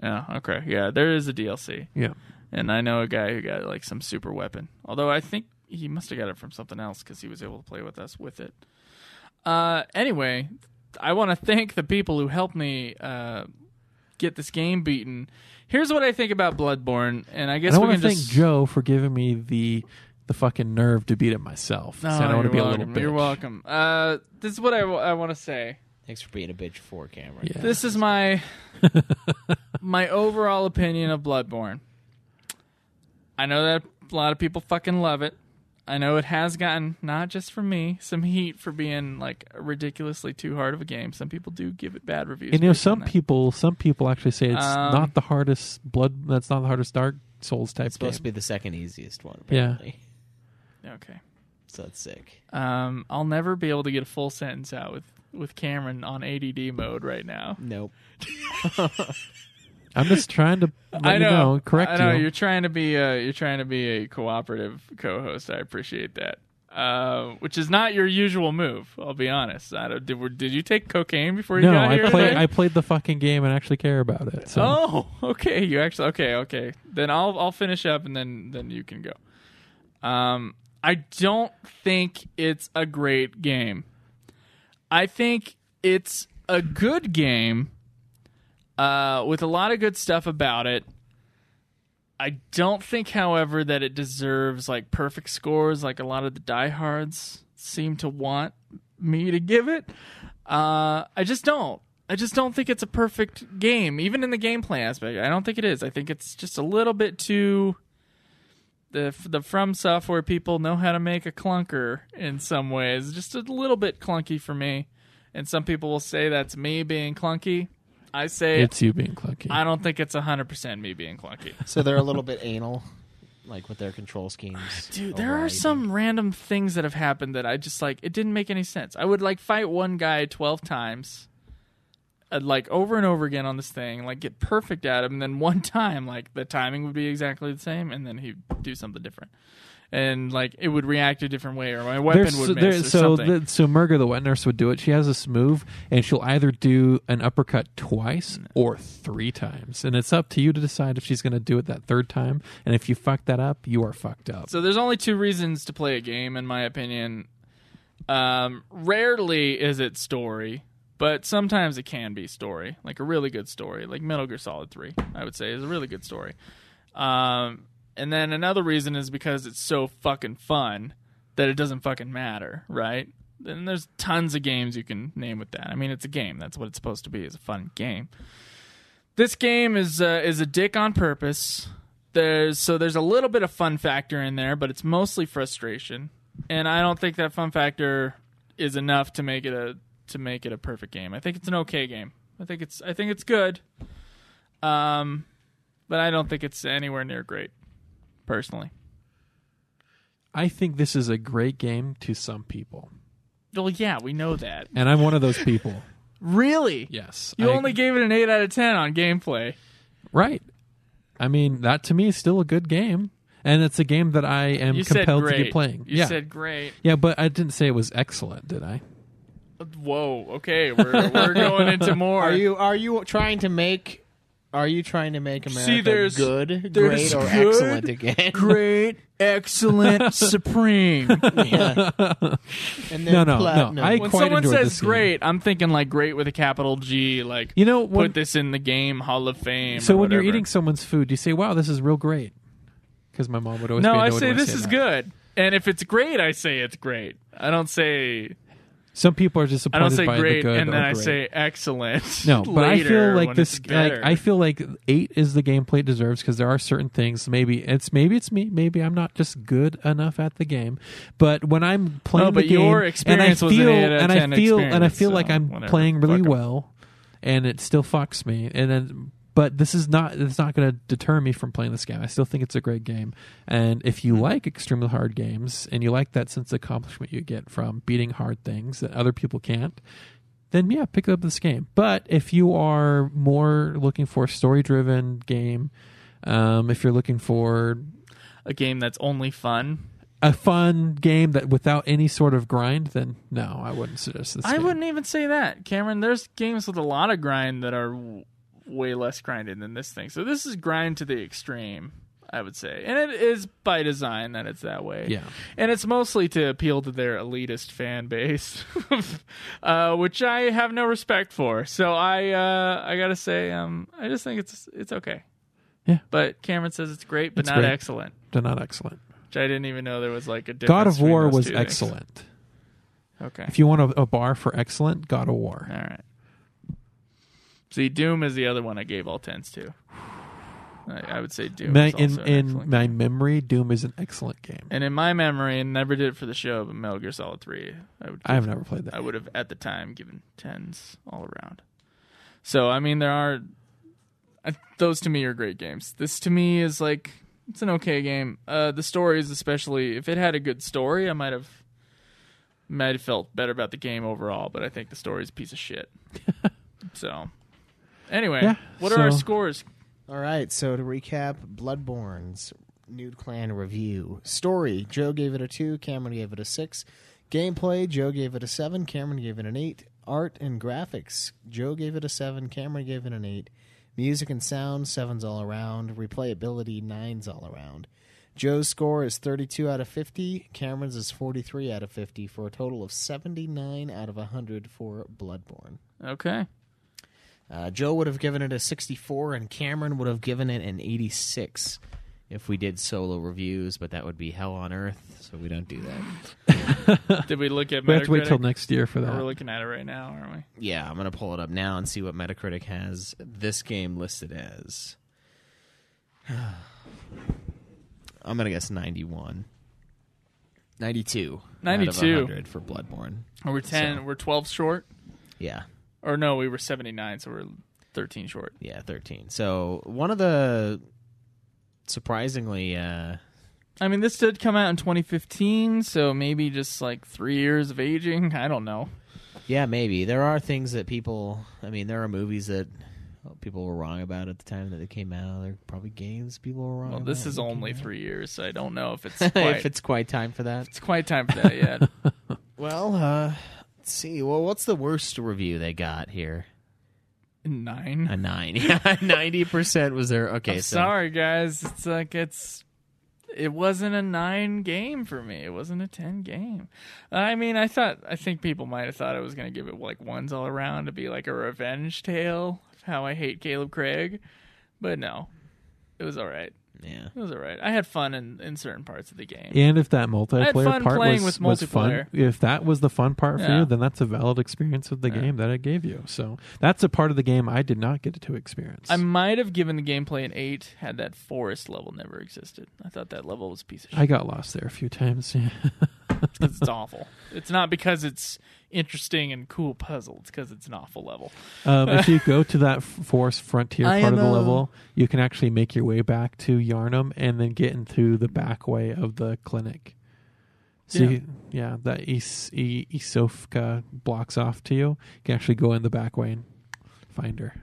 Speaker 7: yeah, okay, yeah, there is a DLC,
Speaker 8: Yeah.
Speaker 7: and I know a guy who got like some super weapon. Although I think he must have got it from something else because he was able to play with us with it. Uh, anyway, I want to thank the people who helped me uh, get this game beaten. Here's what I think about Bloodborne, and I guess
Speaker 8: And I
Speaker 7: we can
Speaker 8: want to thank
Speaker 7: just
Speaker 8: Joe for giving me the the fucking nerve to beat it myself. 'cause I don't want to
Speaker 7: you're
Speaker 8: be
Speaker 7: welcome.
Speaker 8: a little bitch.
Speaker 7: You're welcome. Uh, this is what I, want to say.
Speaker 3: Thanks for being a bitch for camera.
Speaker 8: Yeah.
Speaker 7: This is my my overall opinion of Bloodborne. I know that a lot of people fucking love it. I know it has gotten not just from me some heat for being like ridiculously too hard of a game. Some people do give it bad reviews.
Speaker 8: You know,
Speaker 7: based on
Speaker 8: some
Speaker 7: that.
Speaker 8: people, some people actually say it's
Speaker 7: Um,
Speaker 8: not the hardest blood. That's not the hardest Dark Souls type
Speaker 3: It's supposed to
Speaker 8: game.
Speaker 3: be the second easiest one,
Speaker 8: Yeah.
Speaker 3: apparently.
Speaker 7: Okay.
Speaker 3: So that's sick.
Speaker 7: Um, I'll never be able to get a full sentence out with with Cameron on ADD mode right now.
Speaker 3: Nope.
Speaker 8: I'm just trying to let you know, correct
Speaker 7: I know
Speaker 8: you.
Speaker 7: are trying to be a, you're trying to be a cooperative co-host. I appreciate that. Uh, which is not your usual move. I'll be honest. I don't, did, were- did you take cocaine before you
Speaker 8: no,
Speaker 7: got here?
Speaker 8: I played.
Speaker 7: today?
Speaker 8: I played the fucking game and actually care about it. So.
Speaker 7: Oh, okay. You actually okay, okay. Then I'll I'll finish up and then then you can go. Um I don't think it's a great game. I think it's a good game uh with a lot of good stuff about it. I don't think however that it deserves like perfect scores like a lot of the diehards seem to want me to give it. Uh, I just don't. I just don't think it's a perfect game, even in the gameplay aspect. I don't think it is. I think it's just a little bit too. The the From Software people know how to make a clunker in some ways. Just a little bit clunky for me, and some people will say that's me being clunky. I say
Speaker 8: It's you being clunky.
Speaker 7: I don't think it's hundred percent me being clunky.
Speaker 3: So they're a little bit anal, like with their control schemes.
Speaker 7: Dude, there are some random things that have happened that I just like. It didn't make any sense. I would like fight one guy twelve times, I'd, like over and over again on this thing, like get perfect at him, and then one time, like the timing would be exactly the same, and then he'd do something different, and like it would react a different way, or my weapon
Speaker 8: There's-
Speaker 7: would
Speaker 8: there-
Speaker 7: miss, or
Speaker 8: so
Speaker 7: something.
Speaker 8: the- so Murga the wet nurse would do it. She has this move, and she'll either do an uppercut twice
Speaker 7: Mm.
Speaker 8: or three times, and it's up to you to decide if she's going to do it that third time. And if you fuck that up, you are fucked up.
Speaker 7: So there's only two reasons to play a game, in my opinion. Um, rarely is it story, but sometimes it can be story, like a really good story, like Metal Gear Solid Three. I would say is a really good story. Um, and then another reason is because it's so fucking fun that it doesn't fucking matter, right? Then there's tons of games you can name with that. I mean, it's a game. That's what it's supposed to be. It's a fun game this game is uh, is a dick on purpose. There's so there's a little bit of fun factor in there, but it's mostly frustration, and I don't think that fun factor is enough to make it a to make it a perfect game. I think it's an okay game. I think it's I think it's good, um, but I don't think it's anywhere near great, personally.
Speaker 8: I think this is a great game to some people,
Speaker 7: Well, yeah, we know that.
Speaker 8: and I'm one of those people.
Speaker 7: Really,
Speaker 8: Yes,
Speaker 7: you
Speaker 8: I-
Speaker 7: only gave it an eight out of ten on gameplay.
Speaker 8: right. I mean, that to me is still a good game, and it's a game that I am
Speaker 7: you said
Speaker 8: compelled
Speaker 7: great.
Speaker 8: to be playing.
Speaker 7: You
Speaker 8: yeah,
Speaker 7: said great.
Speaker 8: yeah, but I didn't say it was excellent, did I?
Speaker 7: Whoa. Okay, we're we're going into more.
Speaker 3: Are you are you trying to make are you trying to make America
Speaker 7: there's-
Speaker 3: good,
Speaker 7: there's
Speaker 3: great, or
Speaker 7: good,
Speaker 3: excellent again?
Speaker 7: great, excellent, supreme.
Speaker 3: And
Speaker 8: No, no, no.
Speaker 3: platinum.
Speaker 8: I-
Speaker 7: When
Speaker 8: quite
Speaker 7: someone
Speaker 8: enjoyed
Speaker 7: says
Speaker 8: this game.
Speaker 7: great, I'm thinking like great with a capital G, like
Speaker 8: You know, when-
Speaker 7: put this in the game Hall of Fame.
Speaker 8: So
Speaker 7: or
Speaker 8: when you're
Speaker 7: whatever.
Speaker 8: eating someone's food, do you say, "Wow, this is real great"? Because my mom would always be
Speaker 7: no, I
Speaker 8: annoyed
Speaker 7: say
Speaker 8: when
Speaker 7: this is
Speaker 8: that.
Speaker 7: good, and if it's great, I say it's great. I don't say
Speaker 8: Some people are
Speaker 7: I
Speaker 8: disappointed
Speaker 7: don't say
Speaker 8: by the
Speaker 7: great,
Speaker 8: good
Speaker 7: and then
Speaker 8: or
Speaker 7: I
Speaker 8: great.
Speaker 7: say excellent.
Speaker 8: no, but I feel
Speaker 7: later
Speaker 8: like
Speaker 7: when
Speaker 8: this.
Speaker 7: it's
Speaker 8: Like,
Speaker 7: better.
Speaker 8: I feel like eight is the gameplay it deserves because there are certain things. Maybe it's maybe it's me. Maybe I'm not just good enough at the game. But when I'm playing
Speaker 7: but
Speaker 8: the game,
Speaker 7: your experience
Speaker 8: and I
Speaker 7: was an
Speaker 8: feel
Speaker 7: eight out of
Speaker 8: and I
Speaker 7: 10
Speaker 8: feel and I
Speaker 7: experience,
Speaker 8: feel
Speaker 7: so
Speaker 8: like I'm
Speaker 7: whatever.
Speaker 8: playing really
Speaker 7: Fuck 'em.
Speaker 8: well, and it still fucks me. And then, but this is not. It's not going to deter me from playing this game. I still think it's a great game. And if
Speaker 7: Hmm.
Speaker 8: you like extremely hard games and you like that sense of accomplishment you get from beating hard things that other people can't, then yeah, pick up this game. But if you are more looking for a story driven game, um, if you're looking for
Speaker 7: a game that's only fun.
Speaker 8: a fun game that without any sort of grind, then no, I wouldn't suggest this.
Speaker 7: I
Speaker 8: game.
Speaker 7: wouldn't even say that, Cameron. There's games with a lot of grind that are w- way less grinded than this thing. So this is grind to the extreme, I would say, and it is by design that it's that way.
Speaker 8: Yeah.
Speaker 7: and it's mostly to appeal to their elitist fan base, uh, which I have no respect for. So I, uh, I gotta say, um, I just think it's it's okay.
Speaker 8: Yeah.
Speaker 7: but Cameron says it's great, but
Speaker 8: It's
Speaker 7: not
Speaker 8: great.
Speaker 7: excellent.
Speaker 8: They're not excellent.
Speaker 7: Which I didn't even know there was like a difference
Speaker 8: God of
Speaker 7: between
Speaker 8: War
Speaker 7: those
Speaker 8: was
Speaker 7: two things.
Speaker 8: excellent.
Speaker 7: Okay,
Speaker 8: If you want a, a bar for excellent, God of War.
Speaker 7: All right. See, Doom is the other one I gave all tens to. I, I would say Doom.
Speaker 8: My,
Speaker 7: is
Speaker 8: in
Speaker 7: also an excellent
Speaker 8: in my memory, Doom is an excellent game.
Speaker 7: And in my memory, and never did it for the show, but Metal Gear Solid Three, I would,
Speaker 8: I have never played that.
Speaker 7: I would have at the time given tens all around. So I mean, there are I, those to me are great games. This to me is like it's an okay game. Uh, the stories, especially if it had a good story, I might have might have felt better about the game overall. But I think the story is a piece of shit. so anyway,
Speaker 8: Yeah,
Speaker 7: what are our
Speaker 8: so-
Speaker 7: scores?
Speaker 3: All right, so to recap, Bloodborne's Nude Clan review. Story, Joe gave it a 2, Cameron gave it a 6. Gameplay, Joe gave it a 7, Cameron gave it an 8. Art and graphics, Joe gave it a 7, Cameron gave it an 8. Music and sound, 7's all around. Replayability, 9's all around. Joe's score is 32 out of 50, Cameron's is 43 out of 50, for a total of 79 out of 100 for Bloodborne.
Speaker 7: Okay,
Speaker 3: Uh, Joe would have given it a 64, and Cameron would have given it an 86 if we did solo reviews, but that would be hell on earth, so we don't do that.
Speaker 7: did we look at?
Speaker 8: we have to wait till
Speaker 7: Metacritic?
Speaker 8: next year for
Speaker 7: We're
Speaker 8: that.
Speaker 7: looking at it right now, aren't we?
Speaker 3: Yeah, I'm going to pull it up now and see what Metacritic has this game listed as. I'm going to guess 91. 92. Out
Speaker 7: 92.
Speaker 3: of 100 for Bloodborne.
Speaker 7: Or we're ten. We're twelve short.
Speaker 3: Yeah.
Speaker 7: Or no, we were seventy nine, so we're thirteen short.
Speaker 3: Yeah, 13. So, one of the surprisingly uh
Speaker 7: I mean, this did come out in 2015, so maybe just like three years of aging. I don't know.
Speaker 3: Yeah, maybe there are things that people. I mean, there are movies that people were wrong about at the time that they came out. There are probably games people were wrong.
Speaker 7: Well,
Speaker 3: about
Speaker 7: this is
Speaker 3: when they
Speaker 7: only
Speaker 3: came
Speaker 7: three years, so I don't know if it's
Speaker 3: out.
Speaker 7: quite,
Speaker 3: if it's quite time for that.
Speaker 7: it's quite time for that yet.
Speaker 3: Well, uh, let's see. Well, what's the worst review they got here?
Speaker 7: Nine.
Speaker 3: A nine. Yeah, ninety percent was there. Okay,
Speaker 7: I'm
Speaker 3: so
Speaker 7: sorry, guys. It's like it's it wasn't a nine game for me. It wasn't a ten game. I mean, I thought I think people might have thought I was gonna give it like ones all around to be like a revenge tale of how I hate Caleb Craig, but no, it was all right.
Speaker 3: yeah,
Speaker 7: It was all right. I had fun in, in certain parts of the game.
Speaker 8: And if that
Speaker 7: had fun
Speaker 8: multiplayer part
Speaker 7: playing
Speaker 8: was,
Speaker 7: with
Speaker 8: was
Speaker 7: multiplayer.
Speaker 8: fun, if that was the fun part for
Speaker 7: Yeah.
Speaker 8: you, then that's a valid experience of the game that it gave you. So that's a part of the game I did not get to experience.
Speaker 7: I might have given the gameplay an eight had that forest level never existed. I thought that level was a piece of shit.
Speaker 8: I got lost there a few times. yeah.
Speaker 7: 'cause it's awful. It's not because it's interesting and cool puzzle. It's because it's an awful level.
Speaker 8: Um, if you go to that f- forest frontier
Speaker 7: I
Speaker 8: part of
Speaker 7: am
Speaker 8: the
Speaker 7: a-
Speaker 8: level, you can actually make your way back to Yarnum and then get into the back way of the clinic. So
Speaker 7: Yeah.
Speaker 8: yeah, you, yeah that Is- I- Isofka blocks off to you. You can actually go in the back way and find her.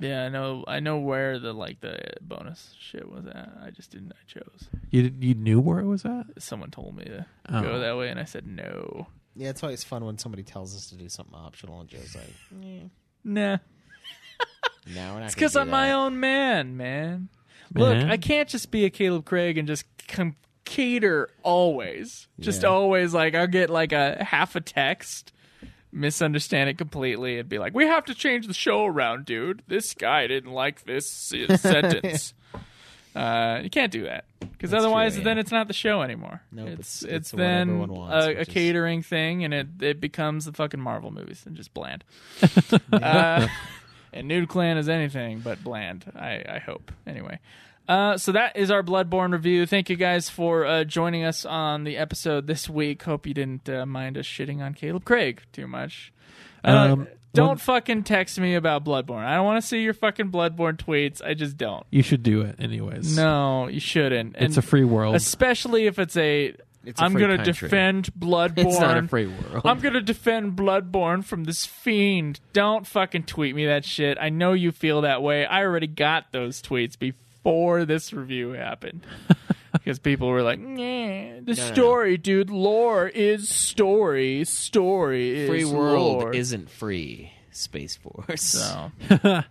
Speaker 7: Yeah, I know. I know where the like the bonus shit was at. I just didn't. I chose.
Speaker 8: You did- you knew where it was at.
Speaker 7: Someone told me to
Speaker 8: Oh.
Speaker 7: go that way, and I said no.
Speaker 3: yeah. It's always fun when somebody tells us to do something optional, and Joe's like,
Speaker 7: Nah,
Speaker 3: "No, we're not."
Speaker 7: it's because I'm my own man, man. Look,
Speaker 8: Man?
Speaker 7: I can't just be a Caleb Craig and just com- cater always. Just
Speaker 3: Yeah.
Speaker 7: always like I'll get like a half a text, misunderstand it completely, and be like, "We have to change the show around, dude. This guy didn't like this s- sentence." Uh, you can't do that because
Speaker 3: That's
Speaker 7: otherwise,
Speaker 3: true, yeah.
Speaker 7: then it's not the show anymore.
Speaker 3: Nope, it's-
Speaker 7: it's, it's
Speaker 3: it's what
Speaker 7: then
Speaker 3: everyone wants,
Speaker 7: a,
Speaker 3: which
Speaker 7: a
Speaker 3: is-
Speaker 7: catering thing, and it it becomes the fucking Marvel movies and just bland. uh, and Nude Clan is anything but bland. I, I hope. Anyway. Uh, so that is our Bloodborne review. Thank you guys for uh, joining us on the episode this week. Hope you didn't uh, mind us shitting on Caleb Craig too much. Uh,
Speaker 8: Um,
Speaker 7: don't
Speaker 8: one-
Speaker 7: fucking text me about Bloodborne. I don't want to see your fucking Bloodborne tweets. I just don't.
Speaker 8: You should do it anyways.
Speaker 7: No, you shouldn't. And
Speaker 8: it's a free world.
Speaker 7: especially if it's a.
Speaker 3: It's a
Speaker 7: I'm
Speaker 3: free
Speaker 7: gonna
Speaker 3: country.
Speaker 7: defend Bloodborne.
Speaker 3: It's not a free world.
Speaker 7: I'm gonna defend Bloodborne from this fiend. Don't fucking tweet me that shit. I know you feel that way. I already got those tweets before this review happened. Because people were like, "Nah, the story, dude. Lore is story. Story is
Speaker 11: Free world
Speaker 7: lore."
Speaker 11: isn't free. Space Force.
Speaker 7: So.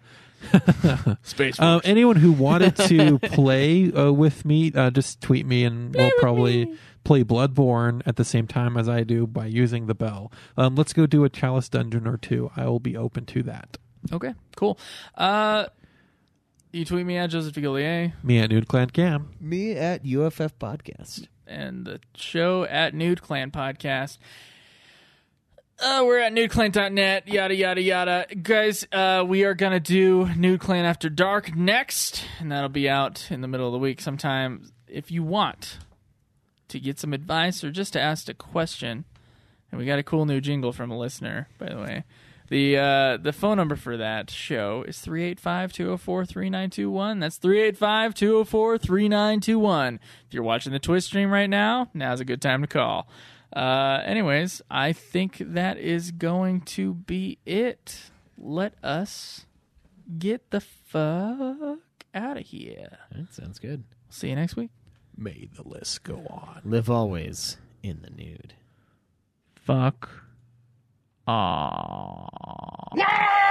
Speaker 7: Space
Speaker 8: Um, anyone who wanted to play uh, with me, uh, just tweet me, and we'll probably play Bloodborne at the same time as I do by using the bell. Um, let's go do a chalice dungeon or two. I will be open to that.
Speaker 7: Okay, cool. Uh, you tweet me at Joseph DeGillier
Speaker 8: Me at Nude Clan Cam.
Speaker 3: me at UFF podcast.
Speaker 7: and the show at Nude Clan Podcast. Uh, we're at nudeclan.net, yada, yada, yada. Guys, uh, we are going to do Nude Clan After Dark next, and that'll be out in the middle of the week sometime. If you want to get some advice or just to ask a question, and we got a cool new jingle from a listener, by the way. The uh, the phone number for that show is 385 204 3921. That's 385 204 3921. If you're watching the Twitch stream right now, now's a good time to call. Uh, anyways, I think that is going to be it. Let us get the fuck out of here.
Speaker 3: That sounds good.
Speaker 7: See you next week.
Speaker 2: May the list go on.
Speaker 3: Live always in the nude.
Speaker 7: Fuck. Aww.
Speaker 5: Yeah!